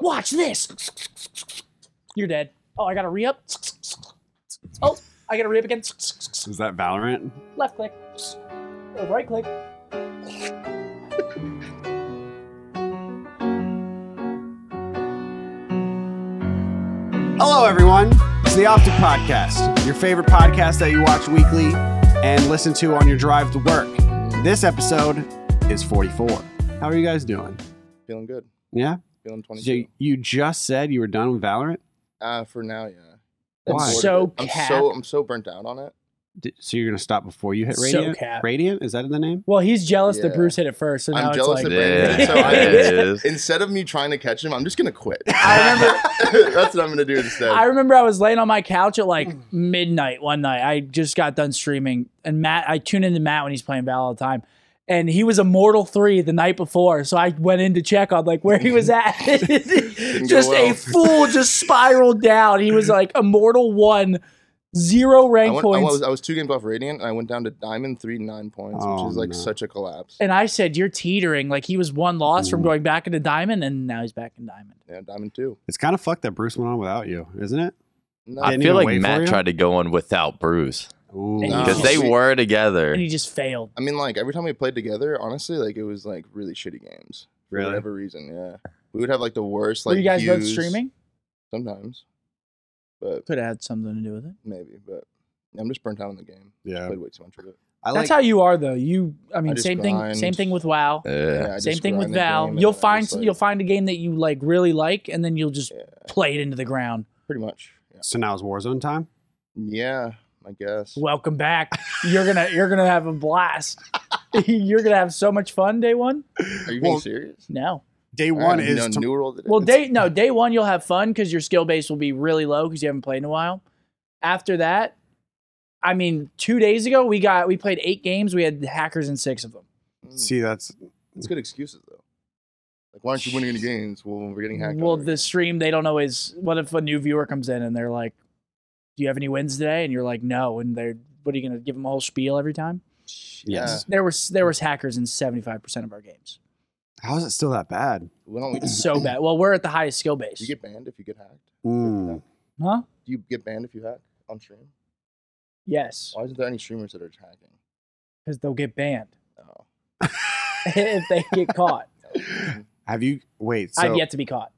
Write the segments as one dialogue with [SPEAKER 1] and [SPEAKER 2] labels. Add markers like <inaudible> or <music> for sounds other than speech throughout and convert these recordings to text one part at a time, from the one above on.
[SPEAKER 1] Watch this. You're dead. Oh, I gotta re up. Oh, I gotta re up again.
[SPEAKER 2] Is that Valorant?
[SPEAKER 1] Left click. Or right click.
[SPEAKER 2] Hello, everyone. It's the Optic Podcast, your favorite podcast that you watch weekly and listen to on your drive to work. This episode is 44. How are you guys doing?
[SPEAKER 3] Feeling good.
[SPEAKER 2] Yeah.
[SPEAKER 3] Feeling 22.
[SPEAKER 2] So you just said you were done with Valorant.
[SPEAKER 3] uh, for now, yeah.
[SPEAKER 2] That's
[SPEAKER 3] bored of
[SPEAKER 1] so
[SPEAKER 3] it. I'm
[SPEAKER 1] cap.
[SPEAKER 3] so I'm so burnt out on it.
[SPEAKER 2] Did- So you're gonna stop before you hit
[SPEAKER 1] So
[SPEAKER 2] Radiant.
[SPEAKER 1] cap.
[SPEAKER 2] Radiant is that the name?
[SPEAKER 1] Well, he's jealous that
[SPEAKER 3] Yeah.
[SPEAKER 1] Bruce hit it first, so now
[SPEAKER 3] I'm
[SPEAKER 1] it's
[SPEAKER 3] jealous
[SPEAKER 1] like. <laughs>
[SPEAKER 3] that Brandon
[SPEAKER 1] Yeah.
[SPEAKER 3] did, <laughs> so I-
[SPEAKER 1] It
[SPEAKER 3] Instead of me trying to catch him, I'm just gonna quit.
[SPEAKER 1] <laughs> I
[SPEAKER 3] remember. <laughs> That's what I'm gonna do instead.
[SPEAKER 1] I remember I was laying on my couch at like midnight one night. I just got done streaming, and Matt, I tune into Matt when he's playing Val all the time. And he was Immortal 3 the night before. So I went in to check on like where he was
[SPEAKER 3] <laughs>
[SPEAKER 1] at. <laughs> just
[SPEAKER 3] well.
[SPEAKER 1] a fool just spiraled down. He was like Immortal 1, zero
[SPEAKER 3] I,
[SPEAKER 1] rank
[SPEAKER 3] went, I
[SPEAKER 1] points.
[SPEAKER 3] was I was two games off Radiant, and I went down to Diamond three nine points,
[SPEAKER 2] Oh,
[SPEAKER 3] which is like
[SPEAKER 2] no.
[SPEAKER 3] such a collapse.
[SPEAKER 1] and I said, You're teetering. Like he was one loss from
[SPEAKER 2] Ooh.
[SPEAKER 1] going back into Diamond, and now he's back in Diamond.
[SPEAKER 3] Yeah, Diamond two.
[SPEAKER 2] It's kind of fucked that Bruce went on without you, isn't it?
[SPEAKER 3] No,
[SPEAKER 2] I
[SPEAKER 4] I
[SPEAKER 2] Didn't
[SPEAKER 4] feel
[SPEAKER 2] even
[SPEAKER 4] like
[SPEAKER 2] wait for you?
[SPEAKER 4] Matt tried to go on without Bruce
[SPEAKER 2] Ooh.
[SPEAKER 1] And
[SPEAKER 3] No.
[SPEAKER 4] because they
[SPEAKER 3] Sweet.
[SPEAKER 4] were together.
[SPEAKER 1] And he just failed.
[SPEAKER 3] I mean, like every time we played together, honestly, like it was like really shitty games for
[SPEAKER 2] really.
[SPEAKER 3] whatever reason. Yeah, we would have like the worst. Like
[SPEAKER 1] Were you guys both
[SPEAKER 3] views
[SPEAKER 1] streaming?
[SPEAKER 3] sometimes, but
[SPEAKER 1] Could have had something to do with it.
[SPEAKER 3] maybe. But I'm just burnt out on the game.
[SPEAKER 2] Yeah.
[SPEAKER 3] Played way too much of it.
[SPEAKER 2] I
[SPEAKER 1] That's how you are, though. You, I mean,
[SPEAKER 3] just
[SPEAKER 1] same thing.
[SPEAKER 3] grind.
[SPEAKER 1] Same thing with WoW.
[SPEAKER 4] yeah.
[SPEAKER 3] I
[SPEAKER 1] same
[SPEAKER 3] just
[SPEAKER 1] thing with
[SPEAKER 3] grind the game
[SPEAKER 1] Val.
[SPEAKER 3] and
[SPEAKER 1] You'll
[SPEAKER 3] then I
[SPEAKER 1] find
[SPEAKER 3] just, like-
[SPEAKER 1] you'll find a game that you like really like, and then you'll just
[SPEAKER 3] Yeah,
[SPEAKER 1] play it into the ground.
[SPEAKER 3] pretty much. Yeah.
[SPEAKER 2] So now it's Warzone time.
[SPEAKER 3] Yeah, I guess.
[SPEAKER 1] Welcome back. You're gonna you're gonna have a blast. <laughs> you're gonna have so much fun day one.
[SPEAKER 3] Are you being
[SPEAKER 2] Well,
[SPEAKER 3] serious?
[SPEAKER 1] No,
[SPEAKER 2] day one
[SPEAKER 3] I have
[SPEAKER 2] is
[SPEAKER 3] Uh, no
[SPEAKER 2] to-
[SPEAKER 3] new world. Today.
[SPEAKER 1] well day no day one you'll have fun because your skill base will be really low because you haven't played in a while. After that, I mean, two days ago we got we played eight games. We had hackers in six of them.
[SPEAKER 2] see that's
[SPEAKER 3] it's hmm, good excuses though. Like, why aren't you winning any games? Well, we're getting hacked.
[SPEAKER 1] Well,
[SPEAKER 3] already.
[SPEAKER 1] the stream they don't always. What if a new viewer comes in and they're like, "Do you have any wins today?" And you're like, "No." And they're, "What are you gonna give them a whole spiel every time?"
[SPEAKER 2] yes.
[SPEAKER 1] There was there was hackers in 75 percent of our games.
[SPEAKER 2] How is it still that bad?
[SPEAKER 3] Why don't we
[SPEAKER 1] It's
[SPEAKER 2] <clears throat>
[SPEAKER 1] so bad. Well, we're at the highest skill base.
[SPEAKER 3] Do you get banned if you get hacked?
[SPEAKER 2] Mm.
[SPEAKER 1] huh?
[SPEAKER 3] Do you get banned if you hack on stream?
[SPEAKER 1] Yes,
[SPEAKER 3] Why isn't there any streamers that are hacking?
[SPEAKER 1] because they'll get banned <laughs>
[SPEAKER 3] Oh,
[SPEAKER 1] if they get caught.
[SPEAKER 3] no.
[SPEAKER 2] Have you wait? <laughs> So
[SPEAKER 1] I've yet to be caught.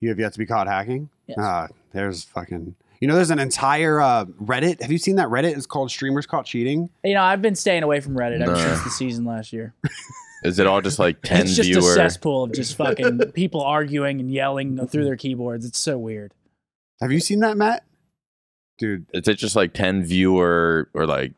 [SPEAKER 2] you have yet to be caught hacking.
[SPEAKER 1] Yes.
[SPEAKER 2] Ah, there's fucking. You know, there's an entire uh, Reddit. Have you seen that Reddit? It's called "Streamers Caught Cheating."
[SPEAKER 1] You know, I've been staying away from Reddit ever
[SPEAKER 4] Nah.
[SPEAKER 1] since the season last year.
[SPEAKER 4] Is it all
[SPEAKER 2] <laughs>
[SPEAKER 4] just like <laughs> ten
[SPEAKER 1] it's just a
[SPEAKER 4] viewers?
[SPEAKER 1] cesspool of just fucking people arguing and yelling through their keyboards. It's so weird.
[SPEAKER 2] Have you seen that, Matt? Dude,
[SPEAKER 4] Is it just like ten viewer or like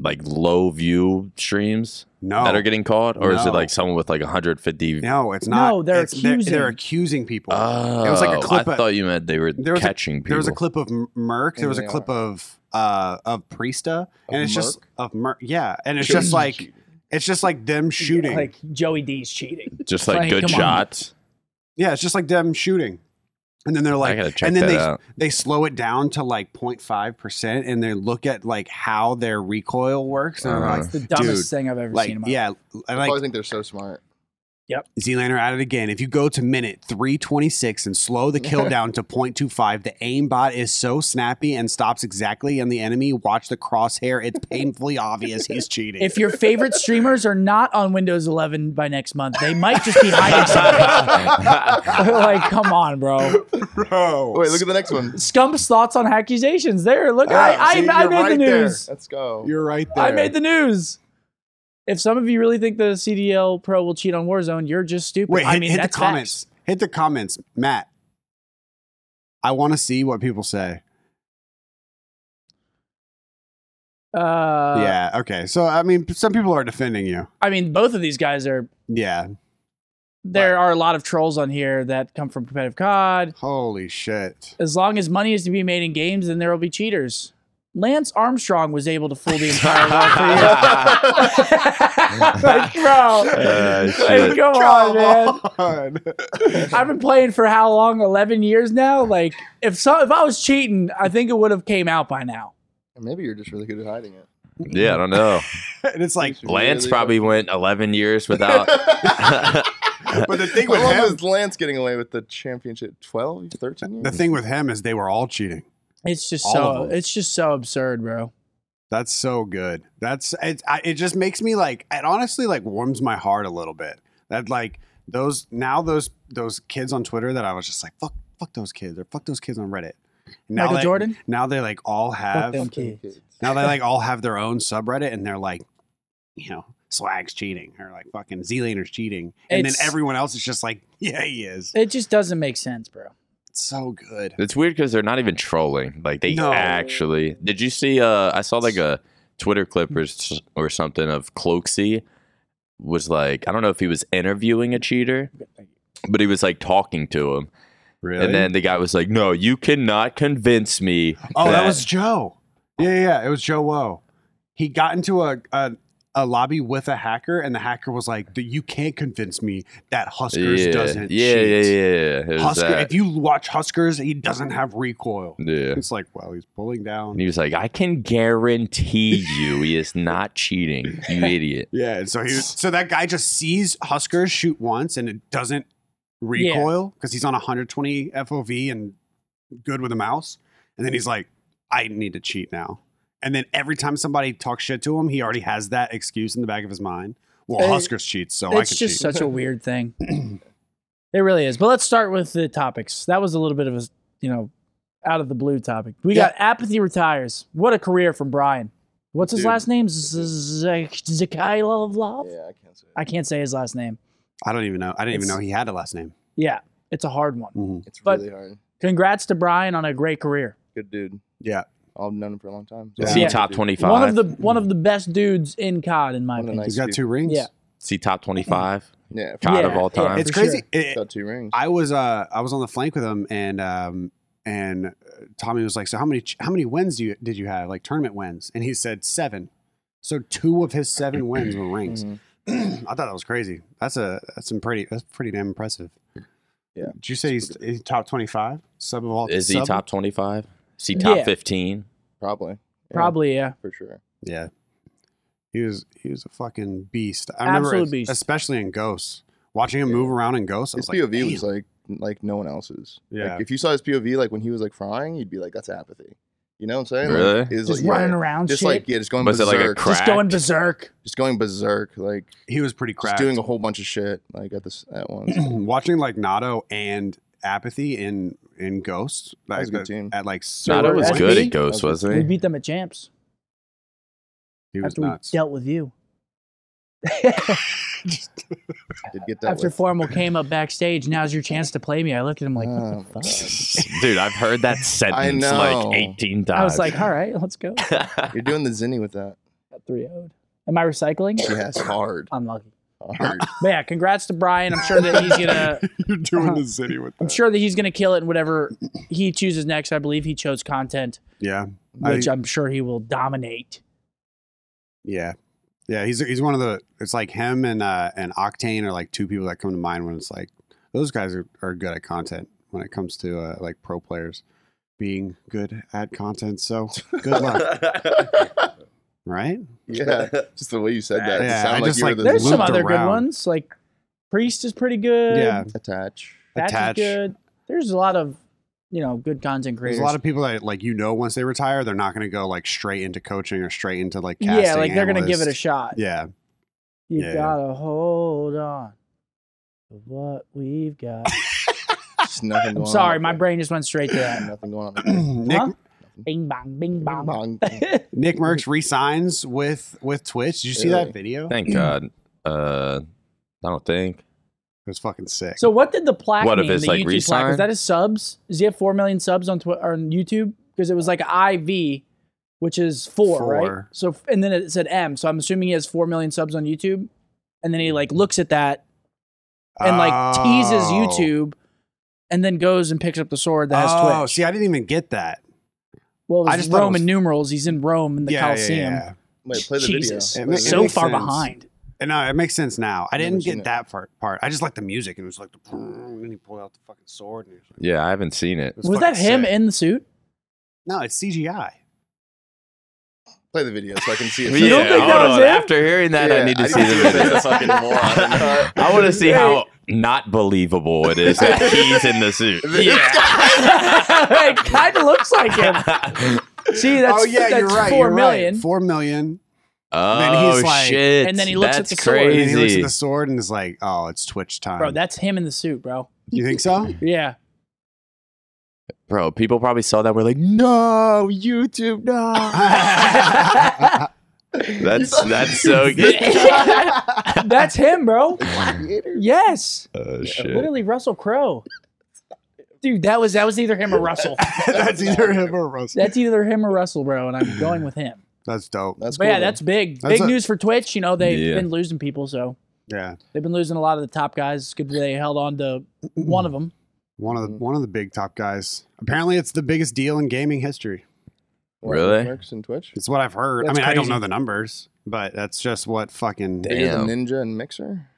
[SPEAKER 4] like low view streams
[SPEAKER 2] no,
[SPEAKER 4] that are getting caught, or is
[SPEAKER 2] Oh. No.
[SPEAKER 4] it like someone with like 150?
[SPEAKER 2] no, it's not.
[SPEAKER 1] No, they're
[SPEAKER 2] It's- they're, they're accusing people.
[SPEAKER 4] Oh,
[SPEAKER 2] It was like a clip
[SPEAKER 4] I
[SPEAKER 2] of-
[SPEAKER 4] thought you meant they were
[SPEAKER 2] There was a-
[SPEAKER 4] catching people.
[SPEAKER 2] there was a clip of M- Merc. There was a
[SPEAKER 3] Yeah, they
[SPEAKER 2] clip of uh of Priesta, and
[SPEAKER 3] Of
[SPEAKER 2] it's just
[SPEAKER 3] Merc?
[SPEAKER 2] of Merc. Yeah, and it's just like it's just like them shooting.
[SPEAKER 1] Like Joey D's cheating.
[SPEAKER 4] just like
[SPEAKER 1] Like,
[SPEAKER 4] good
[SPEAKER 1] come on.
[SPEAKER 4] shots.
[SPEAKER 2] yeah, it's just like them shooting. And then they're like,
[SPEAKER 4] I gotta check
[SPEAKER 2] and then
[SPEAKER 4] that
[SPEAKER 2] they <laughs>
[SPEAKER 4] out.
[SPEAKER 2] they slow it down to like 0.5 percent, and they look at like how their recoil works, and they're
[SPEAKER 4] Uh-huh.
[SPEAKER 2] like,
[SPEAKER 1] It's the dumbest
[SPEAKER 2] Dude,
[SPEAKER 1] thing I've ever
[SPEAKER 2] like
[SPEAKER 1] seen in my life.
[SPEAKER 2] yeah, and
[SPEAKER 3] I
[SPEAKER 2] like
[SPEAKER 3] always think they're
[SPEAKER 2] <laughs>
[SPEAKER 3] so smart.
[SPEAKER 2] Zlander at it again. If you go to minute 326 and slow
[SPEAKER 1] <laughs>
[SPEAKER 2] the kill down to 0.25, the aimbot is so snappy and stops exactly on the enemy. Watch the
[SPEAKER 1] <laughs>
[SPEAKER 2] crosshair. It's painfully obvious he's cheating.
[SPEAKER 1] If your favorite streamers are not on Windows 11 by next month, they might just be
[SPEAKER 3] <laughs>
[SPEAKER 1] hiding something. <laughs> like, come on, bro.
[SPEAKER 2] Bro.
[SPEAKER 3] Wait, look at the next one.
[SPEAKER 1] Scump's thoughts on accusations. There, look,
[SPEAKER 3] Ah,
[SPEAKER 1] I, I,
[SPEAKER 3] see,
[SPEAKER 1] I
[SPEAKER 3] you're
[SPEAKER 1] made the
[SPEAKER 3] right there.
[SPEAKER 1] news.
[SPEAKER 3] Let's go.
[SPEAKER 2] You're right there.
[SPEAKER 1] I made the news. If some of you really think the CDL Pro will cheat on Warzone, you're just stupid.
[SPEAKER 2] Wait, hit,
[SPEAKER 1] I mean,
[SPEAKER 2] hit the
[SPEAKER 1] that's
[SPEAKER 2] comments. Hit the comments, Matt. I want to see what people say.
[SPEAKER 1] facts. Uh,
[SPEAKER 2] yeah. Okay. So, I mean, some people are defending you.
[SPEAKER 1] I mean, both of these guys are.
[SPEAKER 2] Yeah.
[SPEAKER 1] There are a lot of trolls on here that come from competitive COD.
[SPEAKER 2] Holy shit.
[SPEAKER 1] as long as money is to be made in games, then there will be cheaters. Lance Armstrong was able to fool the entire world
[SPEAKER 4] <laughs>
[SPEAKER 1] for you.
[SPEAKER 2] <laughs>
[SPEAKER 1] <laughs> like, bro,
[SPEAKER 4] Uh,
[SPEAKER 1] like,
[SPEAKER 4] shit.
[SPEAKER 1] come on, man.
[SPEAKER 2] on. <laughs>
[SPEAKER 1] I've been playing for how long? Eleven years now. Like, if so, if I was cheating, I think it would have came out by now.
[SPEAKER 3] Maybe you're just really good at hiding it.
[SPEAKER 2] <laughs>
[SPEAKER 4] yeah, I don't know.
[SPEAKER 2] and it's like,
[SPEAKER 3] Really
[SPEAKER 4] Lance
[SPEAKER 3] good. <laughs>
[SPEAKER 2] <laughs>
[SPEAKER 4] probably went 11 years without
[SPEAKER 2] But the thing
[SPEAKER 3] How
[SPEAKER 2] with
[SPEAKER 3] long
[SPEAKER 2] him,
[SPEAKER 3] is Lance getting away with the championship? 12, 13
[SPEAKER 2] the
[SPEAKER 3] years?
[SPEAKER 2] thing with him is they were all cheating.
[SPEAKER 1] It's just
[SPEAKER 2] All
[SPEAKER 1] so
[SPEAKER 2] of 'em.
[SPEAKER 1] it's just so absurd, bro.
[SPEAKER 2] That's so good. That's it. I, it just makes me like it. Honestly, like warms my heart a little bit. That like those now those those kids on Twitter that I was just like fuck fuck those kids or fuck those kids on Reddit. Now
[SPEAKER 1] Michael
[SPEAKER 2] they,
[SPEAKER 1] Jordan?
[SPEAKER 2] Now they like all
[SPEAKER 1] Fuck
[SPEAKER 2] have
[SPEAKER 1] them kids.
[SPEAKER 2] now they like all have their own subreddit and they're like you know swag's cheating or like fucking Z-Laner's cheating and
[SPEAKER 1] It's-
[SPEAKER 2] then everyone else is just like <laughs> yeah he is.
[SPEAKER 1] It just doesn't make sense, bro.
[SPEAKER 2] It's so good.
[SPEAKER 4] It's weird because they're not even trolling. Like they
[SPEAKER 2] No.
[SPEAKER 4] actually. Did you see? Uh, I saw like a Twitter clip or, s- or something of Cloaksy was like I don't know if he was interviewing a cheater, but he was like talking to him,
[SPEAKER 2] Really?
[SPEAKER 4] and then the guy was like, "No, you cannot convince me."
[SPEAKER 2] Oh, that was Joe. Yeah, yeah, yeah, it was Joe Woe. He got into a, a a lobby with a hacker, and the hacker was like, "Dude, "You can't convince me that Huskers
[SPEAKER 4] yeah,
[SPEAKER 2] doesn't
[SPEAKER 4] yeah,
[SPEAKER 2] cheat.
[SPEAKER 4] yeah, yeah, yeah. It was
[SPEAKER 2] Husker,
[SPEAKER 4] that.
[SPEAKER 2] if you watch Huskers, he doesn't have recoil.
[SPEAKER 4] yeah.
[SPEAKER 2] It's like, well, he's pulling down.
[SPEAKER 4] And he was like, I can guarantee you he is not cheating,
[SPEAKER 2] <laughs>
[SPEAKER 4] you idiot.
[SPEAKER 2] Yeah, and so he was, so that guy just sees Huskers shoot once, and it doesn't recoil because he's on 120 FOV and good with a mouse, and then he's like, I need to cheat now. And then every time somebody talks shit to him, he already has that excuse in the back of his mind. Well,
[SPEAKER 1] Uh,
[SPEAKER 2] Huskers cheats, so I
[SPEAKER 1] it's
[SPEAKER 2] can
[SPEAKER 1] just
[SPEAKER 2] cheat.
[SPEAKER 1] such
[SPEAKER 2] <laughs>
[SPEAKER 1] a weird thing. it really is. But let's start with the topics. That was a little bit of a you know out of the blue topic. We
[SPEAKER 2] Yeah.
[SPEAKER 1] got apathy retires. What a career from Brian. What's his
[SPEAKER 3] Dude.
[SPEAKER 1] last name? Zakhailov.
[SPEAKER 3] Yeah, I can't say it.
[SPEAKER 1] I can't say his last name.
[SPEAKER 2] I don't even know. I didn't even
[SPEAKER 1] It's-
[SPEAKER 2] know he had a last name.
[SPEAKER 1] Yeah, it's a hard one.
[SPEAKER 2] Mhm.
[SPEAKER 3] It's
[SPEAKER 1] But-
[SPEAKER 3] really hard.
[SPEAKER 1] Congrats to Brian on a great career.
[SPEAKER 3] Good dude.
[SPEAKER 2] Yeah,
[SPEAKER 3] I've known him for a long time.
[SPEAKER 2] Yeah.
[SPEAKER 4] See
[SPEAKER 1] Yeah.
[SPEAKER 4] top 25?
[SPEAKER 1] One of the one of the best dudes in COD in my
[SPEAKER 3] One of the
[SPEAKER 1] opinion.
[SPEAKER 2] he's
[SPEAKER 3] Nice
[SPEAKER 2] got
[SPEAKER 3] dude.
[SPEAKER 2] two rings.
[SPEAKER 1] Yeah.
[SPEAKER 4] See top 25?
[SPEAKER 3] Yeah,
[SPEAKER 4] God
[SPEAKER 1] Yeah,
[SPEAKER 4] of all
[SPEAKER 1] yeah,
[SPEAKER 4] time.
[SPEAKER 2] it's
[SPEAKER 1] for
[SPEAKER 2] crazy.
[SPEAKER 1] sure.
[SPEAKER 2] It-
[SPEAKER 3] got two rings.
[SPEAKER 2] I was uh I was on the flank with him and um and uh, Tommy was like, so how many how many wins do you, did you have like tournament wins? And he said seven. So two of his seven wins were
[SPEAKER 3] <clears throat>
[SPEAKER 2] rings. <clears throat>
[SPEAKER 3] Mhm.
[SPEAKER 2] I thought that was crazy. That's a that's some pretty that's pretty damn impressive.
[SPEAKER 3] Yeah.
[SPEAKER 2] Did you say he's, he's top twenty five sub of all?
[SPEAKER 4] Is he
[SPEAKER 2] sub?
[SPEAKER 4] top 25? See top
[SPEAKER 1] Yeah.
[SPEAKER 4] 15?
[SPEAKER 3] Probably. Yeah,
[SPEAKER 1] Probably yeah.
[SPEAKER 3] For sure.
[SPEAKER 2] Yeah. He was he was a fucking beast. I remember
[SPEAKER 1] Absolute beast.
[SPEAKER 2] especially in Ghosts. Watching him move around in Ghosts, I was
[SPEAKER 3] His
[SPEAKER 2] like,
[SPEAKER 3] POV
[SPEAKER 2] "Damn."
[SPEAKER 3] was like like no one else's. Like,
[SPEAKER 2] Yeah.
[SPEAKER 3] if you saw his POV like when he was like crying, you'd be like, that's apathy. You know what I'm saying?
[SPEAKER 4] Really?
[SPEAKER 3] Like, is,
[SPEAKER 1] Just
[SPEAKER 3] like, yeah.
[SPEAKER 1] running around
[SPEAKER 3] Just
[SPEAKER 1] shit.
[SPEAKER 3] like yeah, just going
[SPEAKER 4] Was it
[SPEAKER 3] berserk.
[SPEAKER 4] like a crack?
[SPEAKER 1] just going berserk.
[SPEAKER 3] Just going berserk. Like
[SPEAKER 2] he was pretty
[SPEAKER 3] just
[SPEAKER 2] cracked.
[SPEAKER 3] doing a whole bunch of shit like at this at once.
[SPEAKER 2] <clears throat> watching like Nato and Apathy in in Ghost,
[SPEAKER 3] That was a
[SPEAKER 2] like,
[SPEAKER 3] good team.
[SPEAKER 2] at like
[SPEAKER 4] Nah,
[SPEAKER 1] Nato
[SPEAKER 2] server
[SPEAKER 4] that was
[SPEAKER 1] that's
[SPEAKER 2] point,
[SPEAKER 4] good
[SPEAKER 1] me?
[SPEAKER 4] at Ghost,
[SPEAKER 1] <laughs> We
[SPEAKER 4] wasn't he?
[SPEAKER 1] beat them at champs
[SPEAKER 2] He was
[SPEAKER 1] after
[SPEAKER 2] nuts.
[SPEAKER 1] we dealt with you.
[SPEAKER 3] Did get
[SPEAKER 1] <laughs>
[SPEAKER 3] that
[SPEAKER 1] after
[SPEAKER 3] with.
[SPEAKER 1] Formal came up backstage, now's your chance to play me. I looked at him like, what
[SPEAKER 3] Oh,
[SPEAKER 1] the
[SPEAKER 3] my
[SPEAKER 1] fuck?
[SPEAKER 4] Dude, I've heard that sentence
[SPEAKER 3] know.
[SPEAKER 4] like 18 times.
[SPEAKER 1] I was like, all right, let's go. Got
[SPEAKER 4] <laughs>
[SPEAKER 3] You're doing the zinni
[SPEAKER 1] <laughs>
[SPEAKER 3] with that.
[SPEAKER 1] 3 0 Am I recycling?
[SPEAKER 3] Yes, hard.
[SPEAKER 1] Unlucky.
[SPEAKER 3] Hard.
[SPEAKER 1] But yeah, congrats to Brian. I'm sure that he's gonna
[SPEAKER 2] You're <laughs> doing the city with
[SPEAKER 1] I'm
[SPEAKER 2] that.
[SPEAKER 1] sure that he's gonna kill it in whatever he chooses next. I believe he chose content,
[SPEAKER 2] Yeah, I-
[SPEAKER 1] which I, am sure he will dominate.
[SPEAKER 2] yeah, yeah. He's he's one of the. It's like him and uh and Octane are like two people that come to mind when it's like those guys are, are good at content when it comes to uh, like pro players being good at content. So
[SPEAKER 1] <laughs>
[SPEAKER 2] good luck, right?
[SPEAKER 3] Yeah, just the way you said that.
[SPEAKER 2] Yeah,
[SPEAKER 3] it
[SPEAKER 2] I
[SPEAKER 3] sounded like
[SPEAKER 2] just,
[SPEAKER 3] you were
[SPEAKER 2] like,
[SPEAKER 3] the
[SPEAKER 1] There's some
[SPEAKER 2] looped
[SPEAKER 1] other good
[SPEAKER 2] around.
[SPEAKER 1] ones. Like Priest is pretty good.
[SPEAKER 2] Yeah,
[SPEAKER 3] <laughs> attach.
[SPEAKER 1] Thatch
[SPEAKER 2] Attach.
[SPEAKER 1] is good. There's a lot of you know good content creators.
[SPEAKER 2] There's a lot of people that like you know once they retire they're not going to go like straight into coaching or straight into like casting.
[SPEAKER 1] yeah, like they're gonna give it a
[SPEAKER 2] analyst.
[SPEAKER 1] shot. <clears throat>
[SPEAKER 2] Yeah, <clears throat>
[SPEAKER 1] You
[SPEAKER 2] Yeah.
[SPEAKER 1] gotta hold on to what we've
[SPEAKER 2] <laughs>
[SPEAKER 1] got.
[SPEAKER 3] Just nothing going
[SPEAKER 1] I'm
[SPEAKER 3] on
[SPEAKER 1] sorry,
[SPEAKER 3] up
[SPEAKER 1] my
[SPEAKER 3] there.
[SPEAKER 1] brain just went straight to that.
[SPEAKER 3] Nothing
[SPEAKER 1] <laughs>
[SPEAKER 3] going on. up there.
[SPEAKER 2] Nick
[SPEAKER 1] Huh? Bing bong, bing bong. <laughs>
[SPEAKER 3] Bong.
[SPEAKER 2] Nick Merckx resigns with with Twitch. Did you see
[SPEAKER 3] Really?
[SPEAKER 2] that video? It
[SPEAKER 4] Thank God. Uh, I don't think.
[SPEAKER 2] was fucking sick.
[SPEAKER 1] so what did the plaque
[SPEAKER 4] What if
[SPEAKER 1] mean?
[SPEAKER 4] it's
[SPEAKER 1] the
[SPEAKER 4] like
[SPEAKER 1] YouTube plaque?
[SPEAKER 4] resign?
[SPEAKER 1] Is that his subs? Does he have four million subs on Twitter on YouTube? Because it was like IV, which is four, right?
[SPEAKER 2] Four.
[SPEAKER 1] So and then it said M. So I'm assuming he has four million subs on YouTube. And then he like looks at that and like teases
[SPEAKER 2] Oh.
[SPEAKER 1] YouTube, and then goes and picks up the sword that has
[SPEAKER 2] oh,
[SPEAKER 1] Twitch.
[SPEAKER 2] see, I didn't even get that.
[SPEAKER 1] Well, it was
[SPEAKER 2] I just thought it
[SPEAKER 1] Roman
[SPEAKER 2] was-
[SPEAKER 1] numerals. He's in Rome in the
[SPEAKER 2] yeah, yeah,
[SPEAKER 1] Colosseum.
[SPEAKER 2] yeah,
[SPEAKER 3] Wait, play the
[SPEAKER 1] Jesus,
[SPEAKER 3] video.
[SPEAKER 2] It ma- it
[SPEAKER 1] so
[SPEAKER 2] makes
[SPEAKER 1] far
[SPEAKER 2] sense.
[SPEAKER 1] behind.
[SPEAKER 2] And, No, it makes sense now. I
[SPEAKER 3] I've never
[SPEAKER 2] didn't
[SPEAKER 3] seen
[SPEAKER 2] get
[SPEAKER 3] it.
[SPEAKER 2] that part, part. I just liked the music and it was like, <clears throat> the, and then he pulled out the fucking sword. And it was like,
[SPEAKER 4] Yeah, I haven't seen it.
[SPEAKER 2] it
[SPEAKER 1] Was that
[SPEAKER 2] fucking
[SPEAKER 1] him
[SPEAKER 2] sick.
[SPEAKER 1] in the
[SPEAKER 2] <laughs>
[SPEAKER 1] suit? <laughs>
[SPEAKER 2] No, it's CGI.
[SPEAKER 3] Play the video so I can
[SPEAKER 4] <laughs>
[SPEAKER 3] see it.
[SPEAKER 1] You don't think
[SPEAKER 4] hold
[SPEAKER 1] that was
[SPEAKER 4] on.
[SPEAKER 1] him?
[SPEAKER 4] After hearing that, I
[SPEAKER 3] Yeah,
[SPEAKER 4] need to
[SPEAKER 3] I
[SPEAKER 4] see
[SPEAKER 3] need
[SPEAKER 4] the
[SPEAKER 3] to see it.
[SPEAKER 4] video.
[SPEAKER 3] That's a fucking moron.
[SPEAKER 4] <laughs> I want to see how not believable it is that he's in the suit. Yeah. <laughs>
[SPEAKER 1] it kind of looks like
[SPEAKER 2] <laughs>
[SPEAKER 1] him. See, that's,
[SPEAKER 2] oh yeah,
[SPEAKER 1] that's
[SPEAKER 2] you're right.
[SPEAKER 1] four
[SPEAKER 2] you're
[SPEAKER 1] million.
[SPEAKER 2] right. Four million.
[SPEAKER 4] Oh
[SPEAKER 2] he's like-
[SPEAKER 4] shit!
[SPEAKER 1] And then he looks at
[SPEAKER 4] That's
[SPEAKER 1] the sword.
[SPEAKER 2] And then he looks
[SPEAKER 4] crazy.
[SPEAKER 2] at the sword and is like, "Oh, it's Twitch time."
[SPEAKER 1] Bro, that's him in the suit, bro.
[SPEAKER 2] you think
[SPEAKER 1] <laughs>
[SPEAKER 2] so? <laughs>
[SPEAKER 3] <laughs>
[SPEAKER 1] Yeah.
[SPEAKER 4] Bro, people probably saw that. and We're like, no,
[SPEAKER 3] <laughs>
[SPEAKER 4] YouTube, no. That's that's so good.
[SPEAKER 1] that's him, bro.
[SPEAKER 3] Gladiator?
[SPEAKER 1] Yes.
[SPEAKER 4] Oh shit!
[SPEAKER 1] Literally Russell Crowe. Dude, that was that was either him or
[SPEAKER 3] <laughs>
[SPEAKER 1] Russell.
[SPEAKER 2] that's either him or Russell.
[SPEAKER 1] That's either him or Russell, bro, and I'm going with him.
[SPEAKER 2] That's dope.
[SPEAKER 3] That's
[SPEAKER 1] But
[SPEAKER 3] cool.
[SPEAKER 1] yeah, that's big.
[SPEAKER 2] That's
[SPEAKER 1] big
[SPEAKER 2] a-
[SPEAKER 1] news for Twitch. You know, they've
[SPEAKER 4] Yeah.
[SPEAKER 1] been losing people, so
[SPEAKER 2] Yeah,
[SPEAKER 1] they've been losing a lot of the top guys. It's good that they held on to one of them.
[SPEAKER 2] one
[SPEAKER 1] Mm.
[SPEAKER 2] of the one of the big top guys. Apparently, it's the biggest deal in gaming history.
[SPEAKER 3] though.
[SPEAKER 4] Really?
[SPEAKER 3] Works in Twitch.
[SPEAKER 2] It's what I've heard.
[SPEAKER 1] That's
[SPEAKER 2] I mean, I don't
[SPEAKER 1] crazy.
[SPEAKER 2] know the numbers, but that's just what fucking.
[SPEAKER 3] Bigger than
[SPEAKER 4] Damn.
[SPEAKER 3] Ninja and
[SPEAKER 1] <laughs>
[SPEAKER 3] Mixer.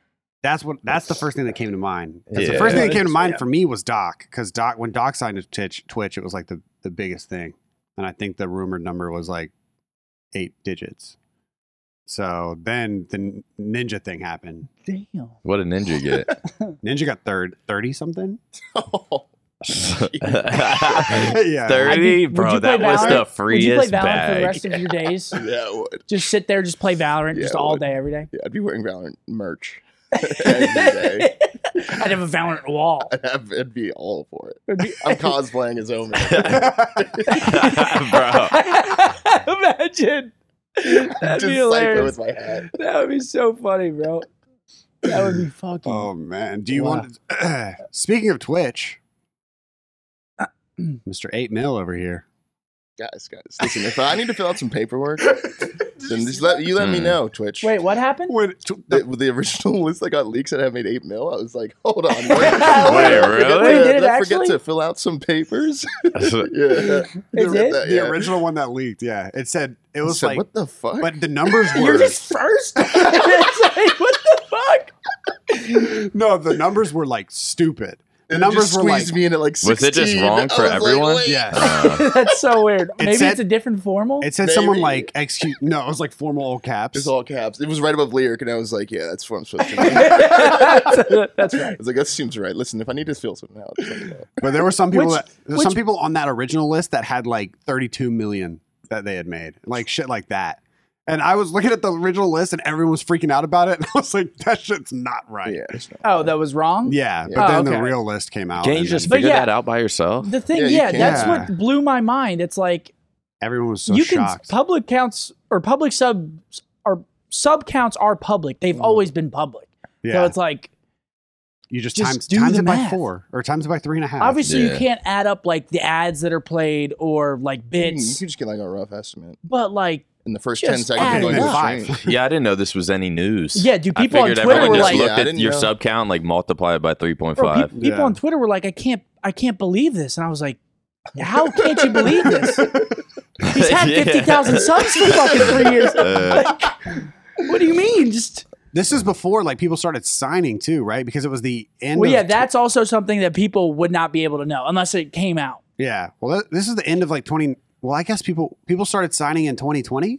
[SPEAKER 2] That's what. That's the first thing that came to mind. That's the
[SPEAKER 4] Yeah.
[SPEAKER 2] first thing that
[SPEAKER 1] Yeah.
[SPEAKER 2] came to mind
[SPEAKER 1] Yeah.
[SPEAKER 2] for me was Doc, because Doc when Doc signed to Twitch, Twitch, it was like the the biggest thing, and I think the rumored number was like eight digits. So then the N- Ninja thing happened.
[SPEAKER 1] Damn.
[SPEAKER 4] What did Ninja get?
[SPEAKER 3] <laughs>
[SPEAKER 4] <laughs>
[SPEAKER 2] Ninja got third thirty something. <laughs>
[SPEAKER 1] Oh,
[SPEAKER 4] Thirty,
[SPEAKER 2] yeah,
[SPEAKER 1] mean, would
[SPEAKER 4] bro.
[SPEAKER 1] you play
[SPEAKER 4] That was
[SPEAKER 1] Valorant?
[SPEAKER 4] the
[SPEAKER 1] Would you play Valorant for
[SPEAKER 4] freest
[SPEAKER 1] the
[SPEAKER 4] bag.
[SPEAKER 1] rest of your
[SPEAKER 3] <laughs>
[SPEAKER 1] days?
[SPEAKER 3] yeah, I would.
[SPEAKER 1] Just sit there, just play Valorant,
[SPEAKER 3] Yeah,
[SPEAKER 1] just
[SPEAKER 3] I
[SPEAKER 1] all
[SPEAKER 3] would.
[SPEAKER 1] day, every day.
[SPEAKER 3] Yeah, I'd be wearing Valorant
[SPEAKER 1] <laughs>
[SPEAKER 3] merch <laughs> every day.
[SPEAKER 1] I'd have a Valorant wall.
[SPEAKER 3] I'd, have, I'd be all for it.
[SPEAKER 1] It'd be-
[SPEAKER 3] <laughs> I'm cosplaying as Omen.
[SPEAKER 4] <laughs> bro.
[SPEAKER 1] <laughs> Imagine. That'd
[SPEAKER 3] Just
[SPEAKER 1] be
[SPEAKER 3] cypher
[SPEAKER 1] hilarious.
[SPEAKER 3] with my hat.
[SPEAKER 1] That would be so funny, bro. That would be fucking.
[SPEAKER 2] Oh man, do you
[SPEAKER 1] Wow.
[SPEAKER 2] want? <clears throat> speaking of
[SPEAKER 3] <clears throat>
[SPEAKER 2] Twitch, Mr. Eight Mil over here.
[SPEAKER 3] Guys, guys, listen. If I need to fill out
[SPEAKER 2] <laughs>
[SPEAKER 3] some paperwork, then just let you let me
[SPEAKER 4] Hmm.
[SPEAKER 3] know, Twitch.
[SPEAKER 1] Wait, what happened?
[SPEAKER 2] When, tw-
[SPEAKER 3] The, the original <laughs> list that got leaks that had made eight mil. I was like, hold
[SPEAKER 1] <laughs>
[SPEAKER 3] on, wait,
[SPEAKER 1] Wait,
[SPEAKER 4] really?
[SPEAKER 1] Wait, did it
[SPEAKER 3] don't
[SPEAKER 1] actually?
[SPEAKER 3] forget to fill out some papers.
[SPEAKER 2] <laughs>
[SPEAKER 3] yeah,
[SPEAKER 1] Is
[SPEAKER 3] The-
[SPEAKER 1] it?
[SPEAKER 3] the-
[SPEAKER 2] the
[SPEAKER 3] yeah.
[SPEAKER 2] original one that leaked, yeah, it said it was
[SPEAKER 3] Said,
[SPEAKER 2] like,
[SPEAKER 3] what the fuck?
[SPEAKER 2] but
[SPEAKER 3] <laughs>
[SPEAKER 2] the numbers
[SPEAKER 1] You're
[SPEAKER 2] were
[SPEAKER 1] just first. <laughs> It's like, what the fuck?
[SPEAKER 2] <laughs> no, the numbers were like stupid. The
[SPEAKER 3] And it
[SPEAKER 2] numbers
[SPEAKER 3] just
[SPEAKER 2] were
[SPEAKER 3] squeezed
[SPEAKER 2] like,
[SPEAKER 3] me in at like 16.
[SPEAKER 4] Was it just
[SPEAKER 3] <laughs>
[SPEAKER 4] wrong
[SPEAKER 3] I was
[SPEAKER 4] for
[SPEAKER 3] like,
[SPEAKER 4] everyone?
[SPEAKER 3] wait.
[SPEAKER 2] yeah.
[SPEAKER 1] <laughs> That's so weird.
[SPEAKER 2] It
[SPEAKER 1] Maybe
[SPEAKER 2] said-
[SPEAKER 1] it's a different formal.
[SPEAKER 2] <laughs> It
[SPEAKER 3] <laughs>
[SPEAKER 2] said someone
[SPEAKER 3] Maybe.
[SPEAKER 2] like excuse. No, it was like formal all caps.
[SPEAKER 3] Just all caps. It was right above lyric, and I was like, yeah, that's what I'm
[SPEAKER 1] <laughs>
[SPEAKER 3] supposed to do.
[SPEAKER 1] <laughs> That's right.
[SPEAKER 3] I was like, that seems right. Listen, if I need to fill something out, just let me know.
[SPEAKER 2] But there were some people
[SPEAKER 1] Which-
[SPEAKER 2] that there were some
[SPEAKER 1] which-
[SPEAKER 2] people on that original list that had like 32 million that they had made, like shit like that. And I was looking at the original list, and everyone was freaking out about it. <laughs> And I was like, "That shit's not right."
[SPEAKER 3] yeah. it's not-
[SPEAKER 1] Oh, that was wrong.
[SPEAKER 2] Yeah, but
[SPEAKER 1] Oh,
[SPEAKER 2] then the
[SPEAKER 1] okay.
[SPEAKER 2] real list came out.
[SPEAKER 4] Can't you
[SPEAKER 2] and
[SPEAKER 4] just
[SPEAKER 1] But
[SPEAKER 4] figure
[SPEAKER 1] yeah.
[SPEAKER 4] that out by yourself?
[SPEAKER 1] The thing,
[SPEAKER 3] Yeah, you
[SPEAKER 1] yeah,
[SPEAKER 3] can.
[SPEAKER 1] that's
[SPEAKER 2] Yeah.
[SPEAKER 1] what blew my mind. It's like
[SPEAKER 2] everyone was so
[SPEAKER 1] you
[SPEAKER 2] shocked.
[SPEAKER 1] can public counts or public sub or sub counts are public. They've always been public. So
[SPEAKER 2] Mm. yeah,
[SPEAKER 1] it's like
[SPEAKER 2] you just,
[SPEAKER 1] just
[SPEAKER 2] times
[SPEAKER 1] do
[SPEAKER 2] times
[SPEAKER 1] the
[SPEAKER 2] it by
[SPEAKER 1] math.
[SPEAKER 2] four or times it by three and a half.
[SPEAKER 1] obviously you
[SPEAKER 4] Yeah.
[SPEAKER 1] can't add up like the ads that are played or like
[SPEAKER 2] Mm-hmm,
[SPEAKER 3] you
[SPEAKER 1] bits,
[SPEAKER 3] can just get like a rough estimate
[SPEAKER 1] but like
[SPEAKER 3] in the first
[SPEAKER 1] Just
[SPEAKER 3] 10 seconds.
[SPEAKER 1] add
[SPEAKER 3] of
[SPEAKER 2] okay,
[SPEAKER 1] it
[SPEAKER 3] going to
[SPEAKER 2] then
[SPEAKER 3] the
[SPEAKER 2] five.
[SPEAKER 3] stream.
[SPEAKER 4] Yeah, I didn't know this was any news.
[SPEAKER 1] yeah, dude, people
[SPEAKER 4] I
[SPEAKER 1] on
[SPEAKER 4] figured
[SPEAKER 1] Twitter
[SPEAKER 4] everyone
[SPEAKER 1] were
[SPEAKER 4] just
[SPEAKER 1] like,
[SPEAKER 3] Yeah, I
[SPEAKER 4] looked at
[SPEAKER 3] didn't
[SPEAKER 4] your
[SPEAKER 3] know.
[SPEAKER 4] sub count, like multiply it by three point
[SPEAKER 1] bro,
[SPEAKER 4] five.
[SPEAKER 1] pe- people
[SPEAKER 2] Yeah.
[SPEAKER 1] on Twitter were like, I can't, I can't believe this, and I was like,
[SPEAKER 2] <laughs>
[SPEAKER 1] how can't you believe this? He's had
[SPEAKER 4] Yeah.
[SPEAKER 1] fifty thousand subs for fucking three
[SPEAKER 2] <laughs>
[SPEAKER 1] years. <laughs> Like, what do you mean? Just
[SPEAKER 2] This is before like people started signing too, right? Because it was the end.
[SPEAKER 1] well,
[SPEAKER 2] of
[SPEAKER 1] yeah, that's also something that people would not be able to know unless it came out.
[SPEAKER 2] yeah. Well, th- this is the end of like twenty. Well, I guess people people started signing in twenty twenty.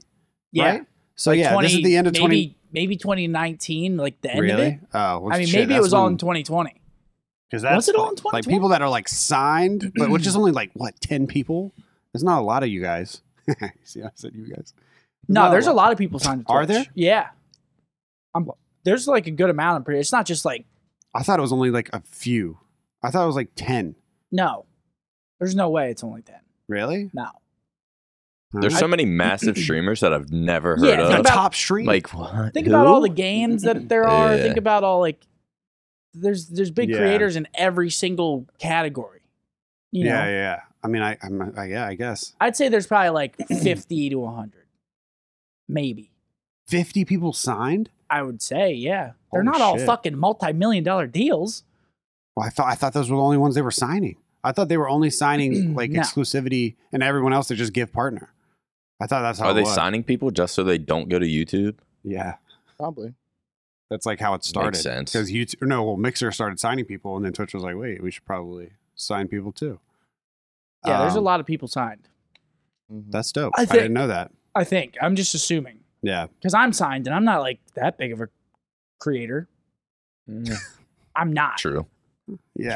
[SPEAKER 1] Yeah,
[SPEAKER 2] Right? So yeah, this is the end of
[SPEAKER 1] maybe,
[SPEAKER 2] twenty.
[SPEAKER 1] Maybe 2019, like the end
[SPEAKER 2] really?
[SPEAKER 1] of it.
[SPEAKER 2] Oh, well,
[SPEAKER 1] I mean,
[SPEAKER 2] shit,
[SPEAKER 1] maybe it
[SPEAKER 2] that's
[SPEAKER 1] was all
[SPEAKER 2] when-
[SPEAKER 1] in 2020.
[SPEAKER 2] Because
[SPEAKER 1] Was it all in
[SPEAKER 2] Like
[SPEAKER 1] 2020?
[SPEAKER 2] people that are like signed, but which is only like what ten people. There's not a lot of you guys. <laughs> See, I said you guys.
[SPEAKER 1] No,
[SPEAKER 2] Not a
[SPEAKER 1] there's a
[SPEAKER 2] lot.
[SPEAKER 1] lot of people signed. To
[SPEAKER 2] Are
[SPEAKER 1] Twitch.
[SPEAKER 2] there?
[SPEAKER 1] Yeah, I'm, there's like a good amount. I'm pretty. It's not just like
[SPEAKER 2] I thought it was only like a few. I thought it was like ten.
[SPEAKER 1] no. There's no way it's only 10.
[SPEAKER 2] Really?
[SPEAKER 1] No,
[SPEAKER 4] There's so many massive streamers that I've never
[SPEAKER 1] Yeah,
[SPEAKER 4] heard
[SPEAKER 1] think
[SPEAKER 2] the
[SPEAKER 4] of.
[SPEAKER 1] about-
[SPEAKER 2] top stream.
[SPEAKER 4] Like what?
[SPEAKER 1] think about all the
[SPEAKER 4] Who?
[SPEAKER 1] games that there are.
[SPEAKER 4] Yeah.
[SPEAKER 1] Think about all like there's there's big
[SPEAKER 2] Yeah.
[SPEAKER 1] creators in every single category. You know,
[SPEAKER 2] yeah, yeah, yeah. I mean, I, I'm, uh, I, yeah, I guess
[SPEAKER 1] I'd say there's probably like <clears throat> 50 to 100, maybe.
[SPEAKER 2] fifty people signed.
[SPEAKER 1] I would say, yeah. They're
[SPEAKER 2] Holy
[SPEAKER 1] not all
[SPEAKER 2] shit.
[SPEAKER 1] fucking multi-million dollar deals.
[SPEAKER 2] Well, I thought I thought those were the only ones they were signing. I thought they were
[SPEAKER 1] <clears throat>
[SPEAKER 2] only signing like
[SPEAKER 1] No.
[SPEAKER 2] exclusivity, and everyone else they just give partner. I thought that's how
[SPEAKER 4] Are
[SPEAKER 2] it
[SPEAKER 4] they
[SPEAKER 2] was.
[SPEAKER 4] signing people just so they don't go to YouTube?
[SPEAKER 2] Yeah,
[SPEAKER 3] Probably.
[SPEAKER 2] that's like how it started.
[SPEAKER 4] Makes sense.
[SPEAKER 2] because you no well Mixer started signing people and then Twitch was like, wait, we should probably sign people too.
[SPEAKER 1] Yeah, there's a
[SPEAKER 2] Um,
[SPEAKER 1] lot of people signed.
[SPEAKER 3] Mhm.
[SPEAKER 2] That's dope.
[SPEAKER 1] I
[SPEAKER 2] I,
[SPEAKER 1] think-
[SPEAKER 2] didn't know that.
[SPEAKER 1] I think. I'm just assuming
[SPEAKER 2] Yeah, Mm.
[SPEAKER 1] because I'm signed and I'm not like that big of a creator. I'm not.
[SPEAKER 4] <laughs> True.
[SPEAKER 2] Yeah.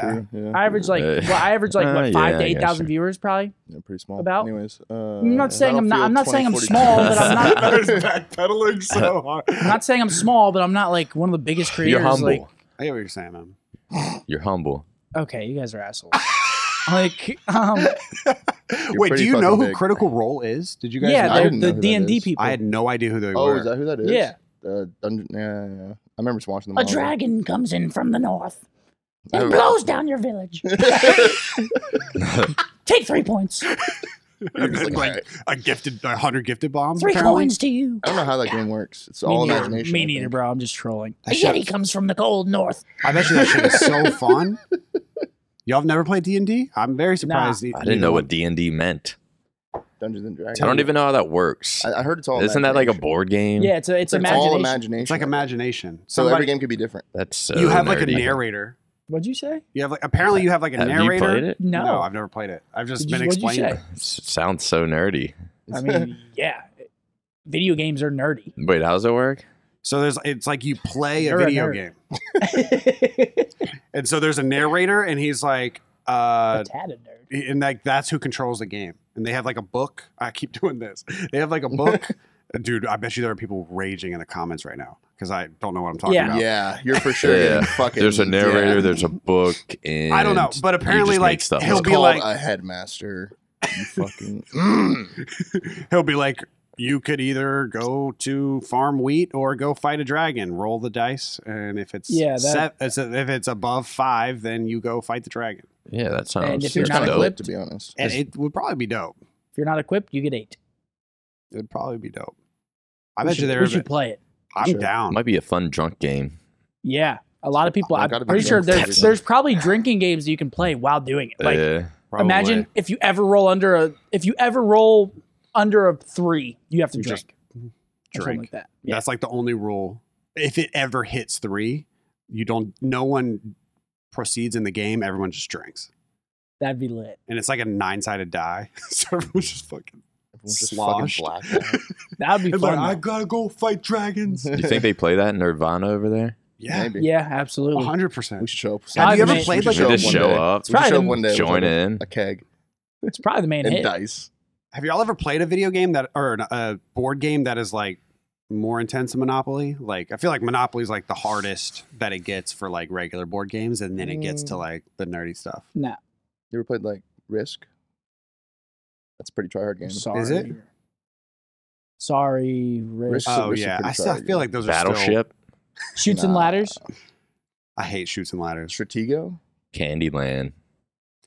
[SPEAKER 1] <laughs>
[SPEAKER 2] <laughs>
[SPEAKER 3] True, yeah.
[SPEAKER 1] I average
[SPEAKER 4] <laughs>
[SPEAKER 1] like
[SPEAKER 4] Uh,
[SPEAKER 1] well, I average like
[SPEAKER 4] uh,
[SPEAKER 1] what five
[SPEAKER 4] yeah,
[SPEAKER 1] to
[SPEAKER 4] I
[SPEAKER 1] eight
[SPEAKER 4] guess,
[SPEAKER 1] thousand
[SPEAKER 4] sure.
[SPEAKER 1] viewers probably.
[SPEAKER 3] Yeah, pretty small.
[SPEAKER 1] About-
[SPEAKER 3] Anyways, uh,
[SPEAKER 1] I'm not saying I'm not. I'm not saying I'm small, but I'm not.
[SPEAKER 2] He's
[SPEAKER 3] <laughs>
[SPEAKER 2] backpedaling so hard.
[SPEAKER 1] I'm not saying I'm small, but I'm not like one of the biggest creators.
[SPEAKER 4] You're humble.
[SPEAKER 1] Like,
[SPEAKER 2] I get what you're saying, man.
[SPEAKER 4] You're humble.
[SPEAKER 1] okay, you guys are assholes. <laughs> like, um,
[SPEAKER 2] Wait, do
[SPEAKER 3] pretty
[SPEAKER 2] you know
[SPEAKER 3] fucking
[SPEAKER 2] who
[SPEAKER 3] big.
[SPEAKER 2] Critical Role is? Did you guys?
[SPEAKER 1] yeah,
[SPEAKER 2] know?
[SPEAKER 3] I
[SPEAKER 1] they're
[SPEAKER 3] didn't
[SPEAKER 1] the
[SPEAKER 3] know who that
[SPEAKER 1] D and D
[SPEAKER 3] is.
[SPEAKER 1] people.
[SPEAKER 2] I had no idea who they
[SPEAKER 3] Oh,
[SPEAKER 2] were. <laughs>
[SPEAKER 3] is that who that is?
[SPEAKER 1] Yeah.
[SPEAKER 3] Uh, Dungeon. Yeah, yeah, yeah. I remember just watching them.
[SPEAKER 1] A
[SPEAKER 3] all.
[SPEAKER 1] dragon comes in from the north
[SPEAKER 3] Oh.
[SPEAKER 1] and blows down your
[SPEAKER 3] <laughs>
[SPEAKER 1] village. Take three points.
[SPEAKER 2] And
[SPEAKER 3] <laughs>
[SPEAKER 2] then, like a gifted, a hundred gifted bombs.
[SPEAKER 1] Three
[SPEAKER 2] apparently?
[SPEAKER 1] coins to you.
[SPEAKER 3] I don't know how that game works. It's
[SPEAKER 1] Me
[SPEAKER 3] all
[SPEAKER 1] neither.
[SPEAKER 3] imagination.
[SPEAKER 1] Me
[SPEAKER 3] I
[SPEAKER 1] neither,
[SPEAKER 3] think.
[SPEAKER 1] bro. I'm just trolling.
[SPEAKER 2] That
[SPEAKER 1] a
[SPEAKER 2] shit-
[SPEAKER 1] yeti comes from the cold north.
[SPEAKER 2] I bet you that shit is so
[SPEAKER 1] <laughs>
[SPEAKER 2] fun. Y'all have never played D and D? I'm very surprised.
[SPEAKER 4] I didn't know what D and D meant.
[SPEAKER 3] Dungeons and Dragons.
[SPEAKER 4] I don't even know how that works.
[SPEAKER 3] I, I heard it's all.
[SPEAKER 4] Isn't that like a
[SPEAKER 3] imagination.
[SPEAKER 4] board game?
[SPEAKER 1] Yeah, it's a, it's,
[SPEAKER 3] It's, like it's all
[SPEAKER 1] imagination.
[SPEAKER 3] imagination.
[SPEAKER 2] It's like imagination.
[SPEAKER 3] So
[SPEAKER 2] Somebody-
[SPEAKER 3] every game could be different.
[SPEAKER 4] That's so
[SPEAKER 2] you have like a
[SPEAKER 4] nerdy.
[SPEAKER 2] narrator.
[SPEAKER 1] What'd you say?
[SPEAKER 2] You have like apparently you have like a
[SPEAKER 4] Have
[SPEAKER 2] narrator.
[SPEAKER 4] you played it?
[SPEAKER 1] No,
[SPEAKER 2] No, I've never played it. I've just
[SPEAKER 1] Did
[SPEAKER 2] been
[SPEAKER 1] you- what'd you
[SPEAKER 2] explained.
[SPEAKER 1] say?
[SPEAKER 2] it.
[SPEAKER 4] S- sounds so nerdy.
[SPEAKER 1] I mean, yeah, video games are
[SPEAKER 4] <laughs>
[SPEAKER 1] nerdy.
[SPEAKER 4] Wait, how does it work?
[SPEAKER 2] So there's it's like you play a
[SPEAKER 1] You're a
[SPEAKER 2] video
[SPEAKER 1] nerd.
[SPEAKER 2] game, and so there's a narrator, and he's like, uh,
[SPEAKER 1] a tad of nerd.
[SPEAKER 2] and like that's who controls the game. And they have like a book. I keep <laughs> doing this. They have like
[SPEAKER 1] <laughs>
[SPEAKER 2] a book. Dude, I bet you there are people raging in the comments right now because I don't know what I'm talking
[SPEAKER 1] Yeah.
[SPEAKER 2] about.
[SPEAKER 3] <laughs> yeah, you're for sure.
[SPEAKER 4] Yeah.
[SPEAKER 3] getting Fucking,
[SPEAKER 4] There's a narrator.
[SPEAKER 3] yeah.
[SPEAKER 4] There's a book. And
[SPEAKER 2] I don't know, but
[SPEAKER 4] you
[SPEAKER 2] apparently,
[SPEAKER 4] just
[SPEAKER 2] like,
[SPEAKER 4] make stuff
[SPEAKER 2] he'll
[SPEAKER 4] up.
[SPEAKER 3] It's
[SPEAKER 2] be
[SPEAKER 3] called
[SPEAKER 2] like-
[SPEAKER 3] a headmaster.
[SPEAKER 1] <laughs>
[SPEAKER 3] You fucking. Mm.
[SPEAKER 2] <laughs> He'll be like, you could either go to farm wheat or go fight a dragon. Roll the dice, and if it's
[SPEAKER 1] Yeah, that-
[SPEAKER 2] se- it's a- if it's above five, then you go fight the dragon.
[SPEAKER 4] yeah, that sounds.
[SPEAKER 1] And if you're
[SPEAKER 3] Seems
[SPEAKER 4] that's
[SPEAKER 1] not
[SPEAKER 3] kind of
[SPEAKER 4] dope.
[SPEAKER 3] clipped, to be honest.
[SPEAKER 2] And it would probably be dope.
[SPEAKER 1] If you're not equipped, you get eight.
[SPEAKER 2] It'd probably be dope. I
[SPEAKER 1] We
[SPEAKER 2] bet
[SPEAKER 1] should,
[SPEAKER 2] you there.
[SPEAKER 1] we should play it.
[SPEAKER 2] I'm
[SPEAKER 3] Sure.
[SPEAKER 2] down.
[SPEAKER 4] might be a fun drunk game.
[SPEAKER 1] Yeah, a lot of people.
[SPEAKER 3] Oh,
[SPEAKER 1] I'm
[SPEAKER 3] gotta be
[SPEAKER 1] pretty sure
[SPEAKER 3] drunk for
[SPEAKER 1] there's
[SPEAKER 3] everything.
[SPEAKER 1] there's probably drinking games that you can play while doing it. Like,
[SPEAKER 4] Yeah.
[SPEAKER 2] Probably.
[SPEAKER 1] imagine if you ever roll under a if you ever roll under a three, you have to
[SPEAKER 2] You
[SPEAKER 1] drink.
[SPEAKER 2] just
[SPEAKER 1] Or something
[SPEAKER 2] drink.
[SPEAKER 1] like that. Yeah.
[SPEAKER 2] That's like the only rule. If it ever hits three, you don't. No one proceeds in the game. Everyone just drinks,
[SPEAKER 1] That'd be lit.
[SPEAKER 2] and it's like a nine-sided die. <laughs> so everyone's just fucking.
[SPEAKER 3] Everyone's just fucking
[SPEAKER 2] Sloshed.
[SPEAKER 3] black.
[SPEAKER 2] <laughs>
[SPEAKER 1] That'd be
[SPEAKER 2] It's like,
[SPEAKER 1] fun.
[SPEAKER 2] I
[SPEAKER 1] though.
[SPEAKER 2] gotta go
[SPEAKER 1] <laughs>
[SPEAKER 2] fight dragons.
[SPEAKER 4] You think they play that in Nirvana over there?
[SPEAKER 2] <laughs> yeah,
[SPEAKER 3] Maybe.
[SPEAKER 1] yeah, absolutely.
[SPEAKER 2] hundred percent.
[SPEAKER 3] We should show up.
[SPEAKER 1] Have you ever
[SPEAKER 3] We
[SPEAKER 2] played
[SPEAKER 3] should
[SPEAKER 2] <laughs> like
[SPEAKER 4] You
[SPEAKER 2] Show
[SPEAKER 4] just
[SPEAKER 2] up one
[SPEAKER 4] show
[SPEAKER 3] day.
[SPEAKER 4] up,
[SPEAKER 3] We should show
[SPEAKER 1] Probably
[SPEAKER 3] up one day. with
[SPEAKER 4] join
[SPEAKER 3] a-
[SPEAKER 4] in.
[SPEAKER 3] A keg
[SPEAKER 1] It's probably the main
[SPEAKER 3] and
[SPEAKER 1] hit.
[SPEAKER 3] dice.
[SPEAKER 2] Have y'all ever played a video game that or an- a board game that is like more intense than Monopoly? Like I feel like Monopoly is like the hardest that it gets for like regular board games, and then it gets to like the nerdy stuff.
[SPEAKER 1] No,
[SPEAKER 3] You ever played like Risk? That's a pretty try hard game.
[SPEAKER 1] sorry.
[SPEAKER 2] Is it?
[SPEAKER 1] Sorry, Rick.
[SPEAKER 3] Risk-
[SPEAKER 1] Uh,
[SPEAKER 2] Oh
[SPEAKER 3] Those are
[SPEAKER 2] yeah,
[SPEAKER 3] pretty
[SPEAKER 2] I still
[SPEAKER 3] hard
[SPEAKER 2] feel like those are still-
[SPEAKER 4] Battleship,
[SPEAKER 1] shoots and
[SPEAKER 3] Nah.
[SPEAKER 1] ladders.
[SPEAKER 2] I hate shoots and ladders.
[SPEAKER 3] Stratego.
[SPEAKER 4] Candyland.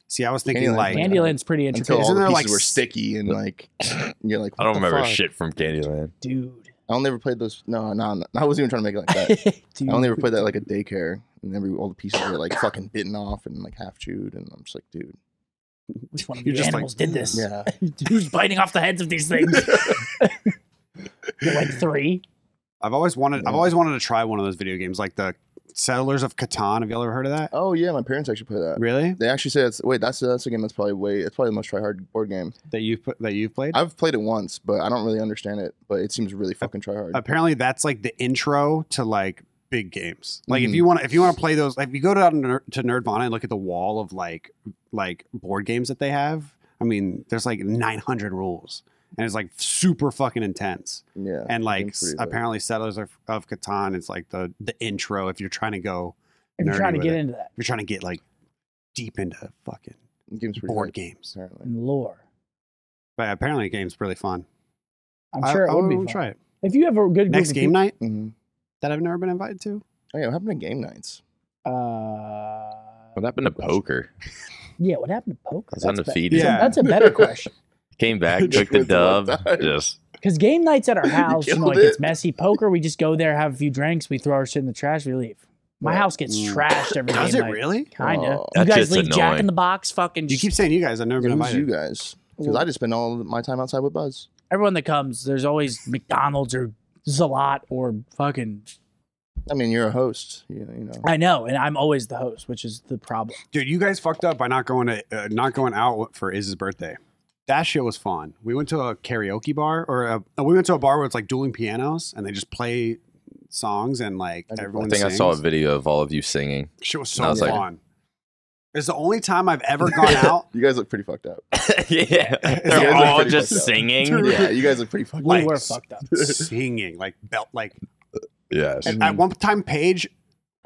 [SPEAKER 2] See, I was thinking
[SPEAKER 3] Candyland.
[SPEAKER 2] like
[SPEAKER 1] Candyland's pretty
[SPEAKER 3] Until
[SPEAKER 1] intricate,
[SPEAKER 3] all
[SPEAKER 2] Isn't
[SPEAKER 3] the
[SPEAKER 2] there,
[SPEAKER 3] pieces
[SPEAKER 2] like,
[SPEAKER 3] were
[SPEAKER 2] s-
[SPEAKER 3] sticky and like you're like.
[SPEAKER 4] I don't
[SPEAKER 3] what the
[SPEAKER 4] remember
[SPEAKER 3] fuck?
[SPEAKER 4] shit from Candyland.
[SPEAKER 1] dude.
[SPEAKER 3] I only ever played those. No, no, no. I wasn't even trying to make it
[SPEAKER 1] <laughs>
[SPEAKER 3] like that.
[SPEAKER 1] dude.
[SPEAKER 3] I only ever played that like a daycare, and every all the pieces were like fucking bitten off and like half chewed, and I'm just like, dude.
[SPEAKER 1] Which one of
[SPEAKER 2] You're
[SPEAKER 1] the
[SPEAKER 2] just like,
[SPEAKER 1] animals did this?
[SPEAKER 3] Yeah.
[SPEAKER 2] <laughs>
[SPEAKER 1] Who's biting off the heads of these things? like three.
[SPEAKER 2] I've always wanted. I've
[SPEAKER 3] Yeah.
[SPEAKER 2] always wanted to try one of those video games, like the Settlers of Catan. Have y'all ever heard of that?
[SPEAKER 3] Oh yeah, my parents actually play that.
[SPEAKER 2] Really?
[SPEAKER 3] They actually say that's wait, that's that's a game that's probably way it's probably the most try hard board game.
[SPEAKER 2] That you've put, that you've played?
[SPEAKER 3] I've played it once, but I don't really understand it. But it seems really fucking try hard.
[SPEAKER 2] Oh, apparently that's like the intro to like big games. Like if
[SPEAKER 3] Mhm.
[SPEAKER 2] you want if you want to play those, like, if you go down to, uh, Ner- to Nerdvana and look at the wall of like like board games that they have, I mean, there's like 900 rules, and it's like super fucking intense.
[SPEAKER 3] Yeah.
[SPEAKER 2] and like
[SPEAKER 3] Uh, game's pretty
[SPEAKER 2] s-
[SPEAKER 3] lit.
[SPEAKER 2] apparently, Settlers of, of Catan is like the the intro if you're trying to go
[SPEAKER 1] If you're
[SPEAKER 2] Nerdy
[SPEAKER 1] trying to
[SPEAKER 2] with
[SPEAKER 1] get
[SPEAKER 2] it.
[SPEAKER 1] into that
[SPEAKER 2] if you're trying to get like deep into fucking
[SPEAKER 3] The game's pretty
[SPEAKER 2] board
[SPEAKER 3] hard,
[SPEAKER 2] games.
[SPEAKER 3] apparently.
[SPEAKER 1] and lore,
[SPEAKER 2] But apparently, the game's really fun.
[SPEAKER 1] I'm sure
[SPEAKER 2] I,
[SPEAKER 1] it would be
[SPEAKER 2] will
[SPEAKER 1] fun.
[SPEAKER 2] try it
[SPEAKER 1] If you have a good group
[SPEAKER 2] next
[SPEAKER 1] of
[SPEAKER 2] game night
[SPEAKER 3] Mhm.
[SPEAKER 2] that I've never been invited to.
[SPEAKER 3] Oh yeah, what happened to game nights?
[SPEAKER 1] people, uh,
[SPEAKER 4] What happened to poker?
[SPEAKER 1] yeah. What happened to poker?
[SPEAKER 4] I was
[SPEAKER 1] That's be-
[SPEAKER 4] undefeated.
[SPEAKER 2] Yeah.
[SPEAKER 1] That's a better question.
[SPEAKER 2] <laughs>
[SPEAKER 4] Came back, took the
[SPEAKER 3] With one
[SPEAKER 4] dub.
[SPEAKER 3] time.
[SPEAKER 4] Just
[SPEAKER 1] Because game nights at our house, you know,
[SPEAKER 3] killed
[SPEAKER 1] like it's
[SPEAKER 3] it.
[SPEAKER 1] messy. Poker, we just go there, have a few drinks, we throw our shit in the trash, we leave. My
[SPEAKER 3] Yeah.
[SPEAKER 1] house gets
[SPEAKER 2] Mm.
[SPEAKER 1] trashed every
[SPEAKER 2] <laughs> Does
[SPEAKER 1] game
[SPEAKER 2] it
[SPEAKER 1] night.
[SPEAKER 2] really?
[SPEAKER 1] Kinda.
[SPEAKER 3] Oh.
[SPEAKER 1] you
[SPEAKER 4] That
[SPEAKER 1] guys
[SPEAKER 4] shit's
[SPEAKER 1] leave Jack in
[SPEAKER 4] annoying.
[SPEAKER 1] the Box, fucking.
[SPEAKER 2] You keep saying you guys. I've never been
[SPEAKER 3] Who's
[SPEAKER 2] invited.
[SPEAKER 3] you guys? Because I just spend all my time outside with Buzz.
[SPEAKER 1] everyone that comes, there's always McDonald's or Zalat or fucking.
[SPEAKER 3] I mean, you're a host. You, you know.
[SPEAKER 1] I know, and I'm always the host, which is the problem.
[SPEAKER 2] Dude, you guys fucked up by not going to uh, not going out for Iz's birthday. That shit was fun. uh, We went to a karaoke bar, or a, we went to a bar where it's like dueling pianos, and they just play songs and like
[SPEAKER 3] I think
[SPEAKER 4] I
[SPEAKER 2] everyone.
[SPEAKER 4] think I saw a
[SPEAKER 2] sings.
[SPEAKER 4] video of all of you singing.
[SPEAKER 2] Shit was
[SPEAKER 4] and I
[SPEAKER 2] so
[SPEAKER 4] was like-
[SPEAKER 2] fun. it's the only time I've ever
[SPEAKER 4] <laughs>
[SPEAKER 2] gone out.
[SPEAKER 3] You guys look pretty
[SPEAKER 1] <laughs>
[SPEAKER 3] fucked up.
[SPEAKER 4] <laughs>
[SPEAKER 2] <laughs>
[SPEAKER 4] yeah,
[SPEAKER 3] guys
[SPEAKER 4] they're
[SPEAKER 3] are
[SPEAKER 4] all
[SPEAKER 3] pretty
[SPEAKER 4] just
[SPEAKER 3] fucked up.
[SPEAKER 4] singing.
[SPEAKER 3] yeah, you guys look pretty fucked
[SPEAKER 1] We
[SPEAKER 2] Like-
[SPEAKER 3] up.
[SPEAKER 1] were fucked up.
[SPEAKER 2] singing like belt like
[SPEAKER 4] Yes.
[SPEAKER 2] and at one time Paige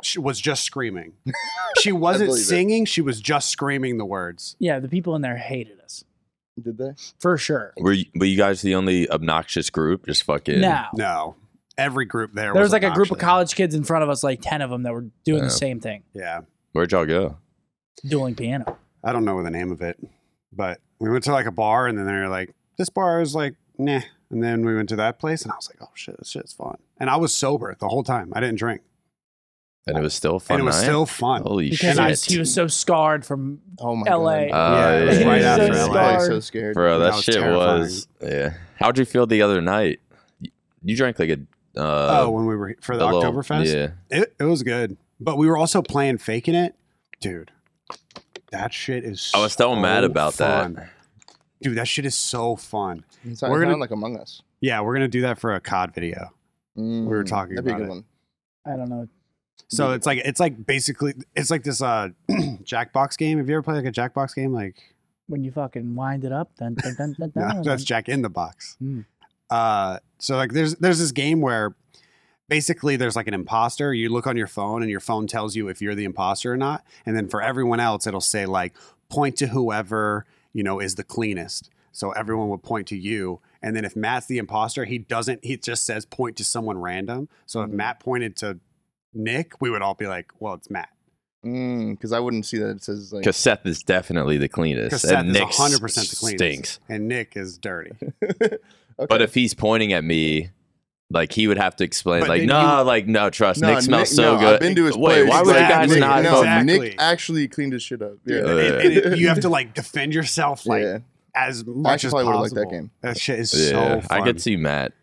[SPEAKER 2] she was just screaming.
[SPEAKER 4] <laughs>
[SPEAKER 2] She wasn't
[SPEAKER 3] believe it.
[SPEAKER 2] singing, she was just screaming the words.
[SPEAKER 1] Yeah, the people in there hated us
[SPEAKER 3] Did they?
[SPEAKER 1] for sure.
[SPEAKER 4] Were you, were you guys the only obnoxious group? Just fucking.
[SPEAKER 1] Now
[SPEAKER 2] No. Every group there
[SPEAKER 1] there was
[SPEAKER 2] was
[SPEAKER 1] like a group of
[SPEAKER 2] obnoxious.
[SPEAKER 1] college kids in front of us, like ten of them that were doing
[SPEAKER 4] Yeah.
[SPEAKER 1] the same thing,
[SPEAKER 2] Yeah.
[SPEAKER 4] Where'd y'all go?
[SPEAKER 1] dueling piano.
[SPEAKER 2] I don't know the name of it, but we went to like a bar and then they were like, this bar is like, nah. And then we went to that place and I was like, oh shit, this shit's fun. And I was sober the whole time. I didn't drink.
[SPEAKER 4] And it was still a fun.
[SPEAKER 2] and it was
[SPEAKER 4] night?
[SPEAKER 2] still fun.
[SPEAKER 4] Holy
[SPEAKER 1] Because
[SPEAKER 4] shit!
[SPEAKER 1] he was, he was so scarred from
[SPEAKER 3] Oh my
[SPEAKER 1] LA.
[SPEAKER 3] god.
[SPEAKER 4] Uh,
[SPEAKER 2] yeah, it was
[SPEAKER 4] yeah.
[SPEAKER 2] right
[SPEAKER 4] He's
[SPEAKER 2] after LA.
[SPEAKER 3] I
[SPEAKER 4] so
[SPEAKER 3] was
[SPEAKER 1] scarred.
[SPEAKER 3] so scared.
[SPEAKER 4] Bro, that,
[SPEAKER 2] That was
[SPEAKER 4] shit
[SPEAKER 2] terrifying.
[SPEAKER 4] was. Yeah. How'd you feel the other night? You- You drank like a. Uh,
[SPEAKER 2] oh, when we were for the,
[SPEAKER 4] a little-
[SPEAKER 2] Oktoberfest?
[SPEAKER 4] Yeah.
[SPEAKER 2] It, it was good, but we were also playing faking it, dude. That shit is.
[SPEAKER 4] I was so mad
[SPEAKER 2] Oh,
[SPEAKER 4] about that.
[SPEAKER 2] that, dude. That shit is so fun.
[SPEAKER 3] It's not
[SPEAKER 2] We're gonna-
[SPEAKER 3] sound like Among Us.
[SPEAKER 2] Yeah, we're gonna do that for a COD video.
[SPEAKER 3] Mm,
[SPEAKER 2] were talking
[SPEAKER 3] That'd be a
[SPEAKER 2] about
[SPEAKER 3] good
[SPEAKER 2] it.
[SPEAKER 3] one.
[SPEAKER 1] I don't know.
[SPEAKER 4] Mm.
[SPEAKER 2] So it's like it's like basically it's like this uh <clears throat> Jackbox game. Have you ever played like a Jackbox game? Like
[SPEAKER 1] When you fucking wind it up, then dun, dun,
[SPEAKER 2] <laughs>
[SPEAKER 1] dun, dun,
[SPEAKER 2] no,
[SPEAKER 1] dun.
[SPEAKER 2] that's Jack in the Box.
[SPEAKER 1] Hmm.
[SPEAKER 2] Uh, so like there's there's this game where basically there's like an imposter. You look on your phone and your phone tells you if you're the imposter or not. And then for everyone else, it'll say like point to whoever you know is the cleanest. So everyone would point to you. And then if Matt's the imposter, he doesn't. He just says point to someone random. So if
[SPEAKER 3] Hmm.
[SPEAKER 2] Matt pointed to Nick, we would all be like, well, it's Matt.
[SPEAKER 3] Because Mm, I wouldn't see that it says like.
[SPEAKER 4] Because Seth is definitely the cleanest.
[SPEAKER 2] Because Seth
[SPEAKER 4] and
[SPEAKER 2] is
[SPEAKER 4] Nick
[SPEAKER 2] 100 percent the cleanest,
[SPEAKER 4] stinks. Uh.
[SPEAKER 2] and Nick is dirty.
[SPEAKER 3] <laughs> okay.
[SPEAKER 4] But if he's pointing at me, like he would have to explain,
[SPEAKER 2] But
[SPEAKER 4] like,
[SPEAKER 2] then
[SPEAKER 4] no,
[SPEAKER 2] you-
[SPEAKER 4] like, no, trust. Nick smells
[SPEAKER 3] no,
[SPEAKER 4] so good.
[SPEAKER 3] I've been to his
[SPEAKER 4] Wait,
[SPEAKER 3] place.
[SPEAKER 4] why would
[SPEAKER 2] Exactly.
[SPEAKER 4] you guys not
[SPEAKER 3] No,
[SPEAKER 4] vote?
[SPEAKER 2] Exactly.
[SPEAKER 3] Nick actually cleaned his shit up. Yeah.
[SPEAKER 2] And- and it- you have to like defend yourself, like
[SPEAKER 3] yeah.
[SPEAKER 2] as
[SPEAKER 3] I
[SPEAKER 2] much
[SPEAKER 3] actually
[SPEAKER 2] as
[SPEAKER 3] probably would
[SPEAKER 2] possible.
[SPEAKER 3] have liked that game.
[SPEAKER 2] That shit is so
[SPEAKER 4] Yeah,
[SPEAKER 2] fun.
[SPEAKER 4] I could see Matt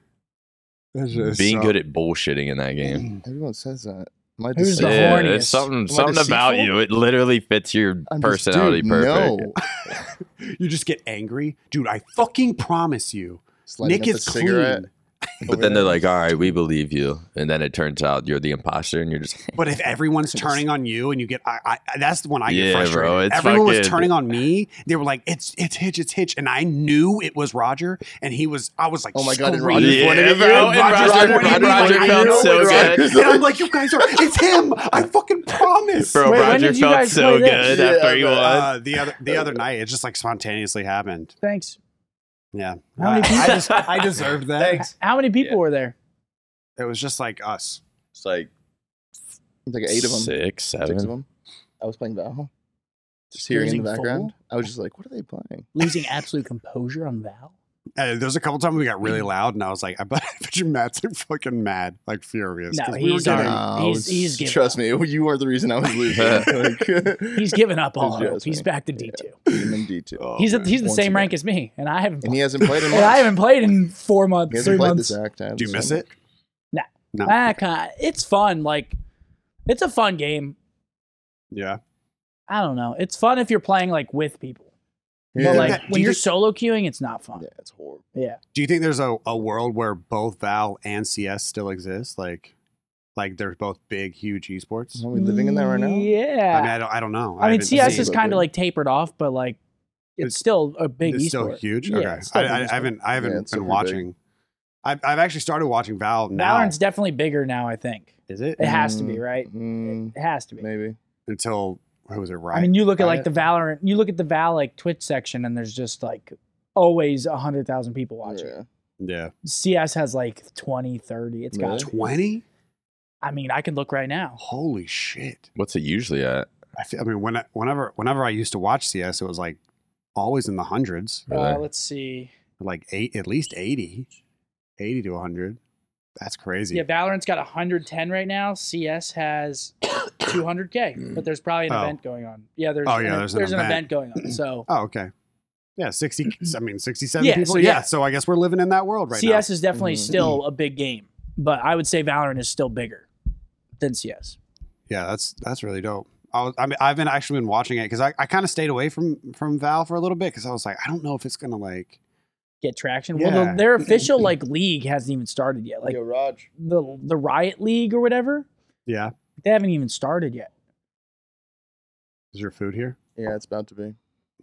[SPEAKER 4] being good at bullshitting in that game.
[SPEAKER 3] Everyone says that. Am I
[SPEAKER 1] Who's
[SPEAKER 3] just
[SPEAKER 1] the
[SPEAKER 3] saying-
[SPEAKER 1] whore?
[SPEAKER 4] Yeah,
[SPEAKER 1] horniest.
[SPEAKER 4] there's something
[SPEAKER 3] Am I
[SPEAKER 4] something about
[SPEAKER 3] deceitful?
[SPEAKER 4] you. It literally fits your
[SPEAKER 3] I'm just,
[SPEAKER 4] personality
[SPEAKER 3] dude,
[SPEAKER 4] perfect.
[SPEAKER 3] <laughs> No.
[SPEAKER 2] you just get angry, dude. I fucking promise you,
[SPEAKER 3] Just lighting
[SPEAKER 2] Nick
[SPEAKER 3] up
[SPEAKER 2] is
[SPEAKER 3] the cigarette.
[SPEAKER 2] clean.
[SPEAKER 4] But then they're like, all right, we believe you. And then it turns out you're the imposter and you're just
[SPEAKER 2] But
[SPEAKER 3] <laughs>
[SPEAKER 2] if everyone's turning on you and you get, I, I that's the one I get
[SPEAKER 4] Yeah, bro,
[SPEAKER 2] frustrated.
[SPEAKER 4] it's
[SPEAKER 2] Everyone was
[SPEAKER 4] fucking-
[SPEAKER 2] turning on me. They were like, "It's it's Hitch, it's Hitch," and I knew it was Roger. And he was, I was like,
[SPEAKER 3] Oh my God, and
[SPEAKER 2] screaming.
[SPEAKER 3] Roger pointed at you?
[SPEAKER 4] and Roger,
[SPEAKER 2] Roger,
[SPEAKER 4] Roger,
[SPEAKER 2] pointed at me, like, I
[SPEAKER 4] felt
[SPEAKER 2] knew it
[SPEAKER 4] so
[SPEAKER 2] was Roger.
[SPEAKER 4] good.
[SPEAKER 2] And I'm like, "You guys are, it's him! I
[SPEAKER 4] <laughs>
[SPEAKER 2] fucking promise."
[SPEAKER 4] Bro,
[SPEAKER 1] Wait, when
[SPEAKER 4] Roger
[SPEAKER 1] did you
[SPEAKER 4] felt
[SPEAKER 1] guys
[SPEAKER 4] so
[SPEAKER 1] play this?
[SPEAKER 4] good after
[SPEAKER 3] Yeah,
[SPEAKER 4] he
[SPEAKER 3] but,
[SPEAKER 4] won.
[SPEAKER 2] Uh, the other the other night, it just like spontaneously happened.
[SPEAKER 1] Thanks.
[SPEAKER 2] Yeah,
[SPEAKER 1] How many
[SPEAKER 2] I- I,
[SPEAKER 1] people- <laughs>
[SPEAKER 2] just, I deserved that.
[SPEAKER 1] How many people were there?
[SPEAKER 2] It was just like us.
[SPEAKER 4] It's like
[SPEAKER 3] It's like uh, eight of them.
[SPEAKER 4] Six,
[SPEAKER 3] Six of
[SPEAKER 4] seven.
[SPEAKER 3] them. I was playing Val. Just hearing in the
[SPEAKER 1] Losing
[SPEAKER 3] background.
[SPEAKER 1] fold?
[SPEAKER 3] I was just like, what are they playing?
[SPEAKER 1] Losing absolute composure on Val.
[SPEAKER 2] And Uh, there was a couple times we got really
[SPEAKER 1] Mm-hmm.
[SPEAKER 2] loud, and I was like, <laughs> I bet, I bet you Matt's like fucking mad, like furious.
[SPEAKER 1] No,
[SPEAKER 2] 'cause
[SPEAKER 1] he's uh,
[SPEAKER 2] we were
[SPEAKER 1] already-
[SPEAKER 2] getting-
[SPEAKER 3] Nah, I
[SPEAKER 1] he's-
[SPEAKER 3] was-
[SPEAKER 1] he's giving
[SPEAKER 3] trust
[SPEAKER 1] up.
[SPEAKER 3] me, <laughs> you are the reason I was losing. <laughs> like,
[SPEAKER 1] He's given up all
[SPEAKER 3] <laughs> It's
[SPEAKER 1] hope.
[SPEAKER 3] just
[SPEAKER 1] He's
[SPEAKER 3] me.
[SPEAKER 1] back to D two.
[SPEAKER 3] him in D2.
[SPEAKER 2] Oh,
[SPEAKER 1] He's a,
[SPEAKER 2] man.
[SPEAKER 1] he's the
[SPEAKER 3] Once
[SPEAKER 1] same
[SPEAKER 3] again.
[SPEAKER 1] rank as me, and I haven't.
[SPEAKER 3] And
[SPEAKER 1] Played,
[SPEAKER 3] he hasn't played in
[SPEAKER 1] and I
[SPEAKER 3] months.
[SPEAKER 1] haven't played in four
[SPEAKER 3] He
[SPEAKER 1] months,
[SPEAKER 3] hasn't
[SPEAKER 1] three
[SPEAKER 3] played
[SPEAKER 1] months.
[SPEAKER 3] this act. I
[SPEAKER 2] Do you
[SPEAKER 3] haven't
[SPEAKER 2] miss
[SPEAKER 3] seen
[SPEAKER 2] it?
[SPEAKER 1] No.
[SPEAKER 2] No.
[SPEAKER 1] Ah, kinda, it's fun. Like, it's a fun game.
[SPEAKER 2] Yeah.
[SPEAKER 1] I don't know. It's fun if you're playing like with people,
[SPEAKER 3] Yeah.
[SPEAKER 1] but like
[SPEAKER 2] That- do
[SPEAKER 1] when
[SPEAKER 2] you
[SPEAKER 1] you're
[SPEAKER 2] thi-
[SPEAKER 1] solo queuing, it's not fun.
[SPEAKER 3] Yeah, it's horrible.
[SPEAKER 1] Yeah.
[SPEAKER 2] Do you think there's a, a world where both Val and CS still exist? Like, like they're both big, huge esports.
[SPEAKER 3] Are we living in that right now?
[SPEAKER 1] Yeah.
[SPEAKER 2] I mean, I don't, I don't know.
[SPEAKER 1] I mean,
[SPEAKER 2] haven't
[SPEAKER 1] CS
[SPEAKER 2] seen-
[SPEAKER 1] is
[SPEAKER 3] it,
[SPEAKER 1] kind of
[SPEAKER 3] but-
[SPEAKER 1] like tapered off, but like it's,
[SPEAKER 2] It's-
[SPEAKER 1] still a big
[SPEAKER 2] it's
[SPEAKER 1] esport.
[SPEAKER 2] still huge.
[SPEAKER 1] Yeah,
[SPEAKER 2] okay,
[SPEAKER 1] it's still a
[SPEAKER 2] I,
[SPEAKER 1] big
[SPEAKER 2] I, I
[SPEAKER 1] esport.
[SPEAKER 2] haven't, I haven't
[SPEAKER 3] Yeah, it's still
[SPEAKER 2] been
[SPEAKER 3] pretty big.
[SPEAKER 2] watching. I've, I've actually started watching Val now.
[SPEAKER 1] Valorant's definitely bigger now. I think
[SPEAKER 2] is it
[SPEAKER 1] it has to be
[SPEAKER 3] Mm,
[SPEAKER 1] right.
[SPEAKER 3] Mm,
[SPEAKER 1] It has to be.
[SPEAKER 3] maybe.
[SPEAKER 2] until what was it? Right.
[SPEAKER 1] I mean, you look at like
[SPEAKER 3] Right.
[SPEAKER 1] the Valorant, you look at the Val like Twitch section, and there's just like always a hundred thousand people watching.
[SPEAKER 3] Yeah.
[SPEAKER 2] yeah.
[SPEAKER 1] CS has like 20, 30. It's got.
[SPEAKER 3] Really?
[SPEAKER 2] Twenty.
[SPEAKER 1] I mean, I can look right now.
[SPEAKER 2] Holy shit.
[SPEAKER 4] What's it usually at?
[SPEAKER 2] I, feel, I mean, when I, whenever whenever I used to watch CS, it was like always in the hundreds,
[SPEAKER 1] Uh,
[SPEAKER 4] Really?
[SPEAKER 1] let's see.
[SPEAKER 2] like eight, at least 80, 80 to 100. That's crazy.
[SPEAKER 1] Yeah, Valorant's got 110 right now. CS
[SPEAKER 2] <coughs>
[SPEAKER 1] has 200k, but there's probably an
[SPEAKER 2] Oh.
[SPEAKER 1] event going on. Yeah, there's
[SPEAKER 2] Oh, yeah,
[SPEAKER 1] an-
[SPEAKER 2] there's an
[SPEAKER 1] an event
[SPEAKER 2] event.
[SPEAKER 1] going on. So
[SPEAKER 2] Oh, okay. Yeah, 60, I mean, 67
[SPEAKER 1] Yeah,
[SPEAKER 2] people.
[SPEAKER 1] so
[SPEAKER 2] yeah.
[SPEAKER 1] yeah.
[SPEAKER 2] so I guess we're living in that world <clears throat> right Mm-hmm.
[SPEAKER 1] CS is definitely
[SPEAKER 3] Mhm.
[SPEAKER 1] still a big game, but I would say Valorant is still bigger than CS.
[SPEAKER 2] now. Yeah, that's that's really dope. I, was, I mean, I've been actually been watching it because I, I kind of stayed away from from Val for a little bit because I was like, I don't know if it's gonna like
[SPEAKER 1] get traction. Well,
[SPEAKER 2] Yeah.
[SPEAKER 1] the, their official like league hasn't even started yet. Like
[SPEAKER 5] Yo, Raj.
[SPEAKER 1] the the Riot League or whatever,
[SPEAKER 2] Yeah.
[SPEAKER 1] they haven't even started yet.
[SPEAKER 2] Is there food here?
[SPEAKER 3] Yeah, it's about to be.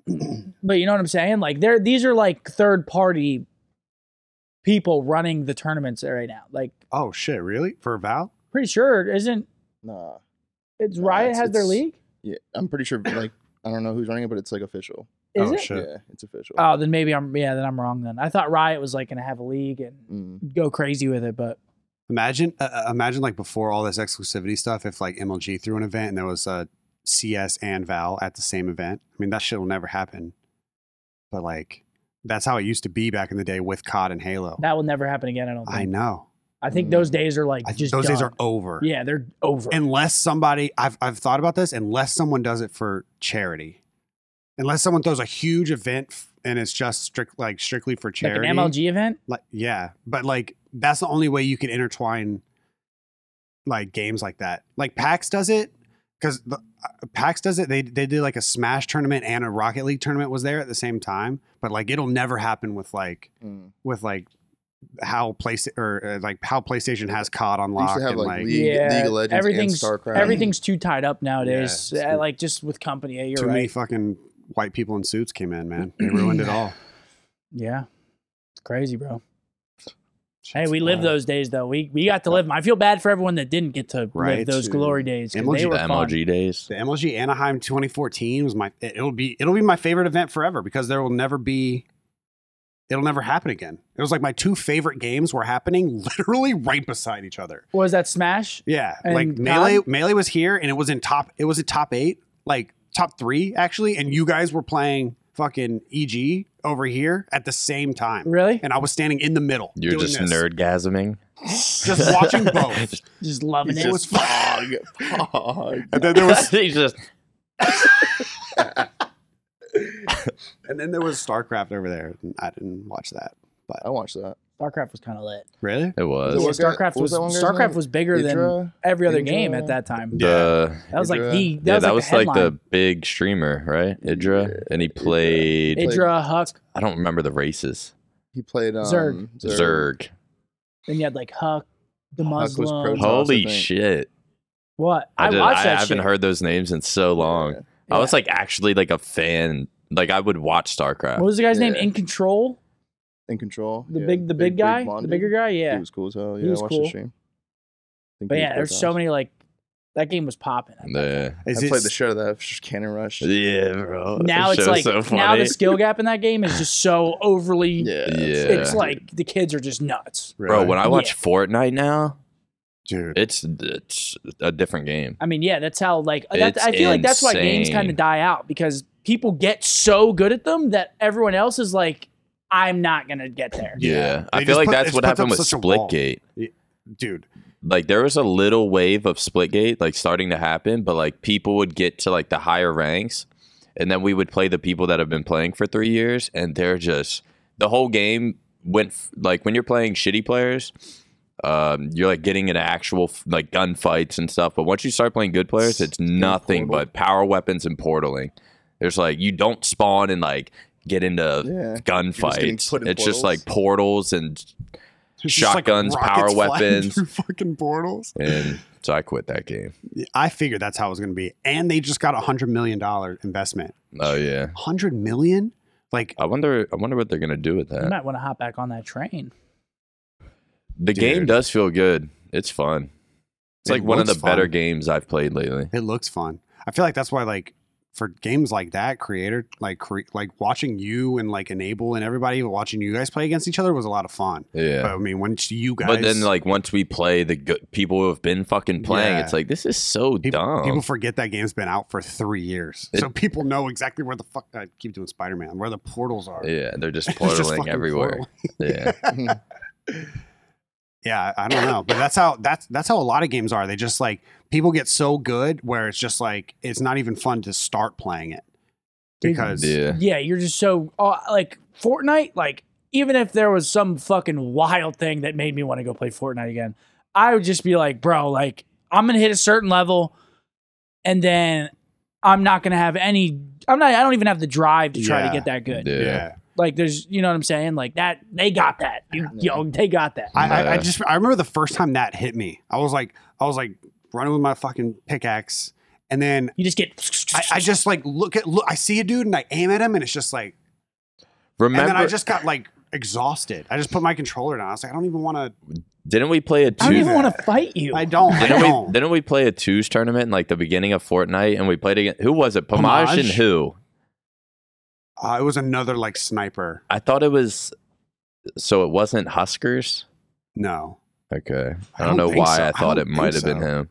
[SPEAKER 1] <clears throat> But you know what I'm saying? Like they're these are like third party people running the tournaments right now. Like
[SPEAKER 2] Oh shit! Really? For Val?
[SPEAKER 1] pretty sure isn't
[SPEAKER 3] Nah.
[SPEAKER 1] it's
[SPEAKER 3] No,
[SPEAKER 1] Riot
[SPEAKER 3] it's-
[SPEAKER 1] has their
[SPEAKER 3] it's-
[SPEAKER 1] league?
[SPEAKER 3] Yeah, I'm pretty sure. Like, I don't know who's running it, but it's like official.
[SPEAKER 1] Is
[SPEAKER 2] oh
[SPEAKER 1] it?
[SPEAKER 2] shit!
[SPEAKER 3] Yeah, it's official.
[SPEAKER 1] Oh, then maybe I'm yeah, then I'm wrong then. I thought Riot was like gonna have a league and
[SPEAKER 3] Mm.
[SPEAKER 1] go crazy with it, but
[SPEAKER 2] Imagine, uh, uh, imagine like before all this exclusivity stuff, if like MLG threw an event and there was uh, CS and Val at the same event. I mean, that shit will never happen. But like, that's how it used to be back in the day with COD and Halo.
[SPEAKER 1] that will never happen again, I don't think.
[SPEAKER 2] I know.
[SPEAKER 1] I think those days are like
[SPEAKER 2] I think
[SPEAKER 1] just
[SPEAKER 2] those days
[SPEAKER 1] done.
[SPEAKER 2] are over.
[SPEAKER 1] yeah, they're over.
[SPEAKER 2] Unless somebody, I've I've thought about this. Unless someone does it for charity, unless someone throws a huge event f- and it's just strict like strictly for
[SPEAKER 1] like
[SPEAKER 2] charity.
[SPEAKER 1] an MLG event.
[SPEAKER 2] like yeah but like that's the only way you can intertwine like games like that like pax does it because uh, pax does it they, they did like a smash tournament and a rocket league tournament was there at the same time but like it'll never happen with like
[SPEAKER 3] Mm.
[SPEAKER 2] with like how place or uh, like how playstation has cod
[SPEAKER 3] They used
[SPEAKER 2] unlocked
[SPEAKER 3] to have
[SPEAKER 2] and
[SPEAKER 3] like,
[SPEAKER 2] like,
[SPEAKER 3] League,
[SPEAKER 1] Yeah,
[SPEAKER 3] League of Legends
[SPEAKER 1] everything's-
[SPEAKER 3] and StarCraft.
[SPEAKER 1] Everything's too tied up nowadays.
[SPEAKER 2] Yeah, it's
[SPEAKER 1] Uh,
[SPEAKER 2] good.
[SPEAKER 1] like just with company, yeah, you're
[SPEAKER 2] too
[SPEAKER 1] right.
[SPEAKER 2] many fucking white people in suits came in man
[SPEAKER 3] <clears throat>
[SPEAKER 2] they ruined it all
[SPEAKER 1] Yeah. It's crazy, bro. Hey,
[SPEAKER 2] Shit's
[SPEAKER 1] we lived
[SPEAKER 3] Uh,
[SPEAKER 2] wild.
[SPEAKER 1] those days though. We we got to live 'em. I feel bad for everyone that didn't get to live
[SPEAKER 2] Right,
[SPEAKER 1] those
[SPEAKER 3] dude.
[SPEAKER 1] glory days. 'cause
[SPEAKER 2] MLG,
[SPEAKER 1] They
[SPEAKER 4] The
[SPEAKER 1] were fun.
[SPEAKER 4] MLG days.
[SPEAKER 2] The MLG Anaheim 2014 was my it- it'll be it'll be my favorite event forever because there will never be it'll never happen again. It was like my two favorite games were happening <laughs> literally right beside each other.
[SPEAKER 1] What Was that Smash?
[SPEAKER 2] Yeah,
[SPEAKER 1] And
[SPEAKER 2] like
[SPEAKER 1] COD?
[SPEAKER 2] melee melee was here and it was in top it was in top 8, like top 3 actually and you guys were playing fucking EG over here at the same time.
[SPEAKER 1] Really?
[SPEAKER 2] And I was standing in the middle.
[SPEAKER 4] You're
[SPEAKER 2] doing
[SPEAKER 4] just
[SPEAKER 2] this,
[SPEAKER 4] nerdgasming. <laughs>
[SPEAKER 2] Just watching both.
[SPEAKER 1] Just loving
[SPEAKER 2] He's
[SPEAKER 1] it.
[SPEAKER 2] just-
[SPEAKER 3] fog.
[SPEAKER 1] <laughs>
[SPEAKER 3] Fog.
[SPEAKER 2] And then there was
[SPEAKER 4] He's just
[SPEAKER 2] and then there was StarCraft over there. and I didn't watch that.
[SPEAKER 3] I watched that.
[SPEAKER 1] StarCraft was kind of lit.
[SPEAKER 2] Really?
[SPEAKER 4] it
[SPEAKER 3] The
[SPEAKER 1] Yeah,
[SPEAKER 4] was
[SPEAKER 3] one guy-
[SPEAKER 1] StarCraft
[SPEAKER 3] what
[SPEAKER 1] was,
[SPEAKER 3] was that one guy's
[SPEAKER 1] StarCraft
[SPEAKER 3] name?
[SPEAKER 1] was bigger than
[SPEAKER 3] Idra?
[SPEAKER 1] every other
[SPEAKER 3] Idra?
[SPEAKER 1] game at that time.
[SPEAKER 4] the
[SPEAKER 1] That was like
[SPEAKER 3] Idra.
[SPEAKER 1] the that
[SPEAKER 4] yeah,
[SPEAKER 1] was
[SPEAKER 4] that
[SPEAKER 1] like
[SPEAKER 4] was
[SPEAKER 1] the
[SPEAKER 4] like the
[SPEAKER 1] headline.
[SPEAKER 4] big streamer, right? Idra, and he played.
[SPEAKER 3] Idra.
[SPEAKER 1] Idra Huck,
[SPEAKER 4] I don't remember the races.
[SPEAKER 3] He played um,
[SPEAKER 1] Zerg.
[SPEAKER 4] Zerg.
[SPEAKER 1] then you had like Huck, the
[SPEAKER 3] Huck was
[SPEAKER 1] Muslim.
[SPEAKER 3] That's pro- all I
[SPEAKER 4] Holy
[SPEAKER 3] think.
[SPEAKER 4] shit!
[SPEAKER 1] What I,
[SPEAKER 4] I, did,
[SPEAKER 1] watched
[SPEAKER 4] I
[SPEAKER 1] that.
[SPEAKER 4] haven't
[SPEAKER 1] shit.
[SPEAKER 4] heard those names in so long. I was like actually like a fan. Like I would watch StarCraft.
[SPEAKER 1] What was the guy's name?
[SPEAKER 3] Yeah.
[SPEAKER 1] In Control,
[SPEAKER 3] in control.
[SPEAKER 1] the
[SPEAKER 3] yeah,
[SPEAKER 1] big the big, guy,
[SPEAKER 3] blonde
[SPEAKER 1] the
[SPEAKER 3] dude.
[SPEAKER 1] bigger guy.
[SPEAKER 3] He
[SPEAKER 1] Yeah,
[SPEAKER 3] was cool as hell.
[SPEAKER 1] He
[SPEAKER 3] Yeah,
[SPEAKER 1] was
[SPEAKER 3] I watched
[SPEAKER 1] cool.
[SPEAKER 3] the stream. Think
[SPEAKER 1] but
[SPEAKER 3] he was
[SPEAKER 1] yeah, there's
[SPEAKER 3] badass.
[SPEAKER 1] so many like that game was popping.
[SPEAKER 4] The-
[SPEAKER 2] Is
[SPEAKER 3] I
[SPEAKER 2] it
[SPEAKER 3] played the shit out of that sh- Cannon Rush.
[SPEAKER 4] yeah, bro.
[SPEAKER 1] now
[SPEAKER 4] That
[SPEAKER 1] it's
[SPEAKER 4] show's
[SPEAKER 1] like
[SPEAKER 4] so
[SPEAKER 1] now
[SPEAKER 4] funny.
[SPEAKER 1] the skill gap in that game is just so overly.
[SPEAKER 3] Yeah.
[SPEAKER 4] <laughs> Yeah.
[SPEAKER 1] It's like the kids are just nuts.
[SPEAKER 4] bro. When I watch
[SPEAKER 1] Yeah.
[SPEAKER 4] Fortnite now,
[SPEAKER 2] dude,
[SPEAKER 4] it's it's a different game.
[SPEAKER 1] I mean, yeah, that's how like uh, that,
[SPEAKER 4] It's
[SPEAKER 1] I feel like that's why games
[SPEAKER 4] insane.
[SPEAKER 1] kind of die out because people get so good at them that everyone else is like, I'm not gonna get there.
[SPEAKER 4] Yeah,
[SPEAKER 2] They
[SPEAKER 4] I
[SPEAKER 2] just
[SPEAKER 4] feel like
[SPEAKER 2] put-
[SPEAKER 4] that's
[SPEAKER 2] it's
[SPEAKER 4] what
[SPEAKER 2] put
[SPEAKER 4] happened
[SPEAKER 2] up
[SPEAKER 4] with
[SPEAKER 2] such a wall.
[SPEAKER 4] Splitgate.
[SPEAKER 2] dude,
[SPEAKER 4] Like there was a little wave of Splitgate like starting to happen, but like people would get to like the higher ranks, and then we would play the people that have been playing for three years, and they're just the whole game went f- like when you're playing shitty players. Um, you're like getting into actual f- like gunfights and stuff, but once you start playing good players, it's nothing
[SPEAKER 3] Portal.
[SPEAKER 4] but power weapons and portaling. There's like you don't spawn and like get into
[SPEAKER 3] Yeah. getting
[SPEAKER 4] gunfights.
[SPEAKER 3] put in
[SPEAKER 4] It's just
[SPEAKER 3] portals.
[SPEAKER 4] like portals and
[SPEAKER 2] It's just like
[SPEAKER 4] Shotguns, power
[SPEAKER 2] rockets flying <laughs>
[SPEAKER 4] weapons.
[SPEAKER 2] through fucking portals.
[SPEAKER 4] and so I quit that game.
[SPEAKER 2] I figured that's how it was going to be, and they just got a hundred million dollar investment.
[SPEAKER 4] Oh yeah.
[SPEAKER 2] Hundred million? Like
[SPEAKER 4] I wonder. I wonder what they're gonna do with
[SPEAKER 1] You
[SPEAKER 4] that.
[SPEAKER 1] might want to hop back on that train.
[SPEAKER 4] The game
[SPEAKER 2] Dude.
[SPEAKER 4] does feel good. It's fun. It's
[SPEAKER 2] It
[SPEAKER 4] like one of the
[SPEAKER 2] looks
[SPEAKER 4] better
[SPEAKER 2] fun.
[SPEAKER 4] games I've played lately.
[SPEAKER 2] it looks fun. I feel like that's why like for games like that, creator like cre- like watching you and like enable and everybody watching you guys play against each other was a lot of fun. But
[SPEAKER 4] Yeah.
[SPEAKER 2] I mean, once you guys,
[SPEAKER 4] But then, like once we play the good people who have been fucking playing,
[SPEAKER 2] Yeah.
[SPEAKER 4] it's like this is so
[SPEAKER 2] People-
[SPEAKER 4] dumb.
[SPEAKER 2] people forget that game's been out for three years,
[SPEAKER 4] It-
[SPEAKER 2] so people know exactly where the fuck I keep doing Spider Man, where the portals are.
[SPEAKER 4] yeah, they're
[SPEAKER 2] <laughs>
[SPEAKER 4] just
[SPEAKER 2] It's just
[SPEAKER 4] portaling
[SPEAKER 2] fucking
[SPEAKER 4] everywhere.
[SPEAKER 2] portal.
[SPEAKER 4] yeah,
[SPEAKER 2] <laughs> Yeah, I I don't know, but that's how that's that's how a lot of games are. They just like people get so good where it's just like it's not even fun to start playing it because
[SPEAKER 4] yeah.
[SPEAKER 1] Yeah, you're just so uh, like Fortnite. Like even if there was some fucking wild thing that made me want to go play Fortnite again, I would just be like, bro, like I'm gonna hit a certain level, and then I'm not gonna have any. I'm not. I don't even have the drive to try
[SPEAKER 2] Yeah.
[SPEAKER 1] to get that good.
[SPEAKER 4] Yeah.
[SPEAKER 2] yeah.
[SPEAKER 1] Like there's, you know what I'm saying? Like that they got that. You, Yo, they got that.
[SPEAKER 2] I, I, I
[SPEAKER 4] Yeah.
[SPEAKER 2] just I remember the first time that hit me. I was like I was like running with my fucking pickaxe, and then
[SPEAKER 1] You just get.
[SPEAKER 2] I, I just like look at look. I see a dude and I aim at him, and it's just like. and
[SPEAKER 4] Remember,
[SPEAKER 2] then I just got like exhausted. I just put my controller down. I was like, I don't even want to.
[SPEAKER 4] didn't we play a
[SPEAKER 1] I don't
[SPEAKER 4] twos?
[SPEAKER 1] even want to fight you.
[SPEAKER 2] I don't. I
[SPEAKER 4] Didn't we,
[SPEAKER 2] don't.
[SPEAKER 4] didn't we play a twos tournament in like the beginning of Fortnite? And we played against who was it? Pomage, and
[SPEAKER 2] Pomage?
[SPEAKER 4] who?
[SPEAKER 2] Uh, it was another like sniper.
[SPEAKER 4] I thought it was. So it wasn't Huskers.
[SPEAKER 2] No,
[SPEAKER 4] Okay, I
[SPEAKER 2] I
[SPEAKER 4] don't,
[SPEAKER 2] don't
[SPEAKER 4] know
[SPEAKER 2] think
[SPEAKER 4] why
[SPEAKER 2] so.
[SPEAKER 4] I
[SPEAKER 2] I
[SPEAKER 4] thought it
[SPEAKER 2] don't
[SPEAKER 4] might have
[SPEAKER 2] think
[SPEAKER 4] been
[SPEAKER 2] so.
[SPEAKER 4] him.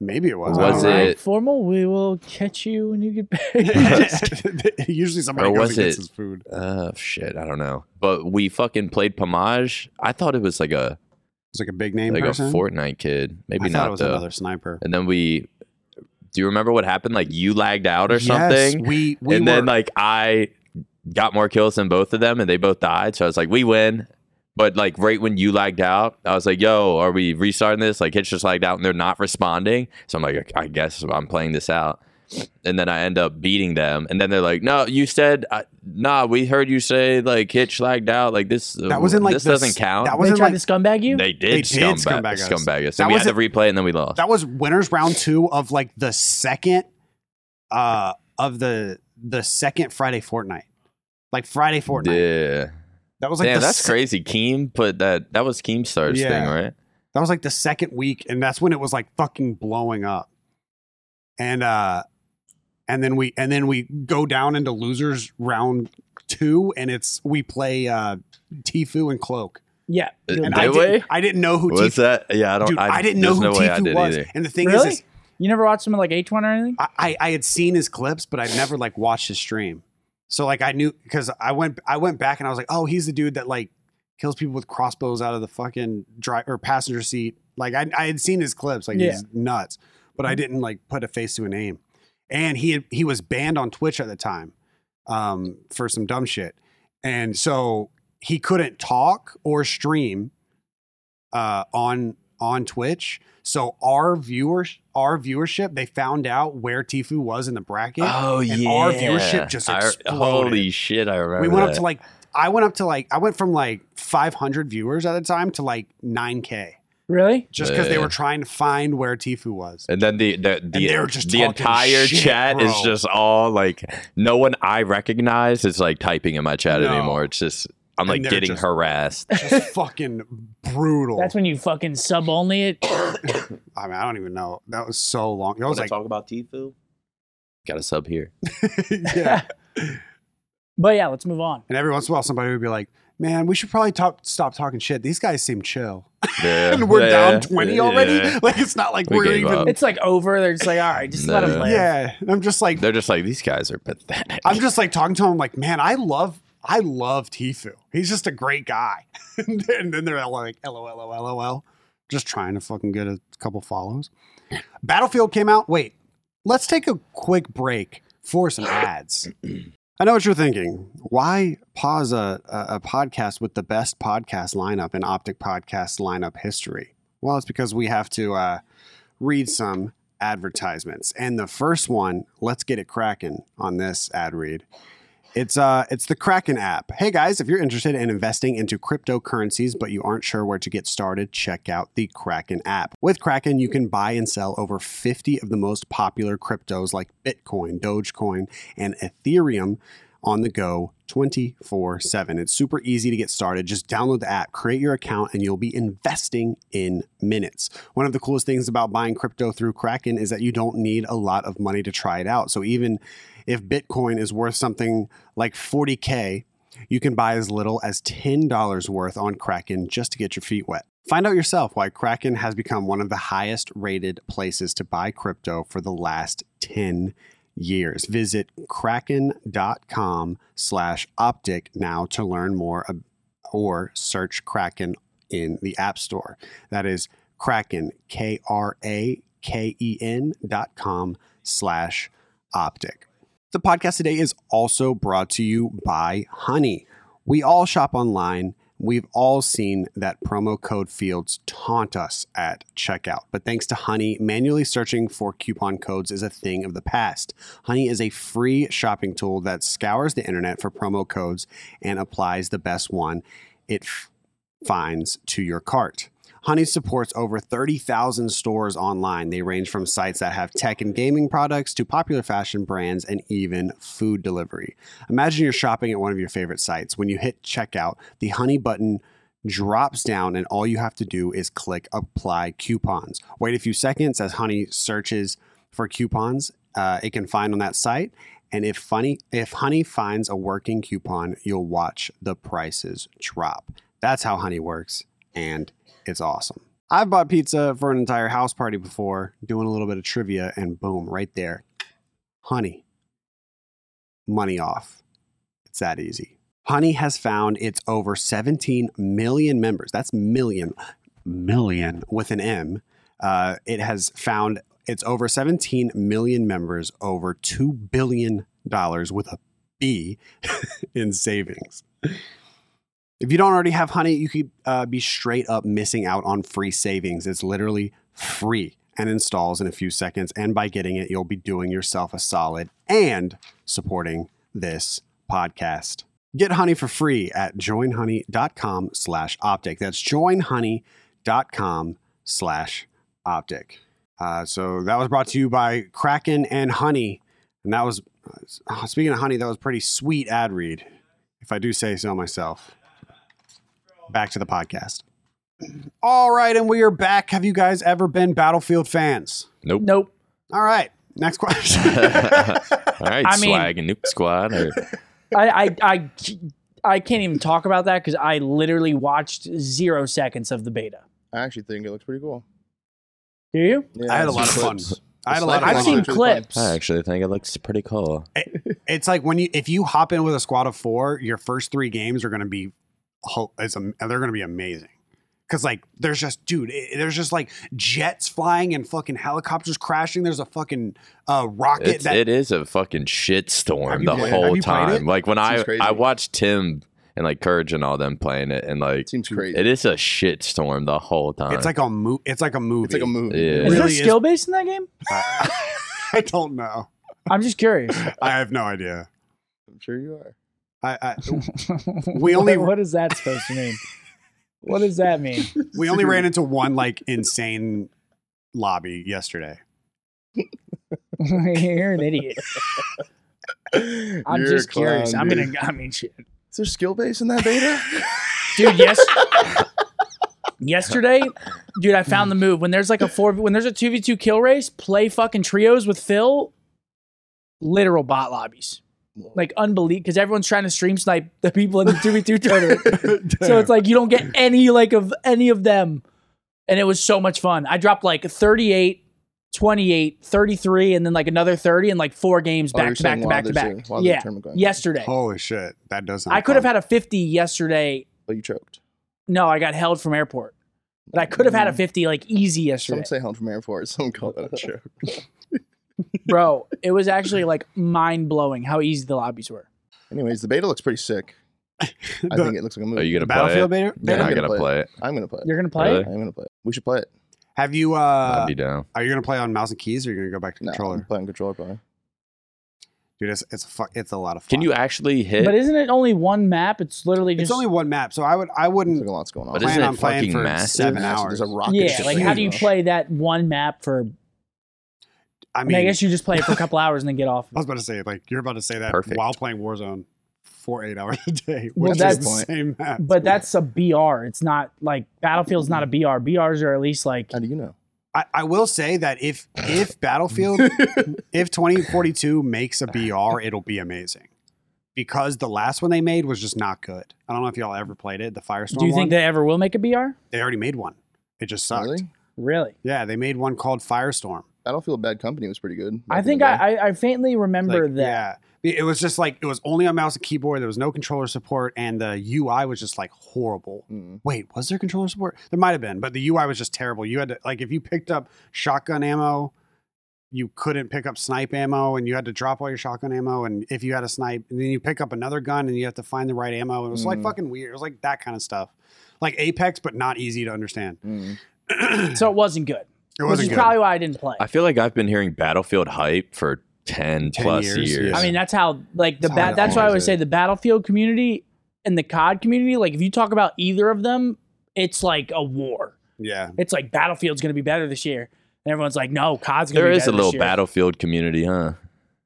[SPEAKER 2] maybe it was.
[SPEAKER 4] <laughs> Was
[SPEAKER 1] All
[SPEAKER 2] I
[SPEAKER 1] right,
[SPEAKER 4] it-
[SPEAKER 1] formal? We will catch you when you get
[SPEAKER 2] <laughs>
[SPEAKER 1] back.
[SPEAKER 2] don't know. <laughs> Usually somebody
[SPEAKER 4] Or
[SPEAKER 2] goes
[SPEAKER 4] was
[SPEAKER 2] and gets
[SPEAKER 4] it-
[SPEAKER 2] his food.
[SPEAKER 4] Uh, shit, I don't know. But we fucking played Pomage. I thought it was like a
[SPEAKER 2] It's like a big name
[SPEAKER 4] like
[SPEAKER 2] person.
[SPEAKER 4] a Fortnite kid. Maybe
[SPEAKER 2] I thought
[SPEAKER 4] not
[SPEAKER 2] it was
[SPEAKER 4] though.
[SPEAKER 2] another sniper
[SPEAKER 4] And then we. Do you remember what happened? Like you lagged out or
[SPEAKER 2] Yes,
[SPEAKER 4] something,
[SPEAKER 2] we we
[SPEAKER 4] and
[SPEAKER 2] were,
[SPEAKER 4] then like I got more kills than both of them, and they both died. So I was like, we win. But like right when you lagged out, I was like, "Yo, are we restarting this?" Like Hitch just lagged out, and they're not responding. So I'm like, "I guess I'm playing this out." And then I end up beating them, and then they're like, "No, you said, I, nah, we heard you say like Hitch lagged out. Like this, uh,
[SPEAKER 2] That was in, like,
[SPEAKER 4] this
[SPEAKER 2] the
[SPEAKER 4] doesn't
[SPEAKER 2] s-
[SPEAKER 4] count."
[SPEAKER 2] that
[SPEAKER 1] they
[SPEAKER 2] wasn't
[SPEAKER 1] tried
[SPEAKER 2] like-
[SPEAKER 1] to scumbag you.
[SPEAKER 4] they did,
[SPEAKER 2] They did
[SPEAKER 4] scumbag,
[SPEAKER 2] scumbag us.
[SPEAKER 4] scumbag us. So
[SPEAKER 2] That
[SPEAKER 4] we had
[SPEAKER 2] was
[SPEAKER 4] to replay, and then we lost.
[SPEAKER 2] that was winners round two of like the second uh of the the second Friday Fortnite, like Friday Fortnite.
[SPEAKER 4] yeah,
[SPEAKER 2] That was like
[SPEAKER 4] damn,
[SPEAKER 2] the
[SPEAKER 4] that's
[SPEAKER 2] se-
[SPEAKER 4] crazy. Keem put that. That was Keemstar's
[SPEAKER 2] Yeah.
[SPEAKER 4] thing, right?
[SPEAKER 2] That was like the second week, and that's when it was like fucking blowing up. And uh and then we and then we go down into losers round two, and it's we play uh Tfu and Cloak.
[SPEAKER 1] yeah.
[SPEAKER 4] Uh,
[SPEAKER 1] You're
[SPEAKER 2] And
[SPEAKER 4] Did
[SPEAKER 2] I
[SPEAKER 1] right.
[SPEAKER 4] they- we?
[SPEAKER 2] didn't, I didn't know who
[SPEAKER 4] Was
[SPEAKER 2] Tfu
[SPEAKER 4] that? Yeah, I don't.
[SPEAKER 2] dude, I, didn't know
[SPEAKER 4] there's
[SPEAKER 2] who
[SPEAKER 4] no way I
[SPEAKER 2] Tfu
[SPEAKER 4] did
[SPEAKER 2] was.
[SPEAKER 4] either.
[SPEAKER 2] And the thing
[SPEAKER 1] Really?
[SPEAKER 2] is, is
[SPEAKER 1] you never watched him in like H1 or anything?
[SPEAKER 2] I, I I had seen his clips, but I'd never like watched his stream. So like I knew because I went I went back and I was like, oh, he's the dude that like kills people with crossbows out of the fucking drive or passenger seat. Like I I had seen his clips, like
[SPEAKER 1] Yeah. Mm-hmm.
[SPEAKER 2] he's nuts, but I didn't like put a face to a name. And he had, he was banned on Twitch at the time um, for some dumb shit, and so he couldn't talk or stream uh, on on Twitch. So our viewers, our viewership, they found out where Tifu was in the bracket.
[SPEAKER 4] Oh
[SPEAKER 2] and
[SPEAKER 4] yeah,
[SPEAKER 2] our viewership just
[SPEAKER 4] I-
[SPEAKER 2] exploded.
[SPEAKER 4] holy shit! I remember.
[SPEAKER 2] we went up
[SPEAKER 4] that.
[SPEAKER 2] to like, I went up to like, I went from like 500 viewers at the time to like 9K,
[SPEAKER 1] Really?
[SPEAKER 2] just because they
[SPEAKER 4] Yeah.
[SPEAKER 2] were trying to find where Tifu
[SPEAKER 4] <laughs>
[SPEAKER 2] was.
[SPEAKER 4] and then the the
[SPEAKER 2] they
[SPEAKER 4] the,
[SPEAKER 2] were just
[SPEAKER 4] the
[SPEAKER 2] talking
[SPEAKER 4] entire
[SPEAKER 2] shit,
[SPEAKER 4] chat is
[SPEAKER 2] bro.
[SPEAKER 4] just all like no one I recognize is like typing in my chat
[SPEAKER 2] No.
[SPEAKER 4] anymore. It's just
[SPEAKER 2] And
[SPEAKER 4] I'm like
[SPEAKER 2] they're
[SPEAKER 4] getting
[SPEAKER 2] just- <laughs>
[SPEAKER 4] harassed.
[SPEAKER 2] Just fucking brutal.
[SPEAKER 1] That's when you fucking sub only <coughs> it.
[SPEAKER 2] I mean, I don't even know. That was so long. That was like,
[SPEAKER 4] talk about Tifu. Got a
[SPEAKER 2] <laughs>
[SPEAKER 4] sub here.
[SPEAKER 2] yeah.
[SPEAKER 1] But yeah, let's move on.
[SPEAKER 2] And every once in a while, somebody would be like, "Man, we should probably talk, stop talking shit. These guys seem chill, <laughs>
[SPEAKER 4] Yeah.
[SPEAKER 2] and we're
[SPEAKER 4] Yeah.
[SPEAKER 2] down twenty already.
[SPEAKER 4] Yeah.
[SPEAKER 2] Like it's not like
[SPEAKER 4] We
[SPEAKER 2] we are
[SPEAKER 4] gave
[SPEAKER 2] even.
[SPEAKER 4] up.
[SPEAKER 1] It's like over. They're just like, all right, just let
[SPEAKER 4] No.
[SPEAKER 1] him live.
[SPEAKER 2] Yeah, and I'm just like,
[SPEAKER 4] They're just like these guys are pathetic.
[SPEAKER 2] I'm just like talking to him. Like, man, I love, I love Tifu. He's just a great guy. <laughs> and, then, and then they're like, lol, lol, lol, just trying to fucking get a couple follows. Battlefield came out. Wait, let's take a quick break for some ads. <clears throat> I know what you're thinking. Why pause a, a, a podcast with the best podcast lineup in Optic Podcast lineup history? Well, it's because we have to uh, read some advertisements. And the first one, let's get it cracking on this ad read. It's uh it's the Kraken app. Hey guys, if you're interested in investing into cryptocurrencies but you aren't sure where to get started, check out the Kraken app. With Kraken, you can buy and sell over 50 of the most popular cryptos like Bitcoin, Dogecoin, and Ethereum on the go 24/7. It's super easy to get started. Just download the app, create your account, and you'll be investing in minutes. One of the coolest things about buying crypto through Kraken is that you don't need a lot of money to try it out. So even if Bitcoin is worth something like 40K, you can buy as little as $10 worth on Kraken just to get your feet wet. Find out yourself why Kraken has become one of the highest rated places to buy crypto for the last 10 years. Visit kraken.com slash optic now to learn more ab- or search Kraken in the App Store. That is Kraken, K R A K E N dot com slash optic. The podcast today is also brought to you by Honey. We all shop online. We've all seen that promo code fields taunt us at checkout, but thanks to Honey, manually searching for coupon codes is a thing of the past. Honey is a free shopping tool that scours the internet for promo codes and applies the best one it f- finds to your cart. Honey supports over 30,000 stores online. They range from sites that have tech and gaming products to popular fashion brands and even food delivery. Imagine you're shopping at one of your favorite sites. When you hit checkout, the Honey button drops down, and all you have to do is click apply coupons. Wait a few seconds as Honey searches for coupons uh, it can find on that site. And if funny, if Honey finds a working coupon, you'll watch the prices drop. That's how Honey works, and it's awesome. I've bought pizza for an entire house party before, doing a little bit of trivia, and boom, right there, Honey, money off. It's that easy. Honey has found its over 17 million members. That's million, million with an M. Uh, it has found it's over 17 million members, over $2 billion with a B <laughs> in savings. If you don't already have Honey, you could uh, be straight up missing out on free savings. It's literally free and installs in a few seconds. And by getting it, you'll be doing yourself a solid and supporting this podcast. Get Honey for free at joinhoney.com slash optic. That's joinhoney.com slash optic. Uh, so that was brought to you by Kraken and Honey. And that was, uh, speaking of honey, that was a pretty sweet ad read, if I do say so myself. Back to the podcast. All right, and we are back. Have you guys ever been Battlefield fans?
[SPEAKER 4] <laughs>
[SPEAKER 2] <laughs>
[SPEAKER 4] Nope. <laughs>
[SPEAKER 1] Nope.
[SPEAKER 2] All right, next <laughs> question.
[SPEAKER 4] All right,
[SPEAKER 1] I mean-
[SPEAKER 4] swag and nuke squad. Or,
[SPEAKER 1] I, I, I, I can't even talk about that because I literally watched zero seconds of the beta.
[SPEAKER 3] I actually think it looks pretty cool.
[SPEAKER 1] Do you?
[SPEAKER 3] Yeah,
[SPEAKER 2] I had a
[SPEAKER 3] it's
[SPEAKER 2] lot of
[SPEAKER 3] just
[SPEAKER 2] fun.
[SPEAKER 3] clips.
[SPEAKER 2] I had a lot of
[SPEAKER 1] I've
[SPEAKER 2] fun.
[SPEAKER 1] seen
[SPEAKER 2] on it.
[SPEAKER 3] It's really fun.
[SPEAKER 1] clips.
[SPEAKER 4] I actually think it looks pretty cool.
[SPEAKER 2] It's like when you if you hop in with a squad of four, your first three games are going to be, ho- is am- they're going to be amazing. Cause like there's just dude, it- there's just like jets flying and fucking helicopters crashing. There's a fucking uh, rocket
[SPEAKER 4] It's,
[SPEAKER 2] that
[SPEAKER 4] it is a fucking shit
[SPEAKER 2] Have
[SPEAKER 4] storm
[SPEAKER 2] you
[SPEAKER 4] the
[SPEAKER 2] played- have
[SPEAKER 4] whole
[SPEAKER 2] you played it?
[SPEAKER 4] time. Like when I
[SPEAKER 3] Seems crazy.
[SPEAKER 4] I watched Tim and like Courage and all them playing it, and like
[SPEAKER 3] It <laughs> seems crazy.
[SPEAKER 4] it is a shit storm the whole time.
[SPEAKER 2] it's like a mo- It's like a movie.
[SPEAKER 3] It's like a movie. <laughs>
[SPEAKER 4] Yeah.
[SPEAKER 1] Is
[SPEAKER 2] Really
[SPEAKER 1] there
[SPEAKER 2] is-
[SPEAKER 1] skill based in that game?
[SPEAKER 2] <laughs> I don't know.
[SPEAKER 1] I'm just curious. <laughs>
[SPEAKER 2] I have no idea.
[SPEAKER 3] I'm sure you are.
[SPEAKER 2] I, I We only-
[SPEAKER 1] what, what is that supposed to mean? What does that mean? <laughs>
[SPEAKER 2] we only ran into one like insane lobby yesterday.
[SPEAKER 1] You're an idiot. I'm
[SPEAKER 3] You're a
[SPEAKER 1] just curious.
[SPEAKER 3] clown,
[SPEAKER 1] I'm
[SPEAKER 3] dude.
[SPEAKER 1] gonna. I mean, shit,
[SPEAKER 3] Is there skill base in that beta?
[SPEAKER 1] dude. Yes. Yesterday, dude, I found the move. When there's like a four, when there's a two v two kill race, play fucking trios with Phil. Literal bot lobbies, <laughs>
[SPEAKER 3] <laughs>
[SPEAKER 1] like unbelievable, because everyone's trying to stream snipe the people in the two v two tournament. <laughs> So it's like you don't get any like of any of them. And it was so much fun. I dropped like 38, 28, 33, and then like another 30 and like four games
[SPEAKER 3] Oh,
[SPEAKER 1] back
[SPEAKER 3] you're
[SPEAKER 1] to back
[SPEAKER 3] saying
[SPEAKER 1] to
[SPEAKER 3] while
[SPEAKER 1] back to
[SPEAKER 3] there's
[SPEAKER 1] back.
[SPEAKER 3] a- while there's a
[SPEAKER 1] yeah.
[SPEAKER 3] tournament going on.
[SPEAKER 1] Yesterday.
[SPEAKER 2] Holy shit, that doesn't.
[SPEAKER 1] I could have had a 50 yesterday.
[SPEAKER 3] but you choked.
[SPEAKER 1] No, I got held from airport. But I could have had a 50 like easy yesterday.
[SPEAKER 3] Mm-hmm. Some say home from Air Force. <laughs> Some call
[SPEAKER 1] <laughs>
[SPEAKER 3] that a choke.
[SPEAKER 1] Bro, it was actually like mind blowing how easy the lobbies were.
[SPEAKER 3] Anyways, the beta looks pretty sick. I
[SPEAKER 2] The-
[SPEAKER 3] think it looks like a movie.
[SPEAKER 4] Are you gonna play
[SPEAKER 2] Battlefield
[SPEAKER 4] it?
[SPEAKER 2] beta.
[SPEAKER 4] You're
[SPEAKER 3] Yeah,
[SPEAKER 4] not
[SPEAKER 3] I'm
[SPEAKER 4] gonna play it.
[SPEAKER 3] I'm gonna play it.
[SPEAKER 1] You're going to play?
[SPEAKER 4] Really?
[SPEAKER 3] I'm gonna play it. We should play it.
[SPEAKER 2] Have you?
[SPEAKER 4] I'd
[SPEAKER 2] uh
[SPEAKER 4] be down.
[SPEAKER 2] Are you gonna play on mouse and keys, or are you gonna go back to
[SPEAKER 3] No,
[SPEAKER 2] controller?
[SPEAKER 3] I'm playing controller probably.
[SPEAKER 2] Dude, it's it's a fu- it's a lot of fun.
[SPEAKER 4] Can you actually hit?
[SPEAKER 1] But isn't it only one map? It's literally
[SPEAKER 2] It's
[SPEAKER 1] just.
[SPEAKER 2] only one map, so I would I
[SPEAKER 3] There's
[SPEAKER 2] wouldn't
[SPEAKER 3] like a lot's going on.
[SPEAKER 4] But
[SPEAKER 2] plan
[SPEAKER 4] isn't it
[SPEAKER 2] on playing
[SPEAKER 4] fucking
[SPEAKER 2] for
[SPEAKER 4] massive?
[SPEAKER 2] seven
[SPEAKER 3] Massive.
[SPEAKER 2] hours.
[SPEAKER 3] There's a rocket.
[SPEAKER 1] yeah,
[SPEAKER 3] ship
[SPEAKER 1] like
[SPEAKER 3] thing
[SPEAKER 1] how
[SPEAKER 2] huge,
[SPEAKER 1] do you
[SPEAKER 3] going on.
[SPEAKER 1] play that one map for?
[SPEAKER 2] I
[SPEAKER 1] I,
[SPEAKER 2] mean,
[SPEAKER 1] mean, I
[SPEAKER 2] I,
[SPEAKER 1] guess you just play it for a couple hours and then get off.
[SPEAKER 2] <laughs> was about to say like you're about to say that
[SPEAKER 4] Perfect.
[SPEAKER 2] while playing Warzone for eight hours a day, which
[SPEAKER 1] Well,
[SPEAKER 2] is the
[SPEAKER 3] that's-
[SPEAKER 2] same map.
[SPEAKER 1] But that's a BR. It's not like Battlefield's not a BR. BRs are at least like
[SPEAKER 3] How do you know?
[SPEAKER 2] I, I will say that if
[SPEAKER 4] <laughs>
[SPEAKER 2] if Battlefield
[SPEAKER 1] <laughs>
[SPEAKER 2] if 2042 makes a BR, it'll be amazing. Because the last one they made was just not good. I don't know if y'all ever played it, the Firestorm.
[SPEAKER 1] Do you
[SPEAKER 2] one.
[SPEAKER 1] think they ever will make a BR?
[SPEAKER 2] they already made one? It just sucked.
[SPEAKER 3] Really?
[SPEAKER 1] Really?
[SPEAKER 2] Yeah, they made one called Firestorm.
[SPEAKER 3] Battlefield Bad Company was pretty good. back
[SPEAKER 1] I
[SPEAKER 3] in
[SPEAKER 1] think
[SPEAKER 3] the day.
[SPEAKER 1] I, I, I faintly remember
[SPEAKER 2] Like,
[SPEAKER 1] that.
[SPEAKER 2] Yeah. It was just like it was only on mouse and keyboard. There was no controller support, and the UI was just like horrible.
[SPEAKER 3] Mm.
[SPEAKER 2] Wait, was there controller support? There might have been, but the UI was just terrible. You had to like if you picked up shotgun ammo, you couldn't pick up snipe ammo and you had to drop all your shotgun ammo and if you had a snipe and then you pick up another gun and you have to find the right ammo. It was like
[SPEAKER 3] Mm.
[SPEAKER 2] fucking weird. It was like that kind of stuff. Like Apex, but not easy to understand.
[SPEAKER 3] Mm.
[SPEAKER 1] so it wasn't good.
[SPEAKER 2] It
[SPEAKER 1] which is
[SPEAKER 2] wasn't good.
[SPEAKER 1] probably why I didn't play.
[SPEAKER 4] I feel like I've been hearing Battlefield hype for 10,
[SPEAKER 2] 10
[SPEAKER 4] plus
[SPEAKER 2] years,
[SPEAKER 4] years.
[SPEAKER 2] yeah.
[SPEAKER 1] I mean, that's how like the
[SPEAKER 2] That's
[SPEAKER 1] bat.
[SPEAKER 2] how it
[SPEAKER 1] That's why I always
[SPEAKER 2] always
[SPEAKER 1] say
[SPEAKER 2] is.
[SPEAKER 1] the battlefield community and the COD community. Like, if you talk about either of them, it's like a war.
[SPEAKER 2] yeah.
[SPEAKER 1] It's like Battlefield's going to be better this year, and everyone's like, "No, COD's going to
[SPEAKER 4] there
[SPEAKER 1] be
[SPEAKER 4] is
[SPEAKER 1] better
[SPEAKER 4] a little
[SPEAKER 1] this year.
[SPEAKER 4] battlefield community, huh?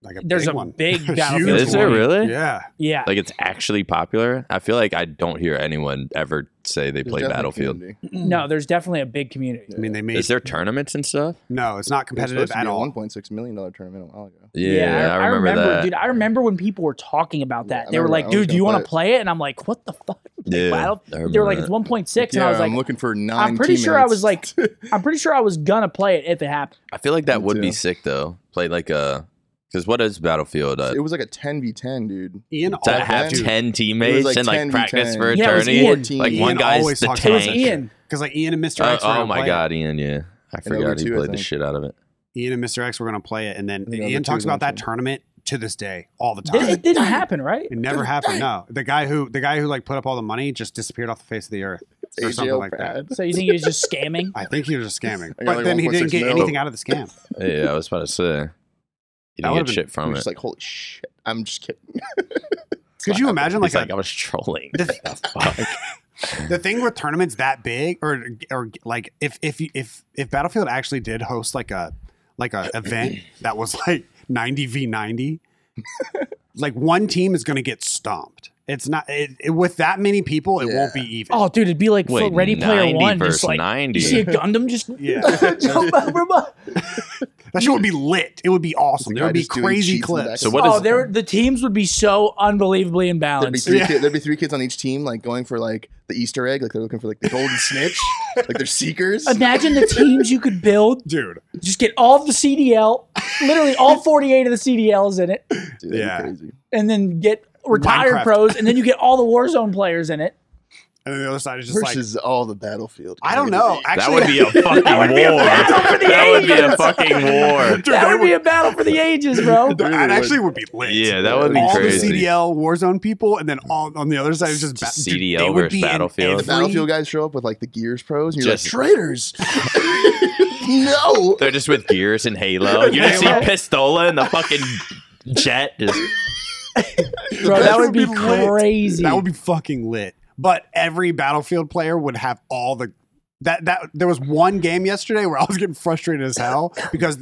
[SPEAKER 2] Like a
[SPEAKER 1] There's
[SPEAKER 2] big
[SPEAKER 1] a
[SPEAKER 2] one.
[SPEAKER 1] big
[SPEAKER 2] <laughs> Huge
[SPEAKER 1] Battlefield
[SPEAKER 4] Is there
[SPEAKER 2] one.
[SPEAKER 4] really?
[SPEAKER 2] Yeah.
[SPEAKER 1] Yeah,
[SPEAKER 4] Like it's actually popular. I feel like I don't hear anyone ever say they
[SPEAKER 3] There's
[SPEAKER 4] play
[SPEAKER 3] definitely
[SPEAKER 4] Battlefield.
[SPEAKER 3] community.
[SPEAKER 2] Mm.
[SPEAKER 1] no, there's definitely a big community.
[SPEAKER 2] I mean, they made
[SPEAKER 4] Is there tournaments and stuff?
[SPEAKER 2] no. It's not
[SPEAKER 3] It was
[SPEAKER 2] competitive
[SPEAKER 3] supposed to
[SPEAKER 2] at
[SPEAKER 3] be a
[SPEAKER 2] all.
[SPEAKER 3] one point six million dollar tournament a while ago.
[SPEAKER 4] Yeah, I,
[SPEAKER 1] I
[SPEAKER 4] remember, that.
[SPEAKER 1] dude. I remember when people were talking about
[SPEAKER 3] Yeah,
[SPEAKER 1] that.
[SPEAKER 3] I
[SPEAKER 1] they were
[SPEAKER 3] remember
[SPEAKER 1] like,
[SPEAKER 3] I was
[SPEAKER 1] "Dude, do you
[SPEAKER 3] gonna
[SPEAKER 1] want to
[SPEAKER 3] play it."
[SPEAKER 1] play it?" And I'm like, "What the fuck?"
[SPEAKER 4] yeah,
[SPEAKER 1] Battle-
[SPEAKER 4] I
[SPEAKER 1] They
[SPEAKER 4] remember
[SPEAKER 1] were like, "It's
[SPEAKER 4] that.
[SPEAKER 1] 1.6," and I was like,
[SPEAKER 3] am looking for nine.
[SPEAKER 1] I'm pretty sure I was
[SPEAKER 3] teammates.
[SPEAKER 1] "I'm pretty sure I was gonna play it if it happened."
[SPEAKER 4] I feel like that
[SPEAKER 3] Me
[SPEAKER 4] would be
[SPEAKER 3] too.
[SPEAKER 4] sick though. Play like a because what is Battlefield? Uh,
[SPEAKER 3] it was like a ten v ten, dude.
[SPEAKER 2] Ian
[SPEAKER 4] to
[SPEAKER 2] always-
[SPEAKER 4] have
[SPEAKER 3] dude.
[SPEAKER 4] ten
[SPEAKER 3] It
[SPEAKER 4] teammates
[SPEAKER 3] was like
[SPEAKER 4] and
[SPEAKER 3] 10
[SPEAKER 4] like
[SPEAKER 3] v
[SPEAKER 4] practice
[SPEAKER 3] 10.
[SPEAKER 4] for a
[SPEAKER 1] Yeah, it was
[SPEAKER 4] tourney.
[SPEAKER 1] Ian.
[SPEAKER 4] Like
[SPEAKER 2] Ian
[SPEAKER 4] one guy's
[SPEAKER 2] always
[SPEAKER 4] the
[SPEAKER 2] talks
[SPEAKER 1] It
[SPEAKER 2] about
[SPEAKER 1] was
[SPEAKER 2] that
[SPEAKER 4] tank.
[SPEAKER 1] Ian.
[SPEAKER 2] Because like Ian and Mr.
[SPEAKER 4] Oh,
[SPEAKER 2] X were
[SPEAKER 4] oh
[SPEAKER 2] gonna
[SPEAKER 4] my
[SPEAKER 2] play
[SPEAKER 4] god, Ian! Yeah, I forgot he
[SPEAKER 3] two, I
[SPEAKER 4] played the
[SPEAKER 3] think.
[SPEAKER 4] shit out of it.
[SPEAKER 2] It. Ian and Mr. X were gonna play it, and then
[SPEAKER 3] Yeah, the
[SPEAKER 2] Ian
[SPEAKER 3] two
[SPEAKER 2] talks about that
[SPEAKER 3] mentioned.
[SPEAKER 2] tournament to this day, all the
[SPEAKER 1] Did-
[SPEAKER 2] time.
[SPEAKER 1] It didn't happen, right?
[SPEAKER 2] It never happened. No, the guy who the guy who like put up all the money just disappeared off the face of the earth or something
[SPEAKER 3] AJL
[SPEAKER 2] like that.
[SPEAKER 3] pad.
[SPEAKER 1] So you think he was just scamming?
[SPEAKER 2] I think he was just scamming,
[SPEAKER 3] I got,
[SPEAKER 2] but
[SPEAKER 3] like,
[SPEAKER 2] then he didn't
[SPEAKER 3] 1.6
[SPEAKER 2] get
[SPEAKER 3] mil.
[SPEAKER 2] anything out of the scam.
[SPEAKER 4] Yeah, I was about to say. You
[SPEAKER 2] That
[SPEAKER 4] didn't
[SPEAKER 2] would've
[SPEAKER 4] get shit from
[SPEAKER 3] I'm
[SPEAKER 4] it.
[SPEAKER 3] just like, holy shit! I'm just kidding.
[SPEAKER 2] Could you imagine like,
[SPEAKER 4] He's like,
[SPEAKER 2] a,
[SPEAKER 4] I was <laughs> trolling.
[SPEAKER 3] "Oh,
[SPEAKER 2] The th-
[SPEAKER 4] The fuck?
[SPEAKER 2] the thing with tournaments that big, or or like if if you- if if Battlefield actually did host like a like a
[SPEAKER 3] <clears throat>
[SPEAKER 2] event that was like ninety v ninety, <laughs> like one team is going to get stomped. It's not it, it- with that many people, it won't be even.
[SPEAKER 1] Oh, dude, it'd be like for
[SPEAKER 4] Wait,
[SPEAKER 1] Ready Player
[SPEAKER 4] 90
[SPEAKER 1] One,
[SPEAKER 4] versus
[SPEAKER 1] just like
[SPEAKER 4] 90.
[SPEAKER 1] you see a Gundam just
[SPEAKER 2] <laughs> Yeah.
[SPEAKER 1] <laughs> jump over my-
[SPEAKER 2] That shit would be lit. It would be awesome. There
[SPEAKER 3] guy
[SPEAKER 2] would be
[SPEAKER 3] just doing
[SPEAKER 2] crazy
[SPEAKER 3] cheats in the
[SPEAKER 2] clips.
[SPEAKER 4] So
[SPEAKER 3] back.
[SPEAKER 4] what
[SPEAKER 1] Oh,
[SPEAKER 4] is-
[SPEAKER 1] there the teams would be so unbelievably
[SPEAKER 3] There'd be
[SPEAKER 1] imbalanced.
[SPEAKER 3] three.
[SPEAKER 2] Yeah.
[SPEAKER 3] Kid, there'd be three kids on each team, like going for like the Easter egg, like they're looking for like the golden snitch, like they're seekers.
[SPEAKER 1] Imagine the teams you could build.
[SPEAKER 2] dude.
[SPEAKER 1] Just get all of the CDL, literally all 48 of the CDLs in it,
[SPEAKER 3] Dude, that'd be
[SPEAKER 2] Yeah.
[SPEAKER 3] crazy.
[SPEAKER 1] and then get retired
[SPEAKER 2] Minecraft.
[SPEAKER 1] pros, and then you get all the Warzone players in it.
[SPEAKER 2] And then the other side is just like,
[SPEAKER 3] Versus all the battlefield.
[SPEAKER 2] I don't know.
[SPEAKER 4] that
[SPEAKER 2] Actually,
[SPEAKER 1] <laughs>
[SPEAKER 4] would be a
[SPEAKER 2] <laughs>
[SPEAKER 4] fucking war. That would be a fucking war.
[SPEAKER 2] Dude,
[SPEAKER 1] that
[SPEAKER 2] they
[SPEAKER 1] would be a battle for the ages,
[SPEAKER 2] <laughs>
[SPEAKER 1] bro.
[SPEAKER 2] That
[SPEAKER 3] Really would.
[SPEAKER 2] actually would be lit.
[SPEAKER 4] Yeah, that would be
[SPEAKER 2] all
[SPEAKER 4] crazy.
[SPEAKER 2] the CDL Warzone people, and then all on the other side is just
[SPEAKER 4] Just
[SPEAKER 2] dude,
[SPEAKER 4] CDL
[SPEAKER 2] they would
[SPEAKER 4] versus
[SPEAKER 2] be in
[SPEAKER 4] Battlefield.
[SPEAKER 2] every-
[SPEAKER 3] The battlefield guys show up with like the Gears pros, and you're
[SPEAKER 4] Just-
[SPEAKER 3] like traitors. <laughs> no,
[SPEAKER 4] They're just with gears and Halo.
[SPEAKER 2] <laughs>
[SPEAKER 4] You just see
[SPEAKER 1] Halo.
[SPEAKER 4] Pistola and the fucking jet. Just,
[SPEAKER 1] Bro, that
[SPEAKER 2] That
[SPEAKER 1] would
[SPEAKER 2] would
[SPEAKER 1] be
[SPEAKER 2] be lit.
[SPEAKER 1] crazy.
[SPEAKER 2] That would be fucking lit. But every Battlefield player would have all the that that there was one game yesterday where I was getting frustrated as hell because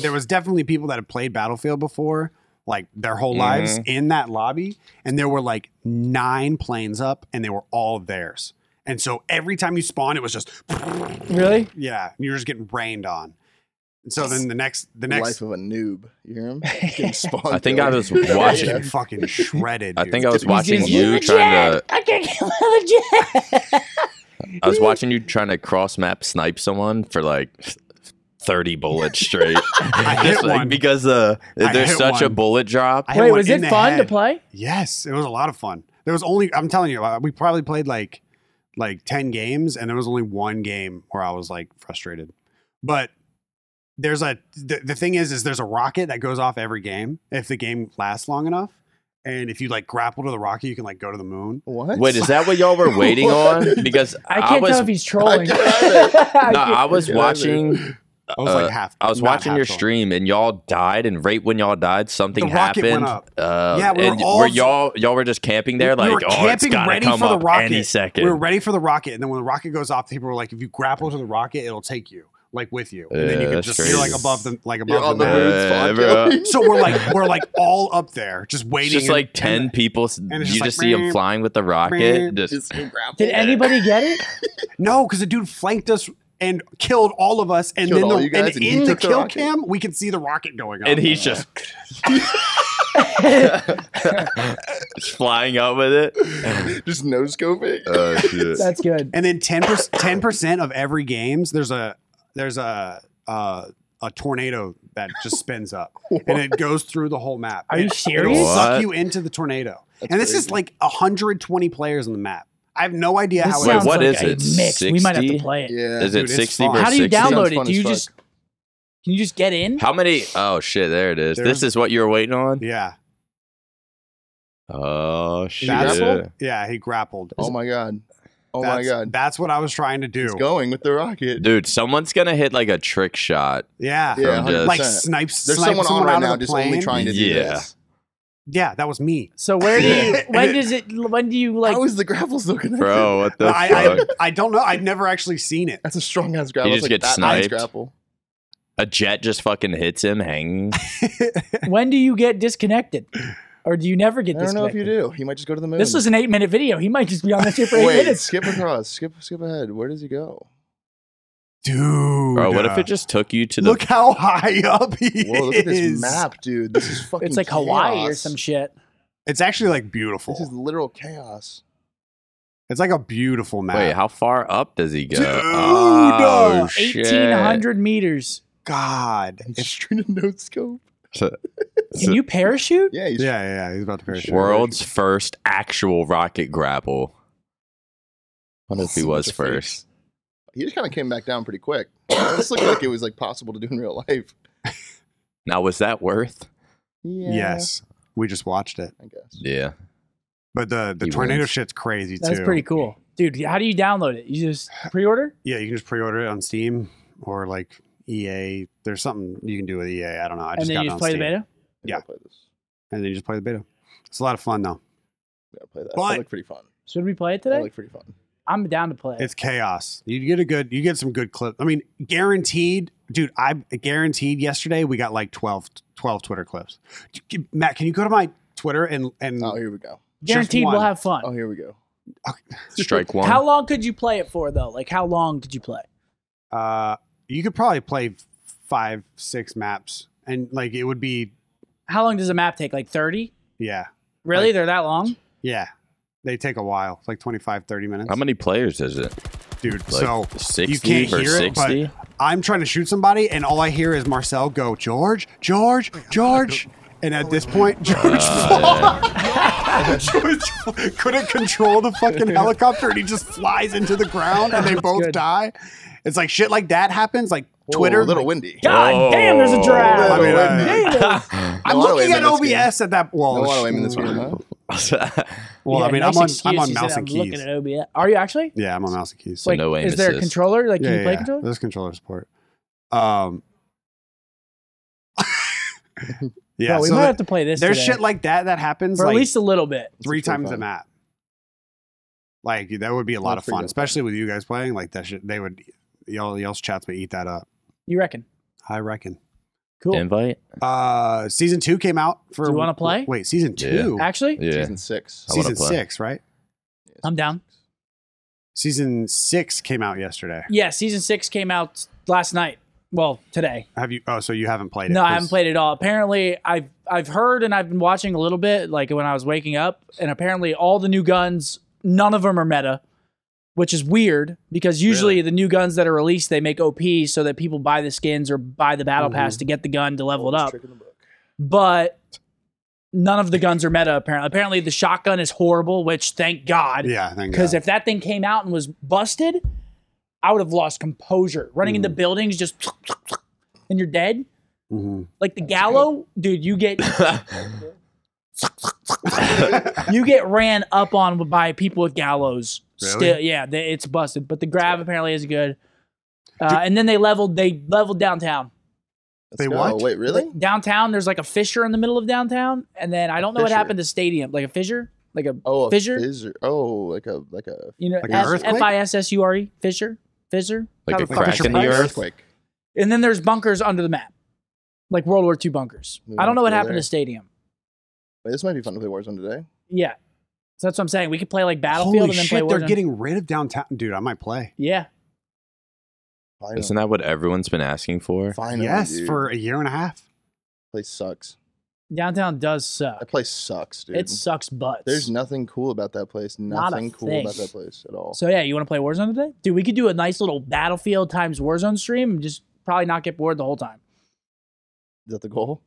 [SPEAKER 2] there was definitely people that had played Battlefield before, like their whole
[SPEAKER 4] Mm-hmm.
[SPEAKER 2] lives in that lobby, and there were like nine planes up, and they were all theirs. And so every time you spawn, it was just <laughs>
[SPEAKER 1] really?
[SPEAKER 2] yeah, you're just getting rained on. And so then the next the next
[SPEAKER 3] life of a noob. You
[SPEAKER 2] <laughs>
[SPEAKER 3] hear
[SPEAKER 1] <laughs>
[SPEAKER 3] him? Getting spawned
[SPEAKER 4] I think
[SPEAKER 3] through. <laughs>
[SPEAKER 4] I was
[SPEAKER 3] That
[SPEAKER 4] watching-
[SPEAKER 2] watching fucking shredded.
[SPEAKER 4] <laughs> I
[SPEAKER 2] dude.
[SPEAKER 4] think I was
[SPEAKER 3] He's
[SPEAKER 4] watching
[SPEAKER 3] just-
[SPEAKER 4] you trying to.
[SPEAKER 1] I can't get out of the jet.
[SPEAKER 4] I was watching you trying to cross map snipe someone for like. 30 bullets straight.
[SPEAKER 2] <laughs> I hit
[SPEAKER 4] Just like-
[SPEAKER 2] one.
[SPEAKER 4] because uh,
[SPEAKER 2] I
[SPEAKER 4] there's
[SPEAKER 2] hit
[SPEAKER 4] such a
[SPEAKER 2] one.
[SPEAKER 4] bullet drop.
[SPEAKER 2] I had
[SPEAKER 1] Wait,
[SPEAKER 2] one
[SPEAKER 1] was
[SPEAKER 2] in
[SPEAKER 1] it
[SPEAKER 2] the
[SPEAKER 1] fun to
[SPEAKER 2] head.
[SPEAKER 1] play?
[SPEAKER 2] Yes, it was a lot of fun. There was only I'm telling you, uh, we probably played like like 10 games and there was only one game where I was like frustrated. But there's a the, the thing is is there's a rocket that goes off every game if the game lasts long enough. And if you like grapple to the rocket, you can like go to the moon.
[SPEAKER 3] What?
[SPEAKER 4] Wait, is that what y'all
[SPEAKER 2] <laughs>
[SPEAKER 4] were waiting on? Because
[SPEAKER 1] I can't
[SPEAKER 4] was
[SPEAKER 1] tell if he's trolling.
[SPEAKER 3] I
[SPEAKER 1] <laughs>
[SPEAKER 3] can't
[SPEAKER 4] no, I was
[SPEAKER 3] Yeah, I
[SPEAKER 4] watching.
[SPEAKER 2] I was
[SPEAKER 4] Uh,
[SPEAKER 2] like half.
[SPEAKER 4] I was
[SPEAKER 2] not
[SPEAKER 4] watching your
[SPEAKER 2] half full.
[SPEAKER 4] stream, and y'all died. And right when y'all died, something
[SPEAKER 2] The rocket went
[SPEAKER 4] happened.
[SPEAKER 2] up.
[SPEAKER 4] Uh,
[SPEAKER 2] Yeah, we were
[SPEAKER 4] and
[SPEAKER 2] all-
[SPEAKER 4] were y'all y'all were just camping there,
[SPEAKER 2] We
[SPEAKER 4] like
[SPEAKER 2] were
[SPEAKER 4] oh, it's
[SPEAKER 2] camping
[SPEAKER 4] gotta
[SPEAKER 2] ready
[SPEAKER 4] come
[SPEAKER 2] for the
[SPEAKER 4] up
[SPEAKER 2] rocket.
[SPEAKER 4] any second.
[SPEAKER 2] We were ready for the rocket, and then when the rocket goes off, people were like, "If you grapple to the rocket, it'll take you like with you, and then
[SPEAKER 4] Yeah,
[SPEAKER 2] you can
[SPEAKER 4] that's
[SPEAKER 2] just
[SPEAKER 4] crazy.
[SPEAKER 2] you're like above the like
[SPEAKER 3] You're
[SPEAKER 2] above
[SPEAKER 3] on
[SPEAKER 2] the
[SPEAKER 3] the
[SPEAKER 2] moon.
[SPEAKER 4] moon.
[SPEAKER 3] bird spawn
[SPEAKER 4] Yeah,
[SPEAKER 3] killing.
[SPEAKER 2] So we're like we're like all up there, just
[SPEAKER 4] it's
[SPEAKER 2] waiting.
[SPEAKER 4] just
[SPEAKER 2] and-
[SPEAKER 4] like ten people.
[SPEAKER 2] it's
[SPEAKER 4] you
[SPEAKER 2] just
[SPEAKER 4] just
[SPEAKER 2] like,
[SPEAKER 4] see them
[SPEAKER 2] meow,
[SPEAKER 4] flying with the rocket.
[SPEAKER 2] meow.
[SPEAKER 4] <laughs> Just,
[SPEAKER 1] Did anybody get it?
[SPEAKER 2] no, because the dude flanked us and killed all of us, and
[SPEAKER 3] Killed
[SPEAKER 2] then
[SPEAKER 3] all
[SPEAKER 2] the,
[SPEAKER 3] you
[SPEAKER 2] and
[SPEAKER 3] guys and he
[SPEAKER 2] in the
[SPEAKER 3] took the
[SPEAKER 2] kill
[SPEAKER 3] rocket.
[SPEAKER 2] cam we can see the rocket going up.
[SPEAKER 4] and he's just <laughs> just flying up with it.
[SPEAKER 3] <laughs> just nose scoping? <laughs>
[SPEAKER 4] Oh, shit.
[SPEAKER 1] That's good.
[SPEAKER 2] and then ten percent of every games there's a there's a uh, a tornado that just spins up and it goes through the whole map.
[SPEAKER 1] Are you
[SPEAKER 2] It-
[SPEAKER 1] serious?
[SPEAKER 2] It'll
[SPEAKER 4] What?
[SPEAKER 2] suck you into the tornado.
[SPEAKER 3] That's
[SPEAKER 2] and this is
[SPEAKER 3] crazy.
[SPEAKER 2] like 120 players on the map. I have no idea
[SPEAKER 1] This
[SPEAKER 2] how
[SPEAKER 4] Wait,
[SPEAKER 1] sounds
[SPEAKER 2] it
[SPEAKER 4] what
[SPEAKER 1] like
[SPEAKER 4] is
[SPEAKER 1] a
[SPEAKER 4] it?
[SPEAKER 1] mix. We might have to
[SPEAKER 4] 60?
[SPEAKER 1] play it.
[SPEAKER 3] yeah.
[SPEAKER 4] Is it
[SPEAKER 2] Dude, it's
[SPEAKER 4] sixty
[SPEAKER 2] fun.
[SPEAKER 4] versus
[SPEAKER 1] How do you
[SPEAKER 4] sixty?
[SPEAKER 1] download
[SPEAKER 3] Sounds
[SPEAKER 1] it?
[SPEAKER 3] fun
[SPEAKER 1] Do
[SPEAKER 3] as
[SPEAKER 1] you
[SPEAKER 3] fuck.
[SPEAKER 1] just Can you just get in?
[SPEAKER 4] How many? Oh shit! There it is.
[SPEAKER 2] There's-
[SPEAKER 4] this is what you were waiting on.
[SPEAKER 2] Yeah.
[SPEAKER 4] Oh shit!
[SPEAKER 3] Grapple?
[SPEAKER 2] Yeah, he grappled.
[SPEAKER 3] Oh my god. Oh
[SPEAKER 2] that's,
[SPEAKER 3] my god.
[SPEAKER 2] That's what I was trying to do.
[SPEAKER 3] He's going with the rocket.
[SPEAKER 4] Dude, someone's gonna hit like a
[SPEAKER 2] <laughs>
[SPEAKER 4] trick shot.
[SPEAKER 2] Yeah.
[SPEAKER 3] Yeah,
[SPEAKER 4] From just-
[SPEAKER 3] 100%.
[SPEAKER 2] Like snipes.
[SPEAKER 3] There's
[SPEAKER 2] snipe
[SPEAKER 3] someone, on right
[SPEAKER 2] out of
[SPEAKER 3] now
[SPEAKER 2] the
[SPEAKER 3] just
[SPEAKER 2] plane.
[SPEAKER 3] only trying to do
[SPEAKER 4] Yeah.
[SPEAKER 3] this.
[SPEAKER 2] Yeah, that was me.
[SPEAKER 1] So where do you?
[SPEAKER 2] Yeah.
[SPEAKER 1] When does it? When do you like?
[SPEAKER 3] How is the grapple still connected?
[SPEAKER 4] Bro, what the
[SPEAKER 2] I,
[SPEAKER 4] fuck?
[SPEAKER 2] I, I don't know. I've never actually seen it.
[SPEAKER 3] That's a strong ass grapple.
[SPEAKER 4] You
[SPEAKER 3] It's
[SPEAKER 4] just
[SPEAKER 3] like
[SPEAKER 4] get
[SPEAKER 3] that nice
[SPEAKER 4] sniped.
[SPEAKER 3] grapple.
[SPEAKER 4] a jet just fucking hits him hanging.
[SPEAKER 1] when do you get disconnected, or do you never
[SPEAKER 3] I
[SPEAKER 1] get
[SPEAKER 3] don't know if
[SPEAKER 1] disconnected?
[SPEAKER 3] you do. He might just go to the moon.
[SPEAKER 1] This was an eight-minute video. He might just be on this shit for eight
[SPEAKER 3] Wait,
[SPEAKER 1] minutes.
[SPEAKER 3] skip across. Skip skip ahead. Where does he go?
[SPEAKER 2] Dude.
[SPEAKER 4] Bro, what
[SPEAKER 2] uh,
[SPEAKER 4] if it just took you to the
[SPEAKER 2] Look how high up he
[SPEAKER 3] Whoa, look at
[SPEAKER 2] is.
[SPEAKER 3] this map, dude. This is
[SPEAKER 1] <laughs>
[SPEAKER 3] fucking
[SPEAKER 1] It's like Hawaii or
[SPEAKER 3] chaos.
[SPEAKER 1] some shit.
[SPEAKER 2] It's actually like beautiful.
[SPEAKER 3] This is literal chaos.
[SPEAKER 2] It's like a beautiful map.
[SPEAKER 4] Wait, how far up does he go?
[SPEAKER 2] Dude,
[SPEAKER 4] oh,
[SPEAKER 2] uh,
[SPEAKER 4] shit.
[SPEAKER 1] Eighteen hundred meters.
[SPEAKER 2] God.
[SPEAKER 3] He's
[SPEAKER 2] If-
[SPEAKER 3] shooting a no scope.
[SPEAKER 1] Can you parachute?
[SPEAKER 3] Yeah, he's
[SPEAKER 2] yeah, yeah, yeah, he's about to parachute.
[SPEAKER 4] World's first actual rocket grapple. Wonder if he
[SPEAKER 3] Such
[SPEAKER 4] was
[SPEAKER 3] a
[SPEAKER 4] first.
[SPEAKER 3] He just kind of came back down pretty quick. <coughs> This looked like it was like possible to do in real life.
[SPEAKER 4] Now, was that worth?
[SPEAKER 3] Yeah,
[SPEAKER 2] Yes, we just watched it.
[SPEAKER 3] I guess.
[SPEAKER 4] Yeah.
[SPEAKER 2] But the the
[SPEAKER 4] He
[SPEAKER 2] tornado
[SPEAKER 4] wins.
[SPEAKER 2] shit's crazy
[SPEAKER 1] That's
[SPEAKER 2] too.
[SPEAKER 1] pretty cool, dude. How do you download it? You just pre-order?
[SPEAKER 2] Yeah, you can just pre-order it on Steam or like EA. There's something you can do with EA. I don't know. I
[SPEAKER 1] and
[SPEAKER 2] just
[SPEAKER 1] then
[SPEAKER 2] got
[SPEAKER 1] you
[SPEAKER 2] it on
[SPEAKER 1] just play
[SPEAKER 2] Steam.
[SPEAKER 1] the beta.
[SPEAKER 3] We
[SPEAKER 2] Yeah.
[SPEAKER 3] gotta play this.
[SPEAKER 2] and then you just play the beta. It's a lot of fun though.
[SPEAKER 3] We gotta play that.
[SPEAKER 2] But-
[SPEAKER 3] that looked pretty fun.
[SPEAKER 1] Should we play it
[SPEAKER 3] That
[SPEAKER 1] today?
[SPEAKER 3] looked pretty fun.
[SPEAKER 1] I'm down to play. It.
[SPEAKER 2] It's chaos. You get a good. You get some good clips. I mean, guaranteed, dude. I guaranteed yesterday we got like 12, 12 Twitter clips. Matt, can you go to my Twitter and and
[SPEAKER 3] Oh, here we go.
[SPEAKER 2] just
[SPEAKER 1] Guaranteed, we'll
[SPEAKER 2] one?
[SPEAKER 1] have fun.
[SPEAKER 3] Oh, here we go.
[SPEAKER 4] Strike one.
[SPEAKER 1] How long could you play it for though? Like how long could you play?
[SPEAKER 2] Uh, you could probably play five, six maps, and like it would be,
[SPEAKER 1] How long does a map take? Like 30?
[SPEAKER 2] yeah,
[SPEAKER 1] Really?
[SPEAKER 2] Like-
[SPEAKER 1] They're that long?
[SPEAKER 2] yeah. They take a while. It's like 25, 30 minutes.
[SPEAKER 4] How many players is it?
[SPEAKER 2] dude?
[SPEAKER 4] Like
[SPEAKER 2] so
[SPEAKER 4] 60
[SPEAKER 2] can't
[SPEAKER 4] or
[SPEAKER 2] hear it, but-
[SPEAKER 4] 60?
[SPEAKER 2] I'm trying to shoot somebody, and all I hear is Marcel go, George, George, George. And at this point, George, <laughs>
[SPEAKER 4] Uh,
[SPEAKER 2] George couldn't control the
[SPEAKER 1] <laughs>
[SPEAKER 2] fucking helicopter, and he just flies into the ground, and they both
[SPEAKER 1] good.
[SPEAKER 2] die. It's like shit like that happens, like
[SPEAKER 3] Whoa,
[SPEAKER 2] Twitter.
[SPEAKER 3] a little
[SPEAKER 2] like-
[SPEAKER 3] windy.
[SPEAKER 1] God
[SPEAKER 4] Oh.
[SPEAKER 1] damn, there's a
[SPEAKER 2] I
[SPEAKER 1] giraffe.
[SPEAKER 2] mean,
[SPEAKER 3] Little
[SPEAKER 2] uh,
[SPEAKER 1] <laughs>
[SPEAKER 2] oh,
[SPEAKER 3] windy.
[SPEAKER 2] I'm
[SPEAKER 3] No auto
[SPEAKER 2] looking
[SPEAKER 3] aim
[SPEAKER 2] at
[SPEAKER 3] in this game.
[SPEAKER 2] OBS at that. Well,
[SPEAKER 3] No auto aim in
[SPEAKER 2] sh-
[SPEAKER 3] this game, huh?
[SPEAKER 4] yeah.
[SPEAKER 1] <laughs>
[SPEAKER 2] Well,
[SPEAKER 1] Yeah,
[SPEAKER 2] I mean,
[SPEAKER 1] nice
[SPEAKER 2] I'm on
[SPEAKER 1] excuse.
[SPEAKER 2] I'm on
[SPEAKER 1] You said
[SPEAKER 2] mouse and
[SPEAKER 1] I'm Looking
[SPEAKER 2] keys.
[SPEAKER 1] at OBS. Are you actually?
[SPEAKER 2] Yeah, I'm on mouse and keys.
[SPEAKER 4] So no aim
[SPEAKER 1] is there a
[SPEAKER 4] assist.
[SPEAKER 1] controller? Like, can
[SPEAKER 2] yeah,
[SPEAKER 1] you play
[SPEAKER 2] yeah,
[SPEAKER 1] controller?
[SPEAKER 2] There's controller support.
[SPEAKER 1] <laughs>
[SPEAKER 2] Um. yeah,
[SPEAKER 1] Bro, we
[SPEAKER 2] so
[SPEAKER 1] might
[SPEAKER 2] the-
[SPEAKER 1] have to play this.
[SPEAKER 2] there's
[SPEAKER 1] today.
[SPEAKER 2] shit like that that happens.
[SPEAKER 1] for
[SPEAKER 2] like,
[SPEAKER 1] at least a little bit.
[SPEAKER 2] three
[SPEAKER 3] It's pretty
[SPEAKER 2] times the
[SPEAKER 3] fun.
[SPEAKER 2] map. Like that would be a lot
[SPEAKER 3] That's
[SPEAKER 2] of
[SPEAKER 3] pretty
[SPEAKER 2] fun,
[SPEAKER 3] good.
[SPEAKER 2] especially with you guys playing. Like that, shit, they would y'all y'all's chats would eat that up.
[SPEAKER 1] You reckon?
[SPEAKER 2] I reckon.
[SPEAKER 1] Cool.
[SPEAKER 4] Invite?
[SPEAKER 2] Uh, season two came out for.
[SPEAKER 1] Do you wanna play?
[SPEAKER 2] Wait, season
[SPEAKER 4] Yeah.
[SPEAKER 2] two,
[SPEAKER 1] Actually,
[SPEAKER 4] Yeah.
[SPEAKER 3] Season six.
[SPEAKER 4] I wanna
[SPEAKER 2] season
[SPEAKER 4] play.
[SPEAKER 2] six, right?
[SPEAKER 1] I'm down.
[SPEAKER 2] Season six came out yesterday.
[SPEAKER 1] Yeah, season six came out last night. Well, today.
[SPEAKER 2] Have you? Oh, so you haven't played it?
[SPEAKER 1] No, I
[SPEAKER 2] 'cause-
[SPEAKER 1] haven't played it at all. Apparently, I've I've heard and I've been watching a little bit, like when I was waking up, and apparently all the new guns, none of them are meta, which is weird because usually the new guns that are released they make OP so that people buy the skins or buy the battle pass
[SPEAKER 2] Mm-hmm.
[SPEAKER 1] to get the gun to level it
[SPEAKER 3] Oldest
[SPEAKER 1] up.
[SPEAKER 3] trick in the book.
[SPEAKER 1] But none of the guns are meta. Apparently, apparently the shotgun is horrible, which thank God.
[SPEAKER 2] Yeah, thank
[SPEAKER 1] Because
[SPEAKER 2] God.
[SPEAKER 1] if that thing came out and was busted, I would have lost composure. Running
[SPEAKER 2] Mm-hmm.
[SPEAKER 1] into buildings, just and you're dead. <laughs>
[SPEAKER 2] Mhm.
[SPEAKER 1] Like the gallow, dude, you
[SPEAKER 2] <laughs>
[SPEAKER 1] get you get ran up on by people with gallows.
[SPEAKER 2] Really?
[SPEAKER 1] Still, yeah, they, it's busted. But the grab apparently is good. Uh, and then they leveled. They leveled downtown.
[SPEAKER 3] Let's
[SPEAKER 2] They
[SPEAKER 3] go.
[SPEAKER 2] what?
[SPEAKER 3] Wait, really?
[SPEAKER 1] Downtown, there's like a fissure in the middle of downtown, and then I don't know what
[SPEAKER 3] Fissure.
[SPEAKER 1] happened to stadium, like a fissure, like a
[SPEAKER 3] Oh, a
[SPEAKER 1] Fissure?
[SPEAKER 3] fissure. Oh, like a like a
[SPEAKER 1] you know,
[SPEAKER 2] Like an
[SPEAKER 1] F
[SPEAKER 2] earthquake?
[SPEAKER 1] I S S U R E, fissure, fissure.
[SPEAKER 4] Like
[SPEAKER 1] How the
[SPEAKER 4] a
[SPEAKER 1] fuck
[SPEAKER 4] crack
[SPEAKER 1] is it
[SPEAKER 4] in the
[SPEAKER 1] called?
[SPEAKER 4] earth?
[SPEAKER 3] earthquake.
[SPEAKER 1] And then there's bunkers under the map, like World War II bunkers.
[SPEAKER 3] We
[SPEAKER 1] I don't
[SPEAKER 3] won't
[SPEAKER 1] know what
[SPEAKER 3] go
[SPEAKER 1] happened
[SPEAKER 3] there.
[SPEAKER 1] to Stadium.
[SPEAKER 3] Wait, this might be fun to play Warzone today.
[SPEAKER 1] Yeah, so that's what I'm saying. We could play like Battlefield
[SPEAKER 2] Holy
[SPEAKER 1] and then
[SPEAKER 2] shit,
[SPEAKER 1] play
[SPEAKER 2] they're
[SPEAKER 1] Warzone.
[SPEAKER 2] getting rid of downtown, dude. I might play.
[SPEAKER 1] yeah,
[SPEAKER 3] Finally,
[SPEAKER 4] Isn't that what everyone's been asking for? <laughs>
[SPEAKER 3] Finally,
[SPEAKER 2] yes,
[SPEAKER 3] dude.
[SPEAKER 2] for a year and a half.
[SPEAKER 3] place sucks.
[SPEAKER 1] downtown does suck.
[SPEAKER 3] That place sucks, dude.
[SPEAKER 1] It sucks butts.
[SPEAKER 3] There's nothing cool about that place.
[SPEAKER 1] Not a
[SPEAKER 3] Nothing cool
[SPEAKER 1] thing.
[SPEAKER 3] about that place at all.
[SPEAKER 1] so yeah, you want to play Warzone today, dude? We could do a nice little Battlefield times Warzone stream and just probably not get bored the whole time. <laughs>
[SPEAKER 3] Is that the goal?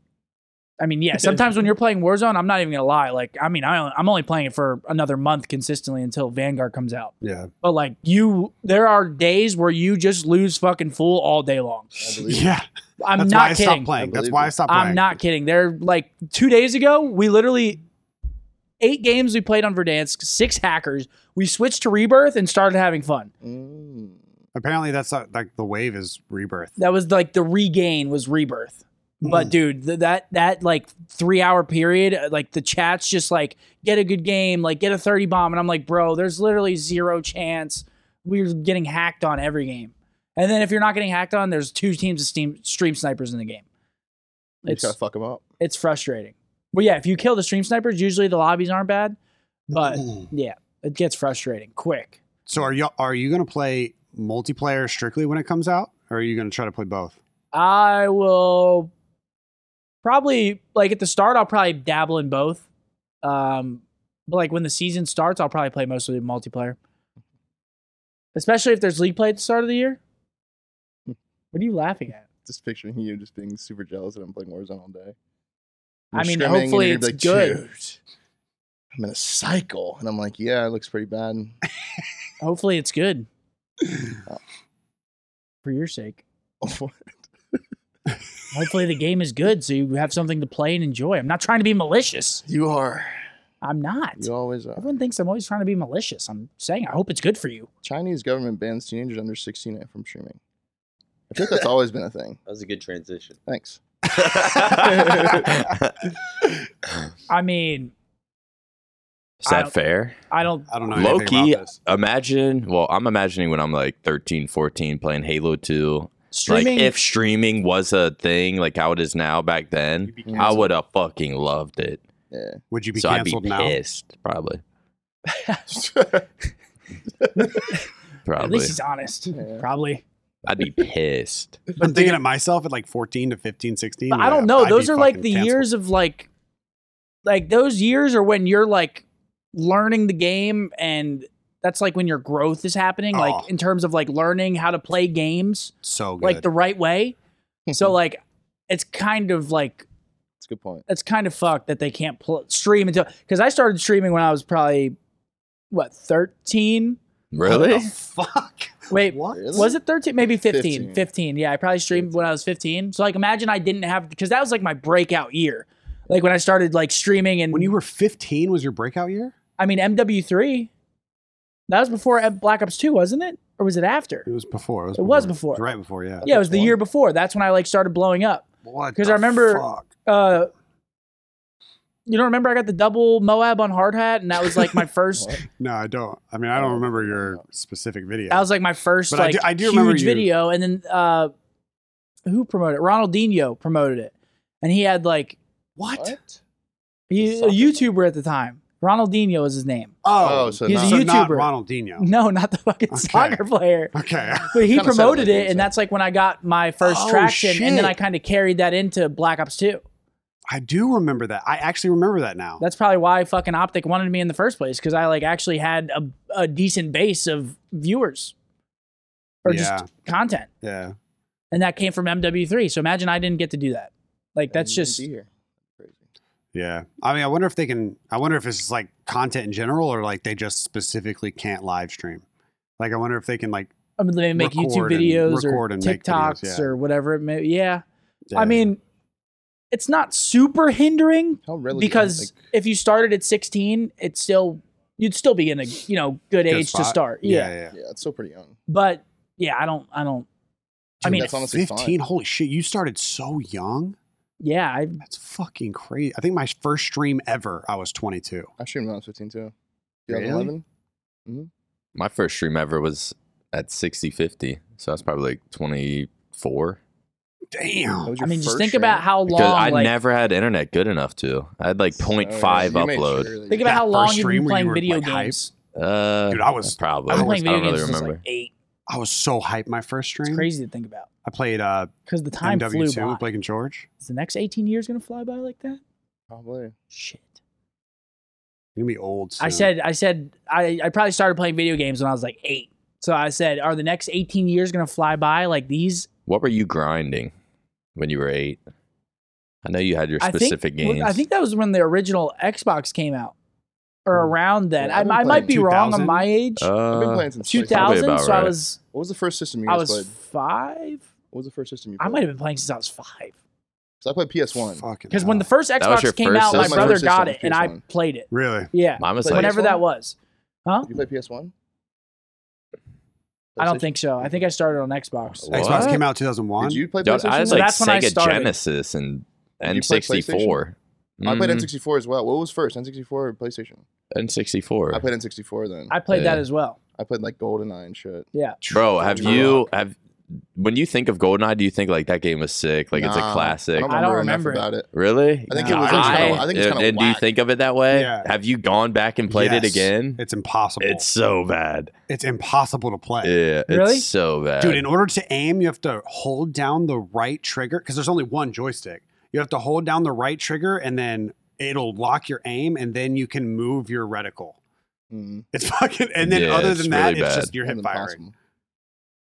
[SPEAKER 1] I mean,
[SPEAKER 2] <laughs>
[SPEAKER 1] yeah. Sometimes when you're playing Warzone, I'm not even gonna lie. Like, I mean, I, only- I'm only playing it for another month consistently until Vanguard comes out.
[SPEAKER 2] Yeah.
[SPEAKER 1] But like, you, there are days where you just lose fucking fool all day long.
[SPEAKER 3] I believe it.
[SPEAKER 2] Yeah.
[SPEAKER 1] I'm
[SPEAKER 2] That's why
[SPEAKER 1] not
[SPEAKER 2] I
[SPEAKER 1] kidding.
[SPEAKER 2] stopped playing.
[SPEAKER 3] I
[SPEAKER 2] That's
[SPEAKER 3] believe
[SPEAKER 2] why I
[SPEAKER 3] it.
[SPEAKER 2] stopped playing.
[SPEAKER 1] I'm not kidding. They're like two days ago, we literally eight games we played on Verdansk, six hackers. We switched to Rebirth and started having fun.
[SPEAKER 3] Mm.
[SPEAKER 2] Apparently, that's not, like the wave is rebirth.
[SPEAKER 1] That was like the regain was Rebirth.
[SPEAKER 2] Hmm.
[SPEAKER 1] But dude, th- that that like three hour period, uh, like the chat's just like get a good game, like get a thirty bomb, and I'm like, bro, there's literally zero chance we're getting hacked on every game. And then if you're not getting hacked on, there's two teams of steam, stream snipers in the game.
[SPEAKER 3] You just gotta fuck them up.
[SPEAKER 1] it's frustrating. But yeah, if you kill the stream snipers, usually the lobbies aren't bad.
[SPEAKER 2] Mm-hmm.
[SPEAKER 1] But yeah, it gets frustrating quick.
[SPEAKER 2] So are you are you going to play multiplayer strictly when it comes out, or are you going to try to play both?
[SPEAKER 1] I will probably like at the start I'll probably dabble in both. Um but like when the season starts, I'll probably play mostly multiplayer. Especially if there's league play at the start of the year. What are you laughing at?
[SPEAKER 3] Just picturing you just being super jealous that I'm playing Warzone all day.
[SPEAKER 1] I mean,
[SPEAKER 3] scrimming and
[SPEAKER 1] hopefully
[SPEAKER 3] you're
[SPEAKER 1] it's
[SPEAKER 3] like,
[SPEAKER 1] good.
[SPEAKER 3] "Dude, I'm in a cycle, and I'm like, yeah, it looks pretty
[SPEAKER 1] <laughs>
[SPEAKER 3] bad. <laughs>
[SPEAKER 1] Hopefully it's good. For your sake. Hopefully the game is good so you have something to play and enjoy. I'm not trying to be malicious.
[SPEAKER 3] you are.
[SPEAKER 1] I'm not.
[SPEAKER 3] You
[SPEAKER 1] <laughs>
[SPEAKER 3] always are.
[SPEAKER 1] Everyone thinks I'm always trying to be malicious. I'm saying I hope it's good for you.
[SPEAKER 3] Chinese government bans teenagers under 16 from streaming. I
[SPEAKER 1] <laughs>
[SPEAKER 3] think that's always been a thing.
[SPEAKER 4] was a good transition.
[SPEAKER 3] Thanks.
[SPEAKER 1] I mean,
[SPEAKER 4] Is
[SPEAKER 1] I
[SPEAKER 4] that
[SPEAKER 1] don't-
[SPEAKER 4] fair?
[SPEAKER 1] I don't
[SPEAKER 2] I don't know.
[SPEAKER 4] Low
[SPEAKER 2] anything about
[SPEAKER 4] key,
[SPEAKER 2] this.
[SPEAKER 4] imagine. Well, I'm imagining when I'm like 13, 14 playing Halo 2.
[SPEAKER 1] streaming.
[SPEAKER 4] Like, if streaming was a thing like how it is now back then, I would have fucking loved it.
[SPEAKER 3] Yeah.
[SPEAKER 2] Would you be
[SPEAKER 4] so I'd be
[SPEAKER 2] canceled now?
[SPEAKER 4] pissed,
[SPEAKER 3] <laughs>
[SPEAKER 4] probably.
[SPEAKER 1] at
[SPEAKER 4] Probably.
[SPEAKER 1] least he's honest.
[SPEAKER 3] Yeah.
[SPEAKER 1] Probably.
[SPEAKER 4] I'd be pissed.
[SPEAKER 2] I'm thinking of myself at like 14 to 15, 16.
[SPEAKER 1] But I
[SPEAKER 2] yeah,
[SPEAKER 1] don't know.
[SPEAKER 2] I'd be
[SPEAKER 1] Those are like
[SPEAKER 2] fucking
[SPEAKER 1] the
[SPEAKER 2] canceled.
[SPEAKER 1] years of like, like those years are when you're like learning the game, and that's like when your growth is happening,
[SPEAKER 2] Oh.
[SPEAKER 1] like in terms of like learning how to play games
[SPEAKER 2] So good.
[SPEAKER 1] like the right
[SPEAKER 4] <laughs>
[SPEAKER 1] way.
[SPEAKER 3] <laughs>
[SPEAKER 1] So like, it's kind of like
[SPEAKER 3] That's a good point.
[SPEAKER 1] that's kind of fucked that they can't pl- stream until because I started streaming when I was probably what thirteen.
[SPEAKER 4] Really?
[SPEAKER 2] What the <laughs> fuck?
[SPEAKER 1] Wait,
[SPEAKER 2] What?
[SPEAKER 3] Really?
[SPEAKER 1] was it 13? Maybe 15. 15.
[SPEAKER 3] 15.
[SPEAKER 1] Yeah, I probably streamed when I was 15. So like imagine I didn't have because that was like my breakout year. Like when I started like streaming and
[SPEAKER 2] When you were 15 was your breakout year?
[SPEAKER 1] I mean MW3. That was before M- Black Ops 2, wasn't it? Or was it after?
[SPEAKER 2] It was before. It was
[SPEAKER 1] It was before.
[SPEAKER 2] right before, yeah.
[SPEAKER 1] Yeah, it was the year before. That's when I like started blowing up.
[SPEAKER 2] What
[SPEAKER 1] 'Cause
[SPEAKER 2] the
[SPEAKER 1] I remember-
[SPEAKER 2] fuck?
[SPEAKER 1] Uh You don't remember I got the double Moab on hard hat and that was like
[SPEAKER 2] <laughs>
[SPEAKER 1] my first
[SPEAKER 3] What?
[SPEAKER 2] No, I don't. I mean, I
[SPEAKER 1] Oh.
[SPEAKER 2] don't remember your specific video.
[SPEAKER 1] That was like my first
[SPEAKER 2] But I
[SPEAKER 1] like
[SPEAKER 2] do- I do
[SPEAKER 1] huge
[SPEAKER 2] remember you-
[SPEAKER 1] video. And then uh who promoted it? Ronaldinho promoted it. And he had like
[SPEAKER 2] what?
[SPEAKER 1] he, a
[SPEAKER 3] Soccer.
[SPEAKER 1] YouTuber at the time. Ronaldinho was his name.
[SPEAKER 2] Oh,
[SPEAKER 3] Oh, so
[SPEAKER 1] He's
[SPEAKER 3] not-
[SPEAKER 1] a
[SPEAKER 2] so not
[SPEAKER 1] YouTuber.
[SPEAKER 2] Ronaldinho.
[SPEAKER 1] No, not the fucking
[SPEAKER 2] Oh. Okay.
[SPEAKER 1] soccer
[SPEAKER 2] <laughs>
[SPEAKER 1] player.
[SPEAKER 2] Okay.
[SPEAKER 1] But he
[SPEAKER 3] Kinda sounded
[SPEAKER 1] promoted
[SPEAKER 3] like
[SPEAKER 1] it,
[SPEAKER 3] him,
[SPEAKER 1] and
[SPEAKER 3] so.
[SPEAKER 1] that's like when I got my first
[SPEAKER 2] Oh,
[SPEAKER 1] traction, and then
[SPEAKER 2] shit.
[SPEAKER 1] I kind of carried that into Black Ops 2.
[SPEAKER 2] I do remember that. I actually remember that now.
[SPEAKER 1] That's probably why fucking Optic wanted me in the first place, because I like actually had a, a decent base of viewers or
[SPEAKER 2] Yeah.
[SPEAKER 1] just content.
[SPEAKER 2] yeah.
[SPEAKER 1] And that came from MW3. So imagine I didn't get to do that. Like that's
[SPEAKER 3] You wouldn't
[SPEAKER 1] just
[SPEAKER 3] be here. Crazy.
[SPEAKER 2] Yeah. I mean, I wonder if they can, I wonder if it's just like content in general or like they just specifically can't live stream. Like, I wonder if they can, like,
[SPEAKER 1] I mean, they make YouTube
[SPEAKER 2] Record and-
[SPEAKER 1] videos or
[SPEAKER 2] record and make
[SPEAKER 1] TikToks
[SPEAKER 2] videos, yeah.
[SPEAKER 1] or whatever it may. Yeah. I
[SPEAKER 2] uh,
[SPEAKER 1] mean, it's not super hindering
[SPEAKER 3] How really?
[SPEAKER 1] because
[SPEAKER 3] like,
[SPEAKER 1] if you started at 16, it's still you'd still be in a you know good,
[SPEAKER 2] Good
[SPEAKER 1] age to
[SPEAKER 2] spot.
[SPEAKER 1] start. Yeah.
[SPEAKER 2] yeah, yeah.
[SPEAKER 3] yeah, it's still pretty young.
[SPEAKER 1] But yeah, I don't. I don't. I
[SPEAKER 2] Dude,
[SPEAKER 1] mean,
[SPEAKER 3] that's honestly fine.
[SPEAKER 2] 15. Holy shit. You started so young.
[SPEAKER 1] yeah, I
[SPEAKER 2] That's fucking crazy. I think my first stream ever, I was 22.
[SPEAKER 3] I streamed when I was 15 too.
[SPEAKER 2] Really?
[SPEAKER 3] 2011.
[SPEAKER 4] My first stream ever was at 60 50. So that's probably like 24.
[SPEAKER 3] That
[SPEAKER 2] Damn.
[SPEAKER 3] was
[SPEAKER 1] I
[SPEAKER 3] your
[SPEAKER 1] mean, just
[SPEAKER 3] first
[SPEAKER 1] think
[SPEAKER 3] stream?
[SPEAKER 1] about how
[SPEAKER 4] Because
[SPEAKER 1] long.
[SPEAKER 4] I
[SPEAKER 1] like,
[SPEAKER 4] never had internet good enough to. I had like
[SPEAKER 3] So,
[SPEAKER 4] 0.5
[SPEAKER 3] yeah, you made
[SPEAKER 4] upload.
[SPEAKER 3] sure that
[SPEAKER 1] think about
[SPEAKER 3] you-
[SPEAKER 2] that
[SPEAKER 1] how
[SPEAKER 2] first
[SPEAKER 1] long you've
[SPEAKER 2] stream
[SPEAKER 1] been
[SPEAKER 2] where
[SPEAKER 1] playing
[SPEAKER 2] you were,
[SPEAKER 1] video
[SPEAKER 2] like, hyped?
[SPEAKER 1] games.
[SPEAKER 4] Uh,
[SPEAKER 2] Dude, I was-
[SPEAKER 4] probably.
[SPEAKER 1] I've
[SPEAKER 4] I,
[SPEAKER 1] been playing video
[SPEAKER 4] don't
[SPEAKER 1] games
[SPEAKER 4] really
[SPEAKER 1] since
[SPEAKER 4] remember.
[SPEAKER 1] like eight.
[SPEAKER 2] I was so hyped my first stream.
[SPEAKER 1] It's crazy to think about
[SPEAKER 2] I played uh,
[SPEAKER 1] because the time flew
[SPEAKER 2] MW2
[SPEAKER 1] by.
[SPEAKER 2] with Blake and George.
[SPEAKER 1] Is the next 18 years gonna fly by like that?
[SPEAKER 3] Probably.
[SPEAKER 1] Shit.
[SPEAKER 2] You're going to be old.
[SPEAKER 1] I
[SPEAKER 2] soon.
[SPEAKER 1] said, I said, I, I probably started playing video games when I was like eight. So I said, are the next 18 years going to fly by like these?
[SPEAKER 4] what were you grinding when you were eight? I know you had your
[SPEAKER 1] I think
[SPEAKER 4] specific
[SPEAKER 1] well,
[SPEAKER 4] games.
[SPEAKER 1] I think that was when the original Xbox came out, or
[SPEAKER 3] Hmm.
[SPEAKER 1] around then.
[SPEAKER 3] Yeah, I've
[SPEAKER 1] I,
[SPEAKER 3] been
[SPEAKER 1] I might
[SPEAKER 3] playing
[SPEAKER 1] be wrong
[SPEAKER 2] 2000.
[SPEAKER 1] on my age.
[SPEAKER 3] I've been
[SPEAKER 4] Uh,
[SPEAKER 3] playing since
[SPEAKER 1] Two
[SPEAKER 3] like, probably-
[SPEAKER 1] thousand.
[SPEAKER 4] about
[SPEAKER 1] So I
[SPEAKER 4] right.
[SPEAKER 1] was
[SPEAKER 3] What was the first system you
[SPEAKER 1] I
[SPEAKER 3] guys
[SPEAKER 1] was
[SPEAKER 3] played?
[SPEAKER 1] five.
[SPEAKER 3] What was the first system you
[SPEAKER 1] I
[SPEAKER 3] played?
[SPEAKER 1] might have been playing since I was five.
[SPEAKER 3] 'Cause I played PS One.
[SPEAKER 2] Fucking
[SPEAKER 1] Because when
[SPEAKER 2] hell.
[SPEAKER 1] the first
[SPEAKER 4] was
[SPEAKER 1] Xbox
[SPEAKER 4] your
[SPEAKER 1] came
[SPEAKER 4] first
[SPEAKER 1] out, my
[SPEAKER 4] system?
[SPEAKER 1] brother
[SPEAKER 3] First
[SPEAKER 1] got
[SPEAKER 3] system,
[SPEAKER 1] it, and I
[SPEAKER 3] PS1.
[SPEAKER 1] played it.
[SPEAKER 2] really
[SPEAKER 1] Yeah,
[SPEAKER 4] mine was
[SPEAKER 3] Like,
[SPEAKER 4] like
[SPEAKER 1] whenever
[SPEAKER 3] PS1?
[SPEAKER 1] that was. Huh?
[SPEAKER 3] Did you play PS One?
[SPEAKER 1] I don't think so. I think I started on Xbox.
[SPEAKER 4] What?
[SPEAKER 2] Xbox came out two thousand one.
[SPEAKER 3] Did you play
[SPEAKER 4] Dude,
[SPEAKER 3] PlayStation?
[SPEAKER 4] I was
[SPEAKER 1] So
[SPEAKER 4] like
[SPEAKER 1] that's when I
[SPEAKER 4] Sega
[SPEAKER 1] started.
[SPEAKER 4] Genesis and
[SPEAKER 3] You played
[SPEAKER 4] N64.
[SPEAKER 3] I played
[SPEAKER 4] Mhm.
[SPEAKER 3] N64 as well. What was first, N64 or PlayStation? I
[SPEAKER 4] N64.
[SPEAKER 3] played N64 then. I,
[SPEAKER 1] I played that
[SPEAKER 4] Yeah.
[SPEAKER 1] as well.
[SPEAKER 3] played like GoldenEye and shit.
[SPEAKER 4] Bro, have
[SPEAKER 3] Turok.
[SPEAKER 4] you have when you think of GoldenEye, do you think like that game was sick? Like it's a
[SPEAKER 3] Nah,
[SPEAKER 4] classic.
[SPEAKER 3] I don't
[SPEAKER 1] I
[SPEAKER 3] remember,
[SPEAKER 1] don't
[SPEAKER 3] enough
[SPEAKER 1] remember it.
[SPEAKER 3] about it.
[SPEAKER 4] Really?
[SPEAKER 3] I think
[SPEAKER 1] it was
[SPEAKER 4] God.
[SPEAKER 1] just kinda-
[SPEAKER 3] I think it's
[SPEAKER 4] And-
[SPEAKER 3] kinda
[SPEAKER 4] And do you
[SPEAKER 3] whack.
[SPEAKER 4] think of it that way?
[SPEAKER 2] Yeah.
[SPEAKER 4] Have you gone back and played it
[SPEAKER 2] Yes.
[SPEAKER 4] again?
[SPEAKER 2] It's impossible.
[SPEAKER 4] It's
[SPEAKER 2] It's
[SPEAKER 4] so bad.
[SPEAKER 2] it's impossible to play.
[SPEAKER 4] Yeah,
[SPEAKER 1] Really?
[SPEAKER 4] it's so bad.
[SPEAKER 2] Dude, in order to aim, you have to hold down the right trigger because there's only one joystick. You have to hold down the right trigger and then it'll lock your aim and then you can move your reticle.
[SPEAKER 3] Mm,
[SPEAKER 2] It's <laughs> fucking and then
[SPEAKER 4] Yeah,
[SPEAKER 2] other
[SPEAKER 4] it's
[SPEAKER 2] than that,
[SPEAKER 4] really
[SPEAKER 2] it's
[SPEAKER 4] bad.
[SPEAKER 2] just you're
[SPEAKER 3] it was
[SPEAKER 2] hip firing.
[SPEAKER 3] impossible.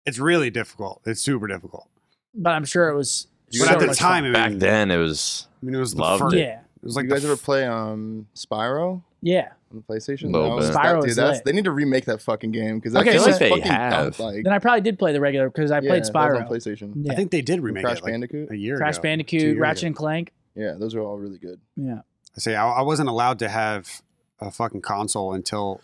[SPEAKER 2] It's really difficult. It's super difficult.
[SPEAKER 1] But I'm sure it was.
[SPEAKER 3] You
[SPEAKER 2] but
[SPEAKER 1] so
[SPEAKER 2] at the
[SPEAKER 1] much
[SPEAKER 2] time, I mean,
[SPEAKER 4] back then it was
[SPEAKER 2] I mean, it was the
[SPEAKER 4] Loved
[SPEAKER 1] fun.
[SPEAKER 2] first.
[SPEAKER 1] yeah,
[SPEAKER 2] It was like
[SPEAKER 3] you
[SPEAKER 2] the
[SPEAKER 3] guys ever
[SPEAKER 2] f-
[SPEAKER 3] play um Spyro
[SPEAKER 1] yeah.
[SPEAKER 3] on the PlayStation?
[SPEAKER 4] Little
[SPEAKER 3] was-
[SPEAKER 4] bit.
[SPEAKER 3] that-
[SPEAKER 1] Spyro
[SPEAKER 3] dude,
[SPEAKER 1] is
[SPEAKER 3] that's,
[SPEAKER 1] lit.
[SPEAKER 3] they need to remake that fucking game because that
[SPEAKER 1] Okay,
[SPEAKER 3] game's
[SPEAKER 1] so-
[SPEAKER 3] just
[SPEAKER 4] They
[SPEAKER 3] fucking
[SPEAKER 4] have.
[SPEAKER 3] dumb, like,
[SPEAKER 1] Then I probably did play the regular because I
[SPEAKER 3] yeah,
[SPEAKER 1] played
[SPEAKER 3] that was
[SPEAKER 1] Spyro.
[SPEAKER 3] on PlayStation.
[SPEAKER 1] Yeah.
[SPEAKER 2] I think they did remake
[SPEAKER 3] Crash
[SPEAKER 2] it like
[SPEAKER 3] Bandicoot.
[SPEAKER 2] a year
[SPEAKER 1] Crash
[SPEAKER 2] ago. two
[SPEAKER 1] Bandicoot,
[SPEAKER 2] years
[SPEAKER 1] Ratchet
[SPEAKER 2] ago.
[SPEAKER 1] and Clank.
[SPEAKER 3] Yeah, those are all really good.
[SPEAKER 1] Yeah,
[SPEAKER 2] I say I, I wasn't allowed to have a fucking console until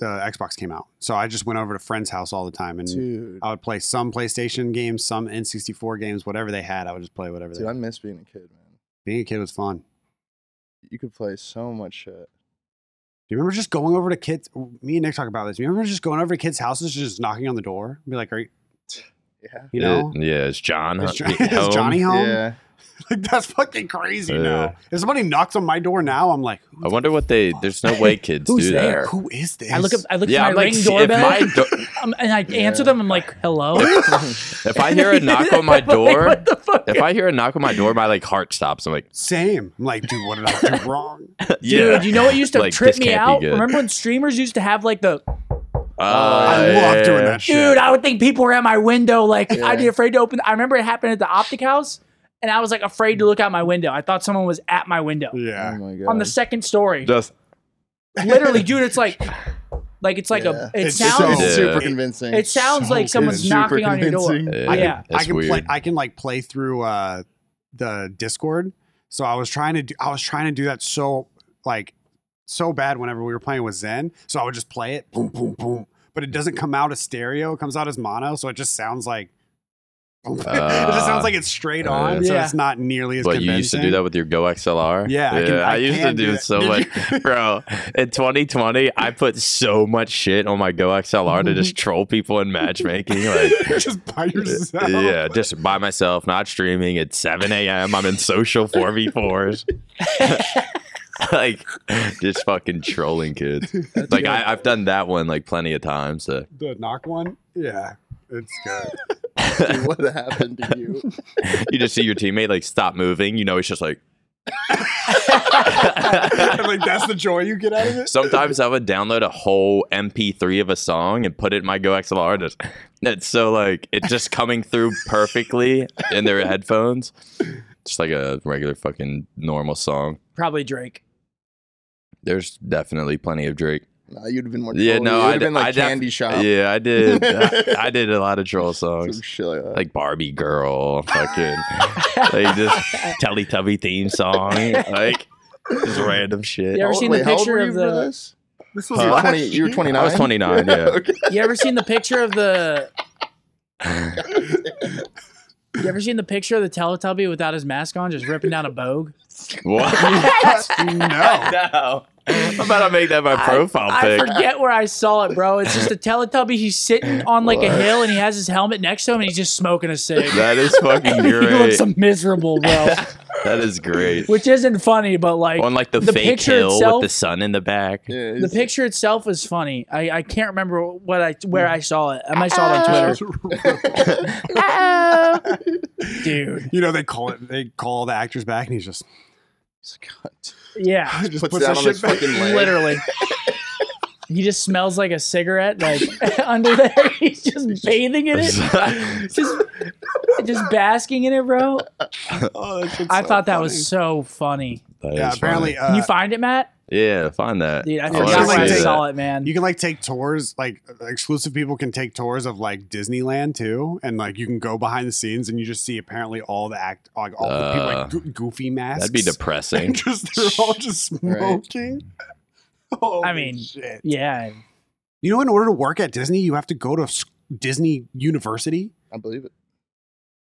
[SPEAKER 2] the Xbox came out. So I just went over to friends' house all the time and
[SPEAKER 3] Dude,
[SPEAKER 2] I would play some PlayStation games, some N64 games, whatever they had. I would just play whatever. They
[SPEAKER 3] dude, I miss being a kid, man.
[SPEAKER 2] Being a kid was fun.
[SPEAKER 3] You could play so much shit.
[SPEAKER 2] Do you remember just going over to kids? Me and Nick talk about this. Do you remember just going over to kids' houses, just knocking on the door, be like, "Are you,
[SPEAKER 3] Yeah.
[SPEAKER 2] you know,
[SPEAKER 4] it- yeah, it's John.
[SPEAKER 2] is, Jo- <laughs>
[SPEAKER 4] Hunt-
[SPEAKER 2] is
[SPEAKER 4] home.
[SPEAKER 2] Johnny home?"
[SPEAKER 3] Yeah.
[SPEAKER 2] <laughs> Like that's fucking crazy.
[SPEAKER 4] Yeah.
[SPEAKER 2] now, if somebody knocks on my door now, I'm like,
[SPEAKER 4] I wonder what they. There's no way kids
[SPEAKER 1] Who's
[SPEAKER 4] do
[SPEAKER 1] there?
[SPEAKER 4] that.
[SPEAKER 2] "Who is this?"
[SPEAKER 1] I look up. I look
[SPEAKER 4] Yeah,
[SPEAKER 1] at
[SPEAKER 4] I'm
[SPEAKER 1] my
[SPEAKER 4] like,
[SPEAKER 1] ring
[SPEAKER 4] see, if
[SPEAKER 1] doorbell,
[SPEAKER 4] my do-
[SPEAKER 1] um, and I answer them. I'm like, "Hello."
[SPEAKER 4] <laughs> if
[SPEAKER 1] <laughs>
[SPEAKER 2] <laughs>
[SPEAKER 4] I hear a knock on my
[SPEAKER 1] Like,
[SPEAKER 4] door,
[SPEAKER 1] what the fuck?
[SPEAKER 4] if I hear a knock on my door, my like heart stops. I'm like,
[SPEAKER 2] Same. I'm like, dude, what did I
[SPEAKER 4] <laughs>
[SPEAKER 2] do wrong?
[SPEAKER 4] yeah.
[SPEAKER 1] Dude, you know what used to
[SPEAKER 4] Like,
[SPEAKER 1] trip
[SPEAKER 4] this
[SPEAKER 1] me
[SPEAKER 4] can't be
[SPEAKER 1] out?
[SPEAKER 4] good.
[SPEAKER 1] Remember when streamers used to have like the
[SPEAKER 4] Uh,
[SPEAKER 2] I love
[SPEAKER 4] yeah.
[SPEAKER 2] doing that shit.
[SPEAKER 1] dude, I would think people were at my window, like
[SPEAKER 3] Yeah.
[SPEAKER 1] I'd be afraid to open. I remember it happened at the optic house, and I was like afraid to look out my window. I thought someone was at my window
[SPEAKER 2] yeah.
[SPEAKER 3] Oh my god.
[SPEAKER 1] on the second story.
[SPEAKER 4] Just
[SPEAKER 1] Literally, dude, it's like, like it's like
[SPEAKER 3] Yeah.
[SPEAKER 1] a. It
[SPEAKER 2] It's
[SPEAKER 3] it's
[SPEAKER 1] sounds.
[SPEAKER 4] so-
[SPEAKER 3] super
[SPEAKER 4] Yeah.
[SPEAKER 3] convincing.
[SPEAKER 1] it sounds
[SPEAKER 2] so
[SPEAKER 1] like someone's
[SPEAKER 2] good.
[SPEAKER 1] knocking on your door.
[SPEAKER 3] convincing.
[SPEAKER 4] yeah,
[SPEAKER 2] I can,
[SPEAKER 1] Yeah.
[SPEAKER 2] I
[SPEAKER 4] that's
[SPEAKER 2] can
[SPEAKER 4] eh, weird.
[SPEAKER 2] play. I can like play through uh, the Discord. So I was trying to do. I was trying to do that so like so bad whenever we were playing with Zen. So I would just play it, boom, boom, boom. But it doesn't come out as stereo. It comes out as mono. So it just sounds like. <laughs> it just sounds like it's straight on. So
[SPEAKER 1] Yeah.
[SPEAKER 2] it's not nearly as.
[SPEAKER 4] But Uh, you used to do
[SPEAKER 2] convincing.
[SPEAKER 4] that with your Go XLR.
[SPEAKER 2] Yeah, I
[SPEAKER 4] I,
[SPEAKER 2] can- I
[SPEAKER 4] used to
[SPEAKER 2] can
[SPEAKER 4] do,
[SPEAKER 2] do that.
[SPEAKER 4] so
[SPEAKER 2] Did
[SPEAKER 4] much, <laughs> bro. In 2020, I put so much shit on my Go XLR to
[SPEAKER 2] <laughs>
[SPEAKER 4] just troll people in matchmaking. Like,
[SPEAKER 2] just
[SPEAKER 4] <laughs>
[SPEAKER 2] by yourself.
[SPEAKER 4] yeah, just by myself, not streaming. It's 7 a.m. I'm in social 4v4s. <laughs> like, just fucking trolling kids. Like, I, I've done that one like plenty of times. Uh, So.
[SPEAKER 2] The knock one. Yeah, it's good.
[SPEAKER 4] <laughs>
[SPEAKER 1] <laughs>
[SPEAKER 3] Dude, what happened to you?
[SPEAKER 4] You just see your teammate like stop moving. You know, he's just like, <laughs>
[SPEAKER 2] like that's the joy you get out of it.
[SPEAKER 4] Sometimes I would download a whole MP3 of a song and put it in my Go XLR. Just, it's so like it's just coming through perfectly in their headphones, just like a regular fucking normal song.
[SPEAKER 1] Probably Drake.
[SPEAKER 4] There's definitely plenty of Drake.
[SPEAKER 3] Nah, you'd have been more.
[SPEAKER 4] Yeah,
[SPEAKER 3] trolly.
[SPEAKER 4] no,
[SPEAKER 3] it would
[SPEAKER 4] I
[SPEAKER 3] have
[SPEAKER 4] d-
[SPEAKER 3] been like
[SPEAKER 4] I def-
[SPEAKER 3] Candy Shop.
[SPEAKER 4] Yeah,
[SPEAKER 3] <laughs>
[SPEAKER 4] I did. I, I did a lot of troll
[SPEAKER 3] Uh, Some
[SPEAKER 4] songs,
[SPEAKER 3] shit like that.
[SPEAKER 4] like Barbie Girl, fucking like just
[SPEAKER 3] <laughs>
[SPEAKER 4] Teletubby theme song, like just random shit.
[SPEAKER 1] You ever
[SPEAKER 3] Oh,
[SPEAKER 1] seen
[SPEAKER 3] wait,
[SPEAKER 1] the
[SPEAKER 3] how old
[SPEAKER 1] picture
[SPEAKER 3] were you
[SPEAKER 1] of
[SPEAKER 3] for
[SPEAKER 1] the?
[SPEAKER 3] this?
[SPEAKER 2] This
[SPEAKER 4] Huh?
[SPEAKER 3] You were 20 you were 29.
[SPEAKER 4] I
[SPEAKER 3] <laughs>
[SPEAKER 4] was 29. Yeah.
[SPEAKER 3] okay.
[SPEAKER 1] You ever seen the picture of the? You ever seen the picture of the Teletubby without his mask on, just ripping down a bogue?
[SPEAKER 4] What?
[SPEAKER 3] <laughs>
[SPEAKER 4] <laughs>
[SPEAKER 2] no.
[SPEAKER 4] no. I'm about to make that my profile
[SPEAKER 1] I
[SPEAKER 4] pic.
[SPEAKER 1] forget where I saw it, bro. It's just a Teletubby. He's sitting on like a hill and he has his helmet next to him and he's just smoking a cig.
[SPEAKER 4] That is
[SPEAKER 1] <laughs>
[SPEAKER 4] fucking
[SPEAKER 1] he
[SPEAKER 4] great.
[SPEAKER 1] looks miserable, bro.
[SPEAKER 4] that is great.
[SPEAKER 1] Which isn't funny, but like
[SPEAKER 4] On like the,
[SPEAKER 1] The
[SPEAKER 4] fake
[SPEAKER 1] picture
[SPEAKER 4] hill
[SPEAKER 1] itself-
[SPEAKER 4] with the sun in the back.
[SPEAKER 3] Yeah,
[SPEAKER 1] the
[SPEAKER 3] it's-
[SPEAKER 1] picture itself is funny. I, I can't remember what I where I saw it. I might saw it on
[SPEAKER 2] <laughs>
[SPEAKER 1] Twitter, dude.
[SPEAKER 2] you know they call it. They call the actors back, and he's just <laughs>
[SPEAKER 3] it's cut.
[SPEAKER 1] Yeah,
[SPEAKER 2] just
[SPEAKER 3] Puts that on his fucking leg. <laughs>
[SPEAKER 1] literally. He just smells like a cigarette, like <laughs> under there. <laughs>
[SPEAKER 4] <laughs>
[SPEAKER 1] He's just bathing in it, just just basking in it, bro.
[SPEAKER 2] oh, that shit's
[SPEAKER 1] I
[SPEAKER 2] so
[SPEAKER 1] thought that
[SPEAKER 2] funny.
[SPEAKER 1] was so funny.
[SPEAKER 4] That
[SPEAKER 2] yeah.
[SPEAKER 4] is
[SPEAKER 2] Apparently,
[SPEAKER 4] funny.
[SPEAKER 1] Can
[SPEAKER 2] uh,
[SPEAKER 1] you find it, Matt?
[SPEAKER 4] yeah, find that.
[SPEAKER 1] Dude, I
[SPEAKER 4] wanna
[SPEAKER 1] forgot where I
[SPEAKER 4] see
[SPEAKER 1] saw
[SPEAKER 4] that.
[SPEAKER 1] it, man.
[SPEAKER 2] you can like take tours. Like exclusive people can take tours of like Disneyland too, and like you can go behind the scenes and you just see apparently all the act, like all the people
[SPEAKER 4] Uh,
[SPEAKER 2] like go- goofy masks.
[SPEAKER 4] That'd
[SPEAKER 2] <laughs>
[SPEAKER 3] <laughs>
[SPEAKER 4] be
[SPEAKER 2] and
[SPEAKER 4] depressing.
[SPEAKER 2] just they're all just
[SPEAKER 3] Right.
[SPEAKER 2] smoking. <laughs> Oh
[SPEAKER 1] I mean,
[SPEAKER 2] shit.
[SPEAKER 1] Yeah.
[SPEAKER 2] You know, in order to work at Disney, you have to go to s- Disney University.
[SPEAKER 3] I believe it.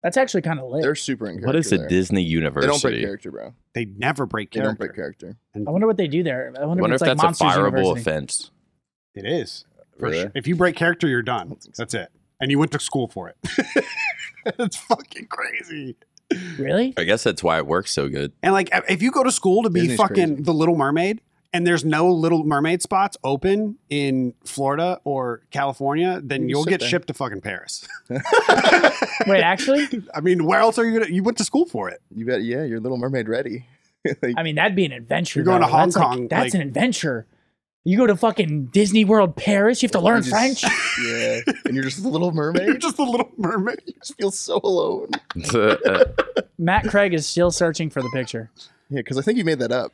[SPEAKER 1] That's actually kind of lit.
[SPEAKER 3] They're super in character.
[SPEAKER 4] What is a
[SPEAKER 3] there.
[SPEAKER 4] Disney
[SPEAKER 3] They don't break
[SPEAKER 4] University?
[SPEAKER 3] character, bro.
[SPEAKER 2] They never break
[SPEAKER 3] They don't break
[SPEAKER 2] character.
[SPEAKER 3] character.
[SPEAKER 1] I wonder what they do there. I
[SPEAKER 4] I
[SPEAKER 1] wonder,
[SPEAKER 4] wonder
[SPEAKER 1] if
[SPEAKER 4] if
[SPEAKER 1] it's
[SPEAKER 4] that's
[SPEAKER 1] like
[SPEAKER 4] a
[SPEAKER 1] Monsters
[SPEAKER 4] fireable
[SPEAKER 1] University.
[SPEAKER 4] offense.
[SPEAKER 2] It is. For
[SPEAKER 3] Really?
[SPEAKER 2] sure. If you break character, you're done. That's it. And you went to school for it. <laughs> That's fucking crazy.
[SPEAKER 1] Really?
[SPEAKER 4] I guess that's why it works so good. <laughs>
[SPEAKER 2] And like, if you go to school to be
[SPEAKER 3] Disney's
[SPEAKER 2] fucking
[SPEAKER 3] crazy.
[SPEAKER 2] the Little Mermaid, and there's no Little Mermaid spots open in Florida or California, then
[SPEAKER 3] You
[SPEAKER 2] you'll
[SPEAKER 3] sit
[SPEAKER 2] get
[SPEAKER 3] there.
[SPEAKER 2] shipped to fucking
[SPEAKER 3] <laughs>
[SPEAKER 2] Paris.
[SPEAKER 1] Wait, actually?
[SPEAKER 2] <laughs> I mean, where else are you gonna? You went to school for it.
[SPEAKER 3] You bet. Yeah, your Little Mermaid ready. <laughs>
[SPEAKER 1] I mean, that'd be an adventure.
[SPEAKER 2] You're going
[SPEAKER 1] though.
[SPEAKER 2] to Hong
[SPEAKER 1] That's like-
[SPEAKER 2] Kong,
[SPEAKER 1] that's
[SPEAKER 2] like-
[SPEAKER 1] an adventure. You go to fucking Disney World Paris, you have to learn
[SPEAKER 3] You
[SPEAKER 1] French.
[SPEAKER 4] <laughs>
[SPEAKER 3] just- <laughs> Yeah, and you're just a little
[SPEAKER 2] You're
[SPEAKER 3] mermaid.
[SPEAKER 2] just the Little Mermaid.
[SPEAKER 3] You just feel so alone.
[SPEAKER 1] Matt Craig is still searching for the picture.
[SPEAKER 3] Yeah, because I think you made that up.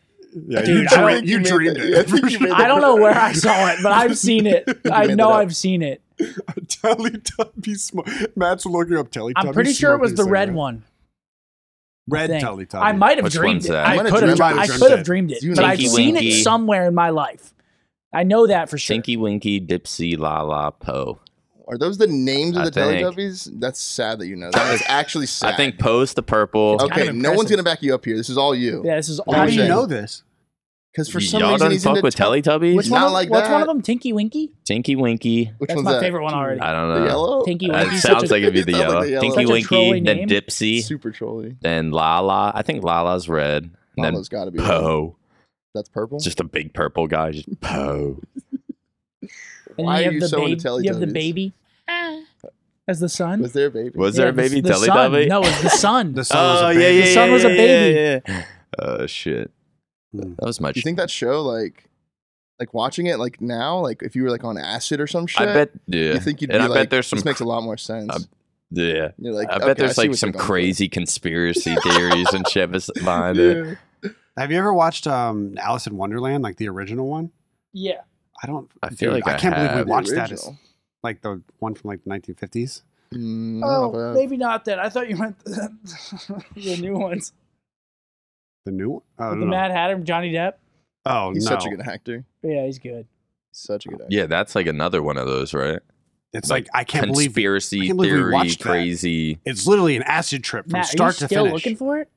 [SPEAKER 2] Yeah,
[SPEAKER 1] Dude, I
[SPEAKER 2] you, dream-
[SPEAKER 1] don't-
[SPEAKER 2] you
[SPEAKER 3] you made
[SPEAKER 2] dreamed
[SPEAKER 3] that-
[SPEAKER 2] it.
[SPEAKER 3] yeah, I
[SPEAKER 1] <laughs>
[SPEAKER 3] think you made
[SPEAKER 1] I don't know where I saw it, but I've seen it. I
[SPEAKER 3] made that
[SPEAKER 1] know
[SPEAKER 3] up.
[SPEAKER 1] I've seen it.
[SPEAKER 2] Teletubby smoke. Matt's looking up Teletubby.
[SPEAKER 1] I'm pretty sure it was the
[SPEAKER 2] smoking
[SPEAKER 1] red
[SPEAKER 2] cigarette.
[SPEAKER 1] one.
[SPEAKER 2] Red
[SPEAKER 1] thing.
[SPEAKER 2] Teletubby.
[SPEAKER 1] I might have
[SPEAKER 4] Which
[SPEAKER 1] dreamed
[SPEAKER 4] one's
[SPEAKER 1] it.
[SPEAKER 4] that?
[SPEAKER 1] I
[SPEAKER 3] You might have
[SPEAKER 1] could have.
[SPEAKER 3] dreamt
[SPEAKER 1] dr- I
[SPEAKER 2] it.
[SPEAKER 1] could have dreamed it,
[SPEAKER 3] You
[SPEAKER 1] but
[SPEAKER 3] know.
[SPEAKER 1] I've
[SPEAKER 3] Tinky
[SPEAKER 1] seen it
[SPEAKER 4] Winky.
[SPEAKER 1] somewhere in my life. I know that for sure.
[SPEAKER 4] Tinky Winky Dipsy La La Poe.
[SPEAKER 3] Are those the names of
[SPEAKER 4] I
[SPEAKER 3] the
[SPEAKER 4] think.
[SPEAKER 3] Teletubbies? That's sad that you know. That. That's actually sad.
[SPEAKER 4] I think Poe's the purple.
[SPEAKER 1] kind
[SPEAKER 3] Okay,
[SPEAKER 1] of
[SPEAKER 3] no one's
[SPEAKER 1] impressive.
[SPEAKER 3] gonna back you up here. This is all you.
[SPEAKER 1] Yeah, this is all.
[SPEAKER 2] How
[SPEAKER 3] What
[SPEAKER 2] do
[SPEAKER 3] was
[SPEAKER 2] you
[SPEAKER 3] that?
[SPEAKER 2] know this?
[SPEAKER 3] Because for some
[SPEAKER 4] Y'all
[SPEAKER 3] reason
[SPEAKER 4] done
[SPEAKER 3] he's
[SPEAKER 4] fuck
[SPEAKER 3] into
[SPEAKER 4] with
[SPEAKER 3] Tel-
[SPEAKER 4] Teletubbies?
[SPEAKER 1] Which
[SPEAKER 3] Not
[SPEAKER 1] one? of-
[SPEAKER 3] like
[SPEAKER 1] What's one of
[SPEAKER 3] that.
[SPEAKER 1] them? Tinky Winky.
[SPEAKER 4] Tinky Winky.
[SPEAKER 3] Which
[SPEAKER 1] That's
[SPEAKER 3] one's
[SPEAKER 1] my
[SPEAKER 3] that?
[SPEAKER 1] favorite one already.
[SPEAKER 4] I don't
[SPEAKER 3] The
[SPEAKER 4] know.
[SPEAKER 3] yellow.
[SPEAKER 1] Tinky
[SPEAKER 4] Uh,
[SPEAKER 1] Winky.
[SPEAKER 4] it sounds like
[SPEAKER 3] <laughs>
[SPEAKER 4] it'd be the
[SPEAKER 3] Sounds like
[SPEAKER 4] yellow.
[SPEAKER 3] the yellow.
[SPEAKER 4] Tinky
[SPEAKER 1] Such a
[SPEAKER 4] Winky,
[SPEAKER 1] trolly name.
[SPEAKER 4] then Dipsy,
[SPEAKER 3] Super trolly.
[SPEAKER 4] then La La. I think La La's red. and Then
[SPEAKER 3] Lala's got to be.
[SPEAKER 4] Poe.
[SPEAKER 3] That's purple.
[SPEAKER 4] Just a big purple guy. Just Poe.
[SPEAKER 1] And then
[SPEAKER 3] Why
[SPEAKER 1] you
[SPEAKER 3] are
[SPEAKER 1] have
[SPEAKER 3] you
[SPEAKER 1] the
[SPEAKER 3] so
[SPEAKER 1] babe-
[SPEAKER 3] into
[SPEAKER 1] You have the
[SPEAKER 3] Teletubbies?
[SPEAKER 1] baby as the son.
[SPEAKER 3] was there a baby?
[SPEAKER 4] Was
[SPEAKER 1] Yeah,
[SPEAKER 4] there a
[SPEAKER 1] the-
[SPEAKER 4] baby
[SPEAKER 1] the son.
[SPEAKER 4] Teletubby?
[SPEAKER 1] No, it's the son.
[SPEAKER 2] The son was
[SPEAKER 4] Oh,
[SPEAKER 2] a
[SPEAKER 4] yeah,
[SPEAKER 2] baby.
[SPEAKER 4] yeah,
[SPEAKER 1] The
[SPEAKER 4] yeah.
[SPEAKER 1] son was a
[SPEAKER 4] yeah,
[SPEAKER 1] baby.
[SPEAKER 4] yeah, yeah. Oh, shit.
[SPEAKER 2] Hmm.
[SPEAKER 4] That was my
[SPEAKER 3] Do you think that show like, like watching it like now, like if you were like on acid or some
[SPEAKER 4] I
[SPEAKER 3] shit?
[SPEAKER 4] bet. Yeah.
[SPEAKER 3] You think you'd
[SPEAKER 4] and
[SPEAKER 3] be
[SPEAKER 4] I
[SPEAKER 3] like,
[SPEAKER 4] bet there's some.
[SPEAKER 3] This makes a lot more sense.
[SPEAKER 4] I- yeah.
[SPEAKER 3] You're like,
[SPEAKER 4] I
[SPEAKER 3] okay,
[SPEAKER 4] bet there's
[SPEAKER 3] see
[SPEAKER 4] like
[SPEAKER 3] what
[SPEAKER 4] some
[SPEAKER 3] you're going for.
[SPEAKER 4] crazy conspiracy theories and shit
[SPEAKER 3] <laughs>
[SPEAKER 4] behind it.
[SPEAKER 3] Yeah.
[SPEAKER 2] Have you ever watched um, Alice in Wonderland, like the original one?
[SPEAKER 1] Yeah.
[SPEAKER 2] I don't.
[SPEAKER 4] I feel like I
[SPEAKER 2] can't believe
[SPEAKER 4] have.
[SPEAKER 2] we
[SPEAKER 3] The
[SPEAKER 2] watched that as
[SPEAKER 3] original.
[SPEAKER 2] like the one from like the 1950s.
[SPEAKER 3] Mm, I don't know
[SPEAKER 1] Oh,
[SPEAKER 3] if I-
[SPEAKER 1] maybe not then. I thought you meant the, new ones.
[SPEAKER 2] The new one. Oh,
[SPEAKER 1] With
[SPEAKER 2] no.
[SPEAKER 1] the Mad Hatter and Johnny Depp.
[SPEAKER 2] oh
[SPEAKER 3] He's
[SPEAKER 2] no!
[SPEAKER 3] such a good actor.
[SPEAKER 1] Yeah, he's good.
[SPEAKER 3] He's such a good actor.
[SPEAKER 4] Yeah, that's like another one of those, right?
[SPEAKER 2] it's like, I can't believe
[SPEAKER 4] conspiracy
[SPEAKER 2] I can't believe we
[SPEAKER 4] theory,
[SPEAKER 2] watched that.
[SPEAKER 4] crazy.
[SPEAKER 2] it's literally an acid trip from
[SPEAKER 1] Matt, are you
[SPEAKER 2] start to
[SPEAKER 1] still
[SPEAKER 2] finish. <laughs>
[SPEAKER 1] looking for it?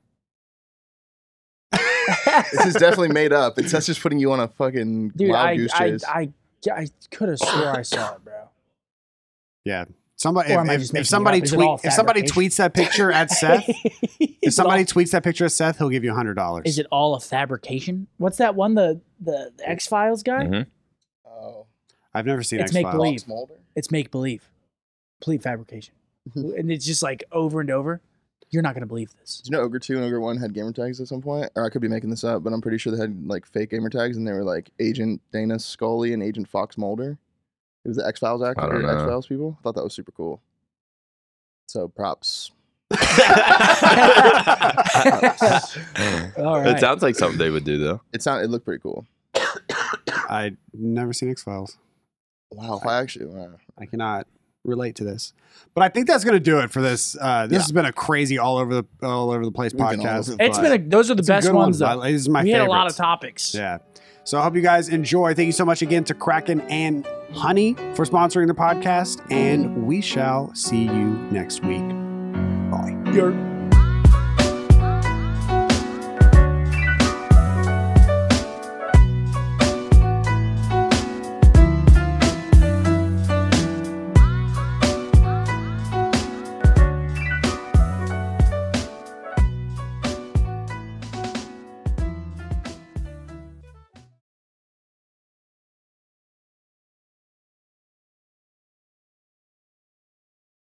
[SPEAKER 3] This is definitely made up. It's that's just putting you on a fucking
[SPEAKER 1] Dude,
[SPEAKER 3] wild
[SPEAKER 1] I,
[SPEAKER 3] goose
[SPEAKER 1] I,
[SPEAKER 3] chase.
[SPEAKER 1] I, I could have swore I saw it, <laughs> bro.
[SPEAKER 2] somebody,
[SPEAKER 1] <laughs> Or
[SPEAKER 2] if,
[SPEAKER 1] am I
[SPEAKER 2] if-
[SPEAKER 1] just
[SPEAKER 2] if
[SPEAKER 1] making it
[SPEAKER 2] somebody
[SPEAKER 1] up? Is it all
[SPEAKER 2] tweet, if somebody
[SPEAKER 1] fabrication?
[SPEAKER 2] tweets that picture
[SPEAKER 1] <laughs>
[SPEAKER 2] at Seth, if
[SPEAKER 1] Is it all-
[SPEAKER 2] somebody tweets that picture at Seth, he'll give you hundred dollars.
[SPEAKER 1] is it all a fabrication? What's that one? The the, the X Files guy?
[SPEAKER 3] Mm-hmm.
[SPEAKER 4] Mhm.
[SPEAKER 3] oh,
[SPEAKER 2] I've never seen
[SPEAKER 1] It's
[SPEAKER 2] X Files.
[SPEAKER 1] make-believe.
[SPEAKER 3] Bob Mulder?
[SPEAKER 1] It's make believe, complete fabrication, and it's just like over and over. You're not gonna believe this.
[SPEAKER 3] Did you know Ogre 2 and Ogre 1 had gamer tags at some point? Or I could be making this up, but I'm pretty sure they had like fake gamer tags and they were like Agent Dana Scully and Agent Fox Mulder. It was the X Files actor,
[SPEAKER 4] I don't
[SPEAKER 3] X
[SPEAKER 4] know.
[SPEAKER 3] Files people. I thought that was super cool. So props.
[SPEAKER 1] All
[SPEAKER 4] It
[SPEAKER 3] <laughs>
[SPEAKER 4] <laughs>
[SPEAKER 1] right.
[SPEAKER 4] sounds like something they would do though.
[SPEAKER 3] It sounded it looked pretty cool.
[SPEAKER 2] I've never seen X Files.
[SPEAKER 3] Wow. I actually wow.
[SPEAKER 2] I cannot relate to this. But I think that's going to do it for this. Uh, this
[SPEAKER 3] Yeah.
[SPEAKER 2] has been a crazy all over the all over the place
[SPEAKER 3] We've been all
[SPEAKER 2] podcast.
[SPEAKER 3] over
[SPEAKER 1] It's been a, those are the best ones though.
[SPEAKER 2] This is my
[SPEAKER 1] we
[SPEAKER 2] favorite.
[SPEAKER 1] had a lot of topics.
[SPEAKER 2] Yeah. So I hope you guys enjoy. Thank you so much again to Kraken and Honey for sponsoring the podcast, and we shall see you next week. Bye.
[SPEAKER 1] You're-